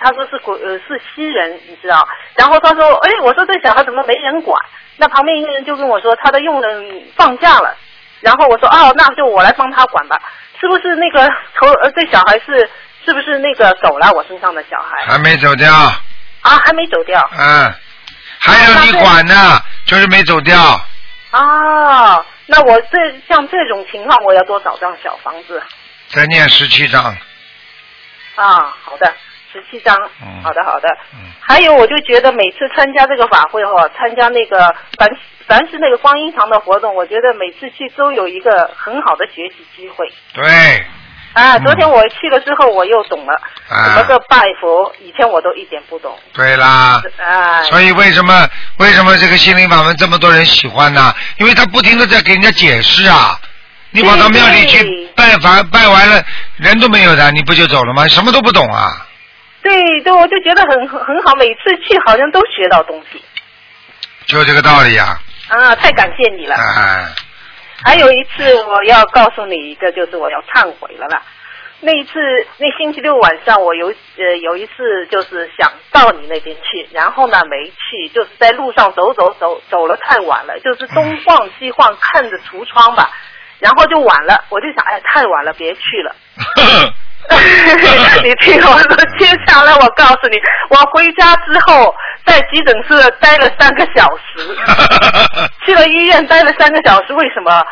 [SPEAKER 3] 他说是国呃是西人，你知道，然后他说，哎，我说这小孩怎么没人管？那旁边一个人就跟我说，他的佣人放假了，然后我说，哦，那就我来帮他管吧，是不是那个头呃这小孩是是不是那个走了我身上的小孩
[SPEAKER 2] 还没走掉，
[SPEAKER 3] 啊还没走掉
[SPEAKER 2] 嗯，还让你管呢，就是没走掉。
[SPEAKER 3] 啊？那我这像这种情况，我要多少张小房子？
[SPEAKER 2] 再念十七章，
[SPEAKER 3] 啊，好的，十七张，
[SPEAKER 2] 嗯
[SPEAKER 3] 好的好的。还有，我就觉得每次参加这个法会哈、参加那个凡凡是那个观音堂的活动，我觉得每次去都有一个很好的学习机会。
[SPEAKER 2] 对，
[SPEAKER 3] 啊，昨天我去了之后，我又懂了
[SPEAKER 2] 嗯啊
[SPEAKER 3] 什么叫拜佛，以前我都一点不懂。
[SPEAKER 2] 对啦。
[SPEAKER 3] 啊，
[SPEAKER 2] 所以为什么为什么这个心灵法门这么多人喜欢呢？因为他不停的在给人家解释啊。你跑到庙里去拜完拜完了，人都没有的，你不就走了吗？什么都不懂啊！
[SPEAKER 3] 对对，我就觉得很很很好，每次去好像都学到东西
[SPEAKER 2] 就这个道理啊！
[SPEAKER 3] 啊，太感谢你了。
[SPEAKER 2] 哎，
[SPEAKER 3] 还有一次，我要告诉你一个，就是我要忏悔了啦。那一次，那星期六晚上，我有呃有一次就是想到你那边去，然后呢没去，就是在路上走走走，走了太晚了，就是东晃西晃，看着橱窗吧，然后就晚了，我就想，哎，太晚了，别去了。你听我说，接下来我告诉你，我回家之后
[SPEAKER 14] 在急诊室待了三个小时，去了医院待了三个小时，为什么？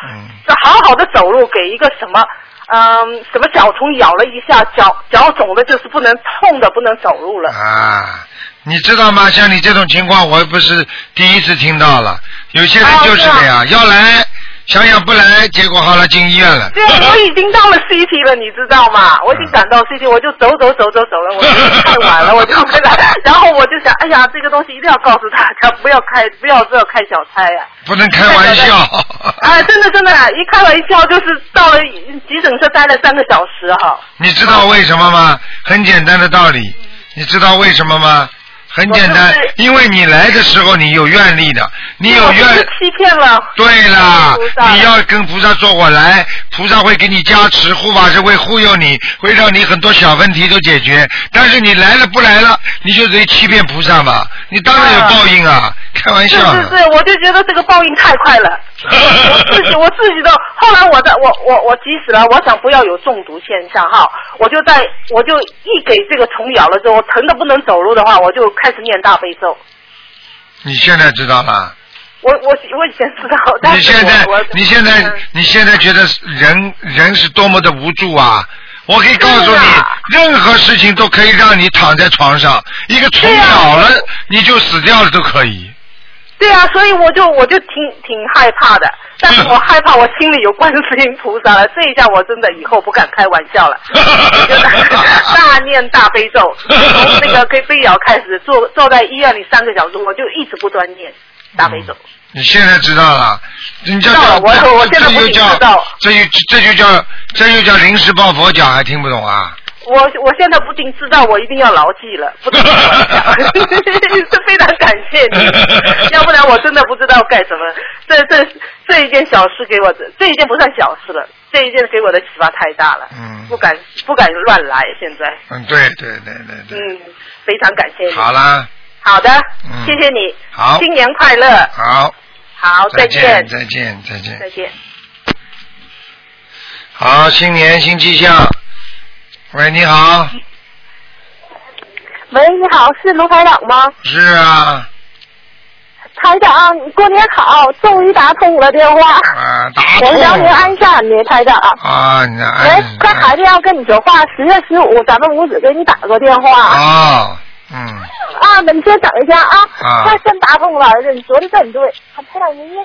[SPEAKER 14] 这好好的走路，给一个什么，嗯，什么脚虫咬了一下，脚脚肿的，就是不能痛的，不能走路了。
[SPEAKER 2] 啊，你知道吗？像你这种情况，我不是第一次听到了。有些人就是这样，要来想想不来，结果好了进医院了。
[SPEAKER 14] 对，我已经到了 CT 了，你知道吗？我已经赶到 CT，我就走走走走走了，我就太晚了，我就回来。然后我就想，哎呀，这个东西一定要告诉大家，不要开，不要这开小差呀、
[SPEAKER 2] 不能开玩笑，
[SPEAKER 14] 哎，真的真的，一开玩笑就是到了急诊室待了三个小时哈。
[SPEAKER 2] 你知道为什么吗？很简单的道理，你知道为什么吗？很简单，因为你来的时候你有愿力的，你有
[SPEAKER 14] 我
[SPEAKER 2] 愿
[SPEAKER 14] 是，欺骗了。哎
[SPEAKER 2] 对啦
[SPEAKER 14] 菩，萨
[SPEAKER 2] 你要跟菩萨说我来，菩萨会给你加持，护法是会忽悠你，会让你很多小问题都解决。但是你来了不来了，你就等于欺骗菩萨嘛，你当然有报应啊，开玩
[SPEAKER 14] 是
[SPEAKER 2] 笑呢。
[SPEAKER 14] 是是，我就觉得这个报应太快 了，我自己我自己都。后来我在我我我急死了，我想不要有中毒现象哈，我就在我就一给这个虫咬了之后，疼的不能走路的话，我就开始念大悲咒。
[SPEAKER 2] 你现在知道了。
[SPEAKER 14] 我我我以前知道，但
[SPEAKER 2] 你
[SPEAKER 14] 是
[SPEAKER 2] 现在
[SPEAKER 14] 我嗯我，
[SPEAKER 2] 你现在，你现在觉得人人是多么的无助啊！我可以告诉你，
[SPEAKER 14] 啊
[SPEAKER 2] 任何事情都可以让你躺在床上，一个虫咬了、
[SPEAKER 14] 啊
[SPEAKER 2] 你就死掉了都可以。
[SPEAKER 14] 对啊，所以我就我就挺挺害怕的，但是我害怕我心里有观世音菩萨了，这一下我真的以后不敢开玩笑了，我就大念大悲咒，从那个被被咬开始，坐坐在医院里三个小时，我就一直不断念大悲咒。
[SPEAKER 2] 你现在知道了，你叫
[SPEAKER 14] 知道了啊我我
[SPEAKER 2] 这
[SPEAKER 14] 现在
[SPEAKER 2] 这就
[SPEAKER 14] 不仅
[SPEAKER 2] 叫
[SPEAKER 14] 知道
[SPEAKER 2] 这就这就叫这就叫临时抱佛脚，还听不懂啊？
[SPEAKER 14] 我我现在不仅知道，我一定要牢记了，不能开玩笑，是非常感谢你，要不然我真的不知道干什么。这这这一件小事给我，这一件不算小事了，这一件给我的启发太大了，
[SPEAKER 2] 嗯
[SPEAKER 14] 不敢不敢乱来，现在，
[SPEAKER 2] 嗯，对对对对对，
[SPEAKER 14] 嗯，非常感谢你。
[SPEAKER 2] 好，啦，
[SPEAKER 14] 好的，
[SPEAKER 2] 嗯
[SPEAKER 14] 谢谢你，
[SPEAKER 2] 好
[SPEAKER 14] 新年快乐，
[SPEAKER 2] 好，
[SPEAKER 14] 好，再
[SPEAKER 2] 见，再见，再见。
[SPEAKER 14] 再见。
[SPEAKER 2] 好，新年新气象。喂，你好，
[SPEAKER 3] 喂，你好，是卢台长吗？
[SPEAKER 2] 是啊，
[SPEAKER 3] 台长，你过年好，终于打通了电话。
[SPEAKER 2] 啊，打
[SPEAKER 3] 我
[SPEAKER 2] 通
[SPEAKER 3] 辽宁鞍山的台长。
[SPEAKER 2] 啊，你
[SPEAKER 3] 喂
[SPEAKER 2] 哎，，
[SPEAKER 3] 他孩子要跟你说话，十月十五咱们五指给你打过电话。
[SPEAKER 2] 哦，嗯，
[SPEAKER 3] 啊，那你先等一下啊。
[SPEAKER 2] 啊
[SPEAKER 3] 那真打通了，儿子，你说的真对。哎台长爷爷，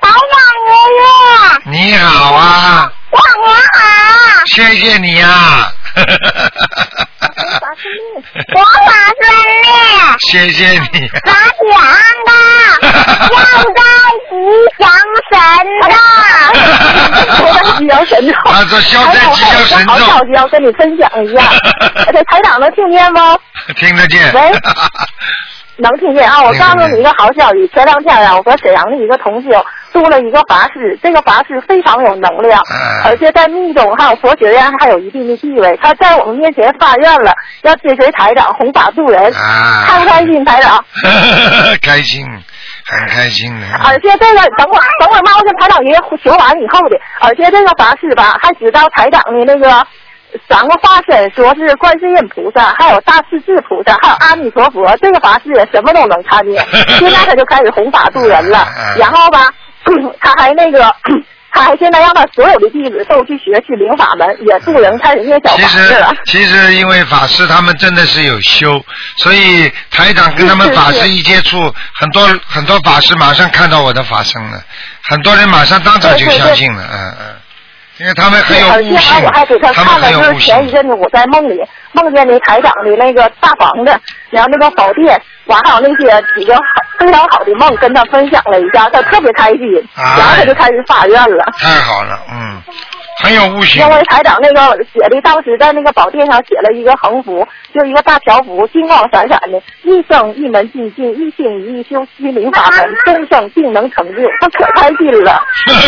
[SPEAKER 3] 台长
[SPEAKER 2] 你好啊，
[SPEAKER 3] 爷爷，大年好，
[SPEAKER 2] 谢谢你 啊，
[SPEAKER 3] 我法顺利。
[SPEAKER 2] 谢谢你，啊
[SPEAKER 3] 咱讲的，要在吉祥神咒。要在吉祥神咒。啊，
[SPEAKER 2] 这消灾吉祥神咒
[SPEAKER 3] 好着急要跟你分享一下，而且台长能听见吗？
[SPEAKER 2] 听得见。
[SPEAKER 3] 喂，能听见啊！我告诉你一个好消息，前两天啊，我和沈阳的一个同修度了一个法师，这个法师非常有能量，而且在密宗还有佛学院还有一定的地位。他在我们面前发愿了，要追随台长弘法度人，
[SPEAKER 2] 啊
[SPEAKER 3] 开不开心，台长？
[SPEAKER 2] 开心，很开心的。
[SPEAKER 3] 而且这个等会儿等会儿猫跟台长爷爷求完以后的，而且这个法师吧，还知道台长的那个三个化身，说是观世音菩萨，还有大势至菩萨，还有阿弥陀佛，这个法师什么都能 看见。现在他就开始弘法度人了，
[SPEAKER 2] 嗯
[SPEAKER 3] 然后吧，嗯他还那个。 他还现在让他所有的弟子都去学去灵法门，也度人开始念小
[SPEAKER 2] 其
[SPEAKER 3] 法
[SPEAKER 2] 实
[SPEAKER 3] 子了。
[SPEAKER 2] 其实因为法师他们真的是有修，所以台长跟他们法师一接触，很多很多法师马上看到我的法身了，很多人马上当场就相信了，嗯嗯，因为他们很有
[SPEAKER 3] 而
[SPEAKER 2] 悟
[SPEAKER 3] 且还
[SPEAKER 2] 性
[SPEAKER 3] 我还给，他
[SPEAKER 2] 他
[SPEAKER 3] 看
[SPEAKER 2] 们
[SPEAKER 3] 了，
[SPEAKER 2] 很有
[SPEAKER 3] 就是
[SPEAKER 2] 悟
[SPEAKER 3] 前
[SPEAKER 2] 性
[SPEAKER 3] 一，阵子我在梦里梦见那台长的那个大房子，然后那个宝殿，完还有那些几个非常好的梦，跟他分享了一下，他特别开心，
[SPEAKER 2] 哎
[SPEAKER 3] 然后他就开始发愿了。
[SPEAKER 2] 太好了，嗯，很有悟性
[SPEAKER 3] 因，为台长那个写的，当时在那个宝殿上写了一个横幅，就一个大条幅，金光闪闪的，一生一门精进，一心一意修心灵法门，终生定能成就，他可开心了。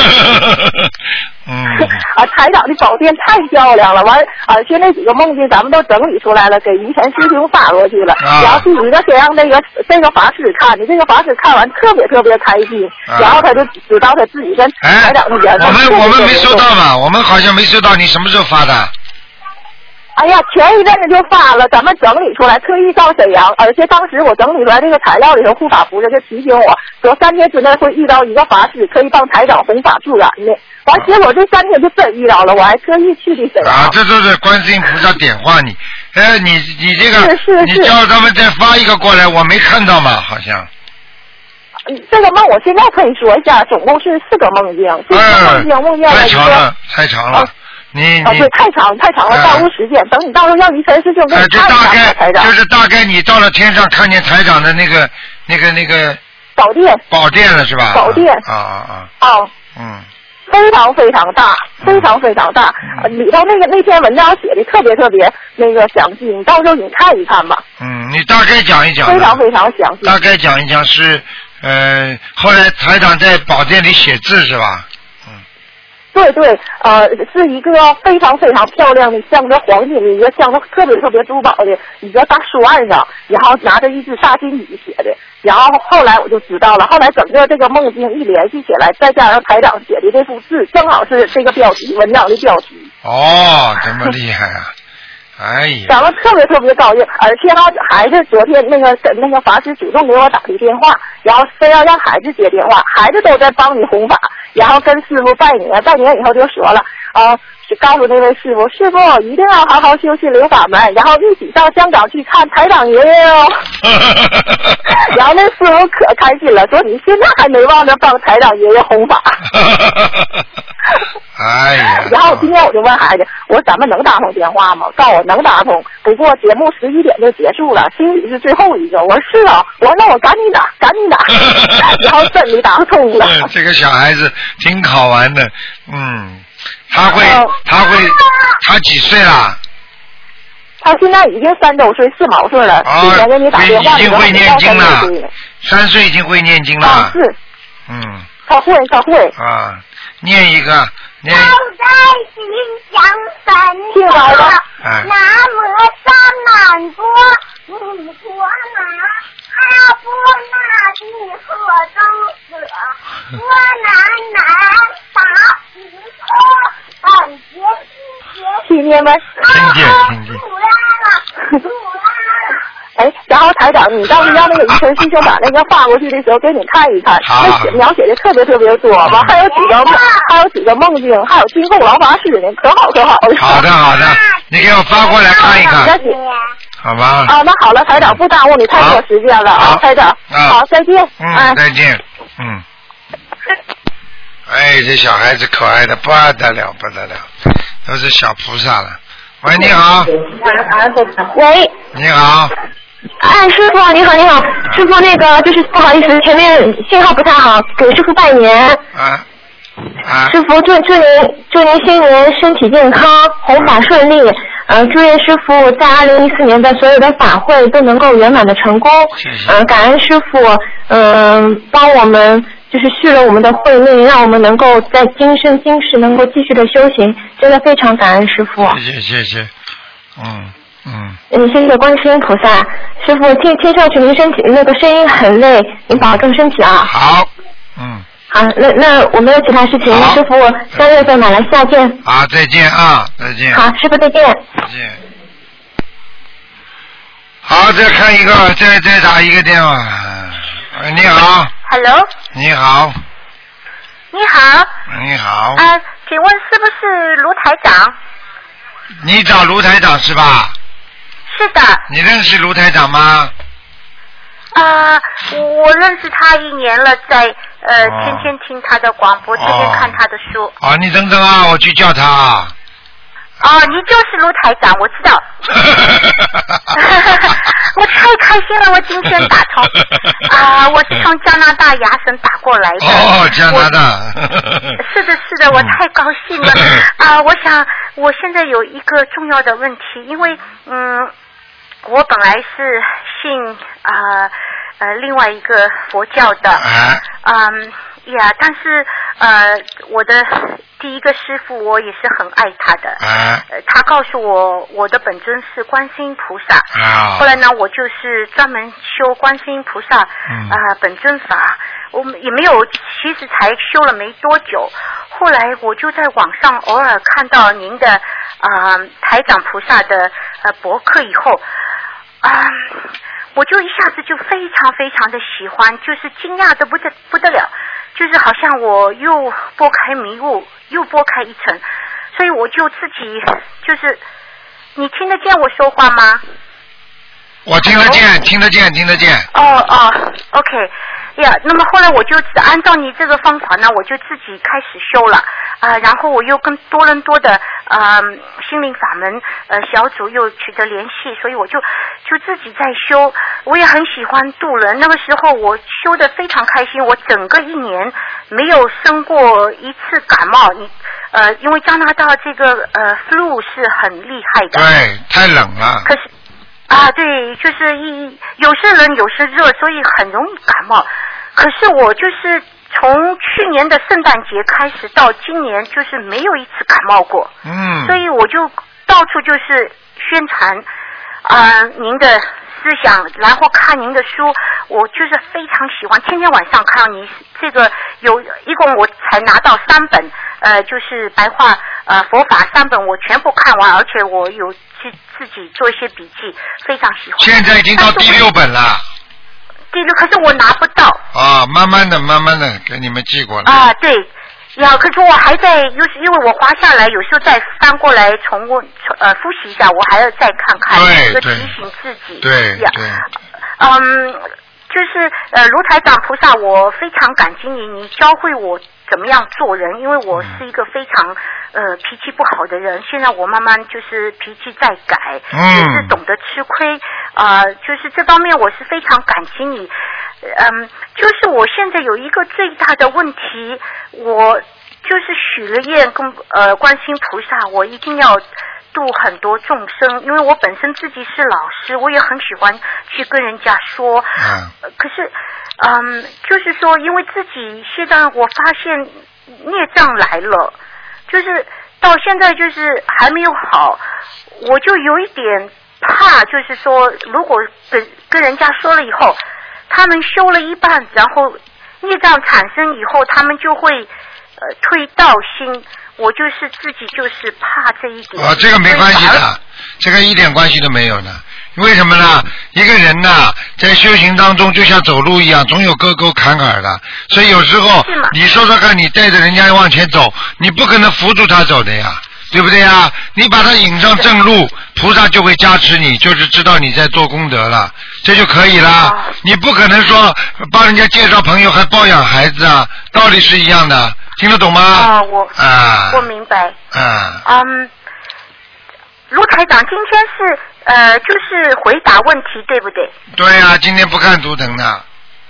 [SPEAKER 2] 嗯，
[SPEAKER 3] 啊，台长的宝殿太漂亮了，完而且那几个梦境咱们都整理出来了，给于晨师兄发过去了，
[SPEAKER 2] 啊
[SPEAKER 3] 然后第一个先让那个这个法师看的，这个法师看完特别特别开心，
[SPEAKER 2] 啊哎
[SPEAKER 3] 然后他就知道他自己跟台长那边、
[SPEAKER 2] 我们我们没收到
[SPEAKER 3] 吧？
[SPEAKER 2] 吧？我们好像没收到，你什么时候发的？
[SPEAKER 3] 哎呀，前一阵子就发了，咱们整理出来，特意到沈阳，而且当时我整理出来这个材料里头，护法菩萨就提醒我说，三天之内会遇到一个法师，可以帮台长弘法助燃的。完，结果这三天就真遇到了，我还特意去的沈阳。
[SPEAKER 2] 啊，这就是观世音菩萨点化你。哎，你你这个，
[SPEAKER 3] 是是
[SPEAKER 2] 你叫他们再发一个过来，我没看到嘛，好像。
[SPEAKER 3] 嗯这个梦我现在可以说一下，总共是四个梦境，这四个梦境梦见
[SPEAKER 2] 哎嗯
[SPEAKER 3] 了
[SPEAKER 2] 太
[SPEAKER 3] 一个
[SPEAKER 2] 长了，嗯太长了。你
[SPEAKER 3] 啊，
[SPEAKER 2] 你
[SPEAKER 3] 对，太长太长了，耽误时间。等你到时候要离开事情，给你
[SPEAKER 2] 就
[SPEAKER 3] 看
[SPEAKER 2] 哎
[SPEAKER 3] 一
[SPEAKER 2] 大
[SPEAKER 3] 下吧，
[SPEAKER 2] 概
[SPEAKER 3] 台长。
[SPEAKER 2] 就是大概你到了天上看见台长的那个那个那个
[SPEAKER 3] 宝殿
[SPEAKER 2] 宝殿了是吧？
[SPEAKER 3] 宝殿
[SPEAKER 2] 啊啊
[SPEAKER 3] 啊，
[SPEAKER 2] 啊，嗯
[SPEAKER 3] 非常非常大，非常非常大。呃
[SPEAKER 2] 嗯
[SPEAKER 3] 里头那个那篇文章写的特别特别那个详细，你到时候你看一看吧，
[SPEAKER 2] 嗯，你大概讲一讲吧。
[SPEAKER 3] 非常非常详细。
[SPEAKER 2] 大概讲一讲是呃，后来台长在宝殿里写字是吧？
[SPEAKER 3] 对对，呃，是一个非常非常漂亮的，镶着黄金的一个镶着特别特别珠宝的一个大书案上，然后拿着一支大金笔写的。然后后来我就知道了，后来整个这个梦境一联系起来，再加上台长写的这幅字，正好是这个标题文章的标题。
[SPEAKER 2] 哦，这么厉害啊！哎呀，
[SPEAKER 3] 咱们特别特别高兴，而且呢，孩子昨天那个跟那个法师主动给我打的电话，然后非要让孩子接电话，孩子都在帮你弘法，然后跟师傅拜年，拜年以后就说了，啊、就告诉那位师傅，师傅一定要好好修心留法门，然后一起到香港去看台长爷爷哦。然后那师傅可开心了，说你现在还没忘着帮台长爷爷弘法。
[SPEAKER 2] 哎呀，
[SPEAKER 3] 然后今天我就问孩子，我说咱们能打通电话吗？告诉我能打通，不过节目十一点就结束了，心里是最后一个。我说是啊，我说那我赶紧打，赶紧打， 然后真的打通了。
[SPEAKER 2] 对， 这个小孩子挺好玩的，嗯，他会
[SPEAKER 3] 哦
[SPEAKER 2] 他会他几岁啦？
[SPEAKER 3] 他现在已经三周岁四毛岁了，以前给你打电话
[SPEAKER 2] 哦已经啊会念经
[SPEAKER 3] 了。
[SPEAKER 2] 了，三岁已经会念经了，
[SPEAKER 3] 是，
[SPEAKER 2] 嗯
[SPEAKER 3] 他会他会。
[SPEAKER 2] 啊，念一个啊念
[SPEAKER 15] 心想烦恼，
[SPEAKER 3] 啊
[SPEAKER 2] 哎
[SPEAKER 15] 南无萨满波，弥陀拿阿波那地和周者，波南南达吉诃，本觉
[SPEAKER 3] 听见没？
[SPEAKER 2] 听见听见。
[SPEAKER 3] 哎，然后台长，你到时候要那个余晨师兄把那个发过去的时候，给你看一看，
[SPEAKER 2] 好
[SPEAKER 3] 那写描写的特别特别多，
[SPEAKER 2] 啊
[SPEAKER 3] 完还有几个梦还有几个梦境，还有金凤老法师呢，可好可好了。
[SPEAKER 2] 好的好的，你给我发过来看一看，好吧？
[SPEAKER 3] 啊，那好了，台长不耽误你太多时间了啊，台长，好，再见，
[SPEAKER 2] 嗯，再见，嗯。哎，这小孩子可爱的不得了，不得了，都是小菩萨了。喂，你好，
[SPEAKER 16] 喂，
[SPEAKER 2] 你好，
[SPEAKER 16] 哎，师傅你好，你
[SPEAKER 2] 啊
[SPEAKER 16] 好，师傅那个就是不好意思，前面信号不太好，给师傅拜年，
[SPEAKER 2] 啊啊，
[SPEAKER 16] 师傅祝祝您祝您新年身体健康，弘法顺利，呃，祝愿师傅在二零一四年的所有的法会都能够圆满的成功，嗯、呃，感恩师傅，嗯、帮我们就是续了我们的慧命，让我们能够在今生今世能够继续的修行，真的非常感恩师傅。
[SPEAKER 2] 谢谢谢谢，嗯嗯，
[SPEAKER 16] 嗯，谢谢观世音菩萨，师傅听听上去您身体那个声音很累，您保重身体啊。
[SPEAKER 2] 好，嗯，
[SPEAKER 16] 好，那那我没有其他事情，师傅三月份马来西亚见。
[SPEAKER 2] 好，再见啊，再见，
[SPEAKER 16] 好，师傅再见。
[SPEAKER 2] 再见。好，再看一个，再再打一个电话。喂，你好，
[SPEAKER 17] Hello，
[SPEAKER 2] 你好，
[SPEAKER 17] 你好，
[SPEAKER 2] 你好，
[SPEAKER 17] 呃，请问是不是卢台长？
[SPEAKER 2] 你找卢台长是吧？
[SPEAKER 17] 是的，
[SPEAKER 2] 你认识卢台长吗？
[SPEAKER 17] 呃，我认识他一年了，在呃
[SPEAKER 2] 哦
[SPEAKER 17] 天天听他的广播，天天
[SPEAKER 2] 哦
[SPEAKER 17] 看他的书。
[SPEAKER 2] 哦，你等等啊，我去叫他啊。
[SPEAKER 17] 哦，你就是卢台长，我知 道。我太开心了，我今天打 通啊、我是从加拿大牙省打过来的。
[SPEAKER 2] 哦，加拿
[SPEAKER 17] 我。
[SPEAKER 2] 大。
[SPEAKER 17] 是的，是的，我太高兴了啊、我想，我现在有一个重要的问题，因为嗯，我本来是信啊呃另外一个佛教的，嗯呀，但是呃我的第一个师傅我也是很爱他的，
[SPEAKER 2] 啊
[SPEAKER 17] 呃，他告诉我我的本尊是观世音菩萨。
[SPEAKER 2] 啊
[SPEAKER 17] 后来呢，我就是专门修观世音菩萨啊、
[SPEAKER 2] 嗯
[SPEAKER 17] 呃本尊法，我们也没有，其实才修了没多久。后来我就在网上偶尔看到您的啊、台长菩萨的呃博客以后，啊、我就一下子就非常非常的喜欢，就是惊讶的不得不得了，就是好像我又拨开迷雾，又拨开一层，所以我就自己就是，你听得见我说话吗？
[SPEAKER 2] 我听得
[SPEAKER 17] 啊
[SPEAKER 2] 见，听得见，听得见。
[SPEAKER 17] 哦哦，OK，呀、那么后来我就按照你这个方法呢，我就自己开始修了啊、然后我又跟多伦多的呃心灵法门呃小组又取得联系，所以我就就自己在修，我也很喜欢渡人。那个时候我修的非常开心，我整个一年没有生过一次感冒。你呃，因为加拿大这个呃 flu 是很厉害的，
[SPEAKER 2] 对，太冷了。
[SPEAKER 17] 可是啊，对，就是一有些人有些热，所以很容易感冒。可是我就是从去年的圣诞节开始到今年，就是没有一次感冒过，
[SPEAKER 2] 嗯
[SPEAKER 17] 所以我就到处就是宣传啊、呃您的思想，然后看您的书，我就是非常喜欢，天天晚上看你这个有一共我才拿到三本，呃，就是白话呃佛法三本我全部看完，而且我有自自己做一些笔记，非常喜欢。
[SPEAKER 2] 现在已经到
[SPEAKER 17] 但
[SPEAKER 2] 第
[SPEAKER 17] 啊是我
[SPEAKER 2] 六本了
[SPEAKER 17] 第六，可是我拿不到。
[SPEAKER 2] 啊，慢慢的，慢慢的给你们寄过来。
[SPEAKER 17] 啊，对，呀，可是我还在，又是因为我滑下来，有时候再翻过来重温，重呃，复习一下，我还要再看看，
[SPEAKER 2] 对
[SPEAKER 17] 一个提
[SPEAKER 2] 对
[SPEAKER 17] 醒自己。
[SPEAKER 2] 对
[SPEAKER 17] 呀，
[SPEAKER 2] 对，
[SPEAKER 17] 嗯，就是呃，卢台长菩萨，我非常感激你，你教会我怎么样做人，因为我是一个非常呃脾气不好的人，现在我慢慢就是脾气在改，
[SPEAKER 15] 嗯
[SPEAKER 17] 也是懂得吃亏，啊、就是这方面我是非常感激你，嗯，就是我现在有一个最大的问题，我就是许了愿跟呃观世音菩萨，我一定要度很多众生，因为我本身自己是老师，我也很喜欢去跟人家说。
[SPEAKER 2] 嗯
[SPEAKER 17] 呃可是，嗯，就是说，因为自己现在我发现孽障来了，就是到现在就是还没有好，我就有一点怕，就是说，如果跟跟人家说了以后，他们修了一半，然后孽障产生以后，他们就会呃退道心。我就是自己就是怕这一点。
[SPEAKER 2] 啊，这个没关系
[SPEAKER 17] 所以反而
[SPEAKER 2] 的，这个一点关系都没有的。为什么呢？一个人呐，在修行当中就像走路一样，总有沟沟坎坎的。所以有时候你说说看，你带着人家往前走，你不可能扶住他走的呀，对不对呀？你把他引上正路，菩萨就会加持你，就是知道你在做功德了，这就可以
[SPEAKER 17] 哦
[SPEAKER 2] 啦。你不可能说帮人家介绍朋友还抱养孩子啊，道理是一样的，听得懂吗？
[SPEAKER 17] 啊，我
[SPEAKER 2] 啊
[SPEAKER 17] 我明白。
[SPEAKER 2] 啊，
[SPEAKER 17] 嗯，卢台长，今天是呃，就是回答问题，对不对？
[SPEAKER 2] 对呀、今天不看图腾的。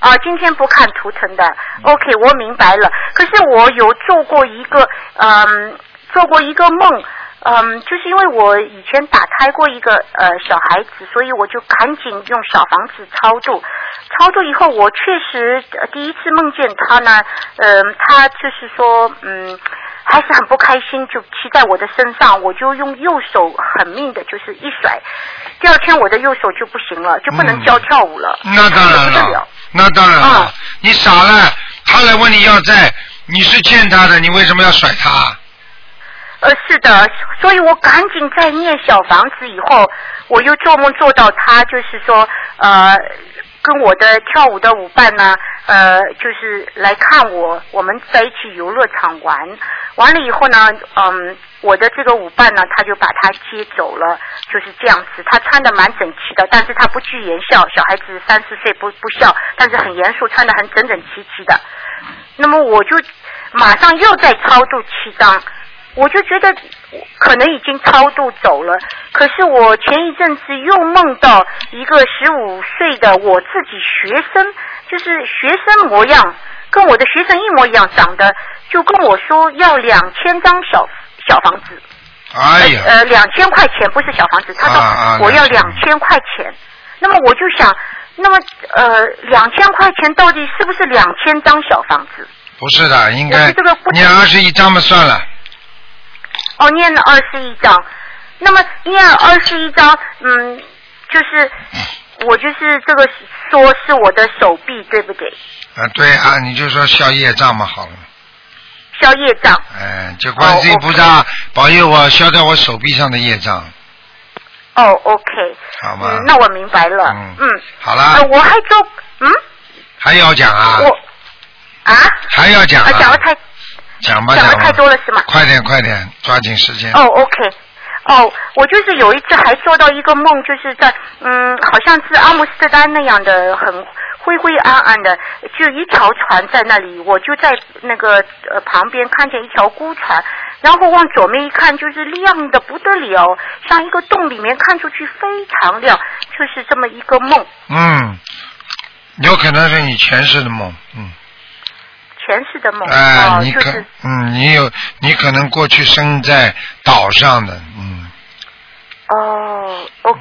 [SPEAKER 17] 啊，今天不看图腾的。OK，我
[SPEAKER 2] 嗯
[SPEAKER 17] 明白了。可是我有做过一个，嗯，做过一个梦，嗯，就是因为我以前打胎过一个呃小孩子，所以我就赶紧用小房子超度。超度以后，我确实、呃第一次梦见他呢，嗯、他就是说，嗯。还是很不开心，就骑在我的身上，我就用右手狠命的，就是一甩。第二天我的右手就不行了，就不能教跳舞了，
[SPEAKER 2] 嗯那当然
[SPEAKER 17] 嗯受不
[SPEAKER 2] 了
[SPEAKER 17] 了，啊
[SPEAKER 2] 那当然了，你傻了，他来问你要债，你是欠他的，你为什么要甩他？
[SPEAKER 17] 呃，是的，所以我赶紧在念小房子以后，我又做梦做到他，就是说，呃，跟我的跳舞的舞伴呢，呃，就是来看我，我们在一起游乐场玩，完了以后呢，嗯，我的这个舞伴呢，他就把他接走了，就是这样子。他穿的蛮整齐的，但是他不拘言笑，小孩子三四岁不不笑，但是很严肃，穿的很整整齐齐的。那么我就马上又在超度七张，我就觉得可能已经超度走了。可是我前一阵子又梦到一个十五岁的我自己学生，就是学生模样，跟我的学生一模一样，长得就跟我说要两千张小小房子，
[SPEAKER 2] 哎呀，
[SPEAKER 17] 呃，两千块钱不是小房子，他说
[SPEAKER 2] 啊啊
[SPEAKER 17] 我要
[SPEAKER 2] 两
[SPEAKER 17] 两千块钱。那么我就想，那么呃，两千块钱到底是不是两千张小房子？
[SPEAKER 2] 不是的，应
[SPEAKER 17] 我
[SPEAKER 2] 该
[SPEAKER 17] 是这个不
[SPEAKER 2] 你二十一张嘛算了，
[SPEAKER 17] 哦，念了二十一章。那么念了二十一章，嗯，就是
[SPEAKER 2] 嗯
[SPEAKER 17] 我就是这个说
[SPEAKER 2] 呃
[SPEAKER 17] 是我的手臂，对不对？
[SPEAKER 2] 啊对啊，你就说消业障嘛好了，
[SPEAKER 17] 消业障。
[SPEAKER 2] 哎，就
[SPEAKER 17] 哦
[SPEAKER 2] 观世音菩萨保佑我消掉我手臂上的业障，
[SPEAKER 17] 哦，OK，
[SPEAKER 2] 好吗？
[SPEAKER 17] 嗯，那我明白了，
[SPEAKER 2] 嗯
[SPEAKER 17] 嗯，
[SPEAKER 2] 好
[SPEAKER 17] 呃
[SPEAKER 2] 啦，
[SPEAKER 17] 我还做，嗯，
[SPEAKER 2] 还要讲啊？
[SPEAKER 17] 我啊，
[SPEAKER 2] 还要讲
[SPEAKER 17] 啊，讲
[SPEAKER 2] 啊
[SPEAKER 17] 的？太
[SPEAKER 2] 讲吧，
[SPEAKER 17] 讲的
[SPEAKER 2] 讲
[SPEAKER 17] 太
[SPEAKER 2] 吧，
[SPEAKER 17] 多了是吗？
[SPEAKER 2] 快点快点，抓紧时间。
[SPEAKER 17] 哦，OK。哦，我就是有一次还做到一个梦，就是在嗯，好像是阿姆斯特丹那样的，很灰灰暗暗的，就一条船在那里，我就在那个呃旁边看见一条孤船，然后往左面一看，就是亮的不得了，像一个洞里面看出去非常亮，就是这么一个梦，
[SPEAKER 2] 嗯，有可能是你前世的梦，嗯，
[SPEAKER 17] 前世的梦，
[SPEAKER 2] 哎、
[SPEAKER 17] 哦，
[SPEAKER 2] 你
[SPEAKER 17] 就
[SPEAKER 2] 可、
[SPEAKER 17] 是
[SPEAKER 2] 嗯，你有你可能过去生在岛上的，嗯，
[SPEAKER 17] 哦，OK，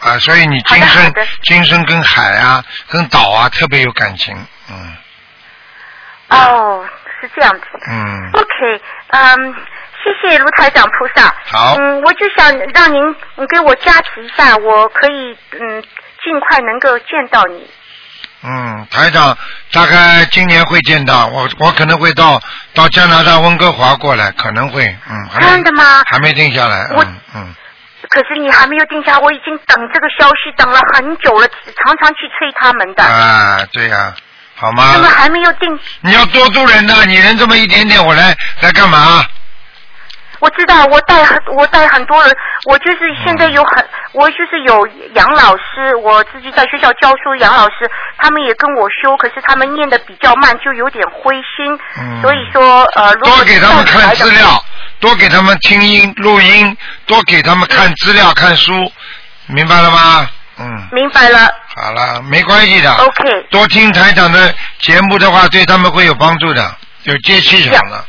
[SPEAKER 2] 啊，所以你今生今生跟海啊、跟岛啊特别有感情，嗯
[SPEAKER 17] 哦，是这样子。
[SPEAKER 2] 嗯，
[SPEAKER 17] OK，嗯，谢谢卢台长菩萨。
[SPEAKER 2] 好
[SPEAKER 17] 嗯，我就想让您嗯给我加持一下，我可以嗯尽快能够见到你。
[SPEAKER 2] 嗯，台长大概今年会见到我，我可能会到到加拿大温哥华过来，可能会，嗯，还没
[SPEAKER 17] 真的吗？
[SPEAKER 2] 还没定下来，
[SPEAKER 17] 我
[SPEAKER 2] 嗯嗯，
[SPEAKER 17] 可是你还没有定下，我已经等这个消息等了很久了，常常去催他们的，
[SPEAKER 2] 啊，对呀、好吗？
[SPEAKER 17] 他们还没有定。
[SPEAKER 2] 你要多度人呐、你人这么一点点，我来来干嘛？啊
[SPEAKER 17] 我知道，我带很我带很多人，我就是
[SPEAKER 2] 嗯
[SPEAKER 17] 现在有很，我就是有杨老师，我自己在学校教书，杨老师他们也跟我修，可是他们念的比较慢，就有点灰心，所以说呃，如果
[SPEAKER 2] 嗯多给他们
[SPEAKER 17] 照起来
[SPEAKER 2] 看
[SPEAKER 17] 的
[SPEAKER 2] 资 料，多给他们听音录音，多给他们看资料、看书，明白了吗？嗯，
[SPEAKER 17] 明白了，
[SPEAKER 2] 好了，没关系的。
[SPEAKER 17] OK
[SPEAKER 2] 多听台长的节目的话，对他们会有帮助的，有接气场的。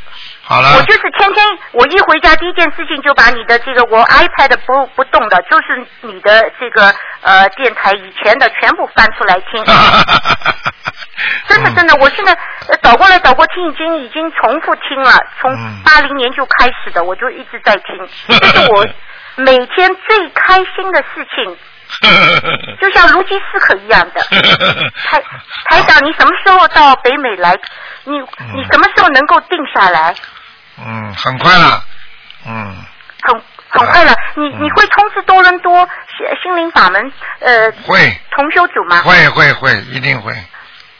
[SPEAKER 2] 好
[SPEAKER 17] 我
[SPEAKER 2] 了
[SPEAKER 17] 就，是天天，我一回家第一件事情就把你的这个我 iPad 不不动的，就是你的这个呃电台以前的全部翻出来 听。真的
[SPEAKER 2] 嗯
[SPEAKER 17] 真的，我现在呃倒过来倒过听，已经已经重复听了，从
[SPEAKER 2] 嗯
[SPEAKER 17] 八零年就开始的，我就一直在听， 这是我每天最开心的事 情，就像如饥似渴一样的。台台长，你什么时候到北美来？你你什么时候能够定下来？
[SPEAKER 2] 嗯，很快了，嗯，
[SPEAKER 17] 很很快了，你你会通知多伦多心心灵法门呃
[SPEAKER 2] 会
[SPEAKER 17] 同修组吗？
[SPEAKER 2] 会会会，一定会。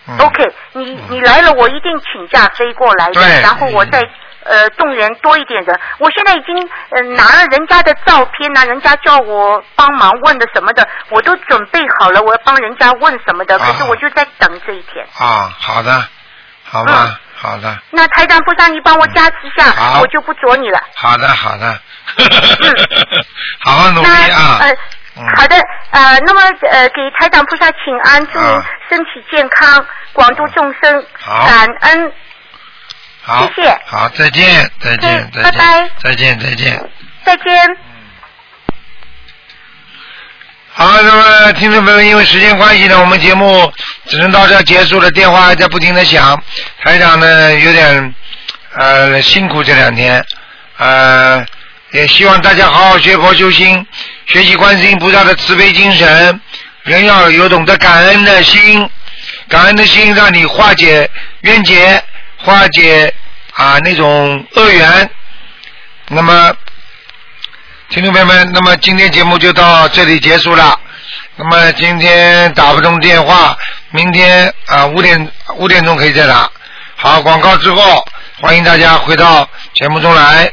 [SPEAKER 2] 嗯
[SPEAKER 17] OK，你你来了，我一定请假飞过来的，
[SPEAKER 2] 对嗯
[SPEAKER 17] 然后我再呃动员多一点人。我现在已经呃拿了人家的照片呐、人家叫我帮忙问的什么的，我都准备好了，我要帮人家问什么的，可是我就在等这一天。
[SPEAKER 2] 啊，好的，好吧，
[SPEAKER 17] 啊
[SPEAKER 2] 好的，
[SPEAKER 17] 那台长不让你帮我加持一下，
[SPEAKER 2] 好
[SPEAKER 17] 我就不阻 你了。
[SPEAKER 2] 好的，好的， 好好努力啊！
[SPEAKER 17] 嗯那呃
[SPEAKER 2] 嗯，
[SPEAKER 17] 好的，呃，那么呃，给台长菩萨请安，祝您
[SPEAKER 2] 啊
[SPEAKER 17] 身体健康，广度众生，
[SPEAKER 2] 好
[SPEAKER 17] 感恩。
[SPEAKER 2] 好，
[SPEAKER 17] 谢嗯谢
[SPEAKER 2] 好，再见，再见，再
[SPEAKER 17] 拜
[SPEAKER 2] 见，
[SPEAKER 17] 拜
[SPEAKER 2] 再见，再见。
[SPEAKER 17] 再见。
[SPEAKER 2] 好，那么听众朋友们，因为时间关系呢，我们节目只能到这儿结束了。电话还在不停的响，台长呢有点呃辛苦这两天，呃，也希望大家好好学佛修心，学习观世音菩萨的慈悲精神，人要有懂得感恩的心，感恩的心让你化解冤结，化解啊、那种恶缘。那么听众朋友们，那么今天节目就到这里结束了。那么今天打不通电话，明天啊五、点五点钟可以再打。好，广告之后，欢迎大家回到节目中来。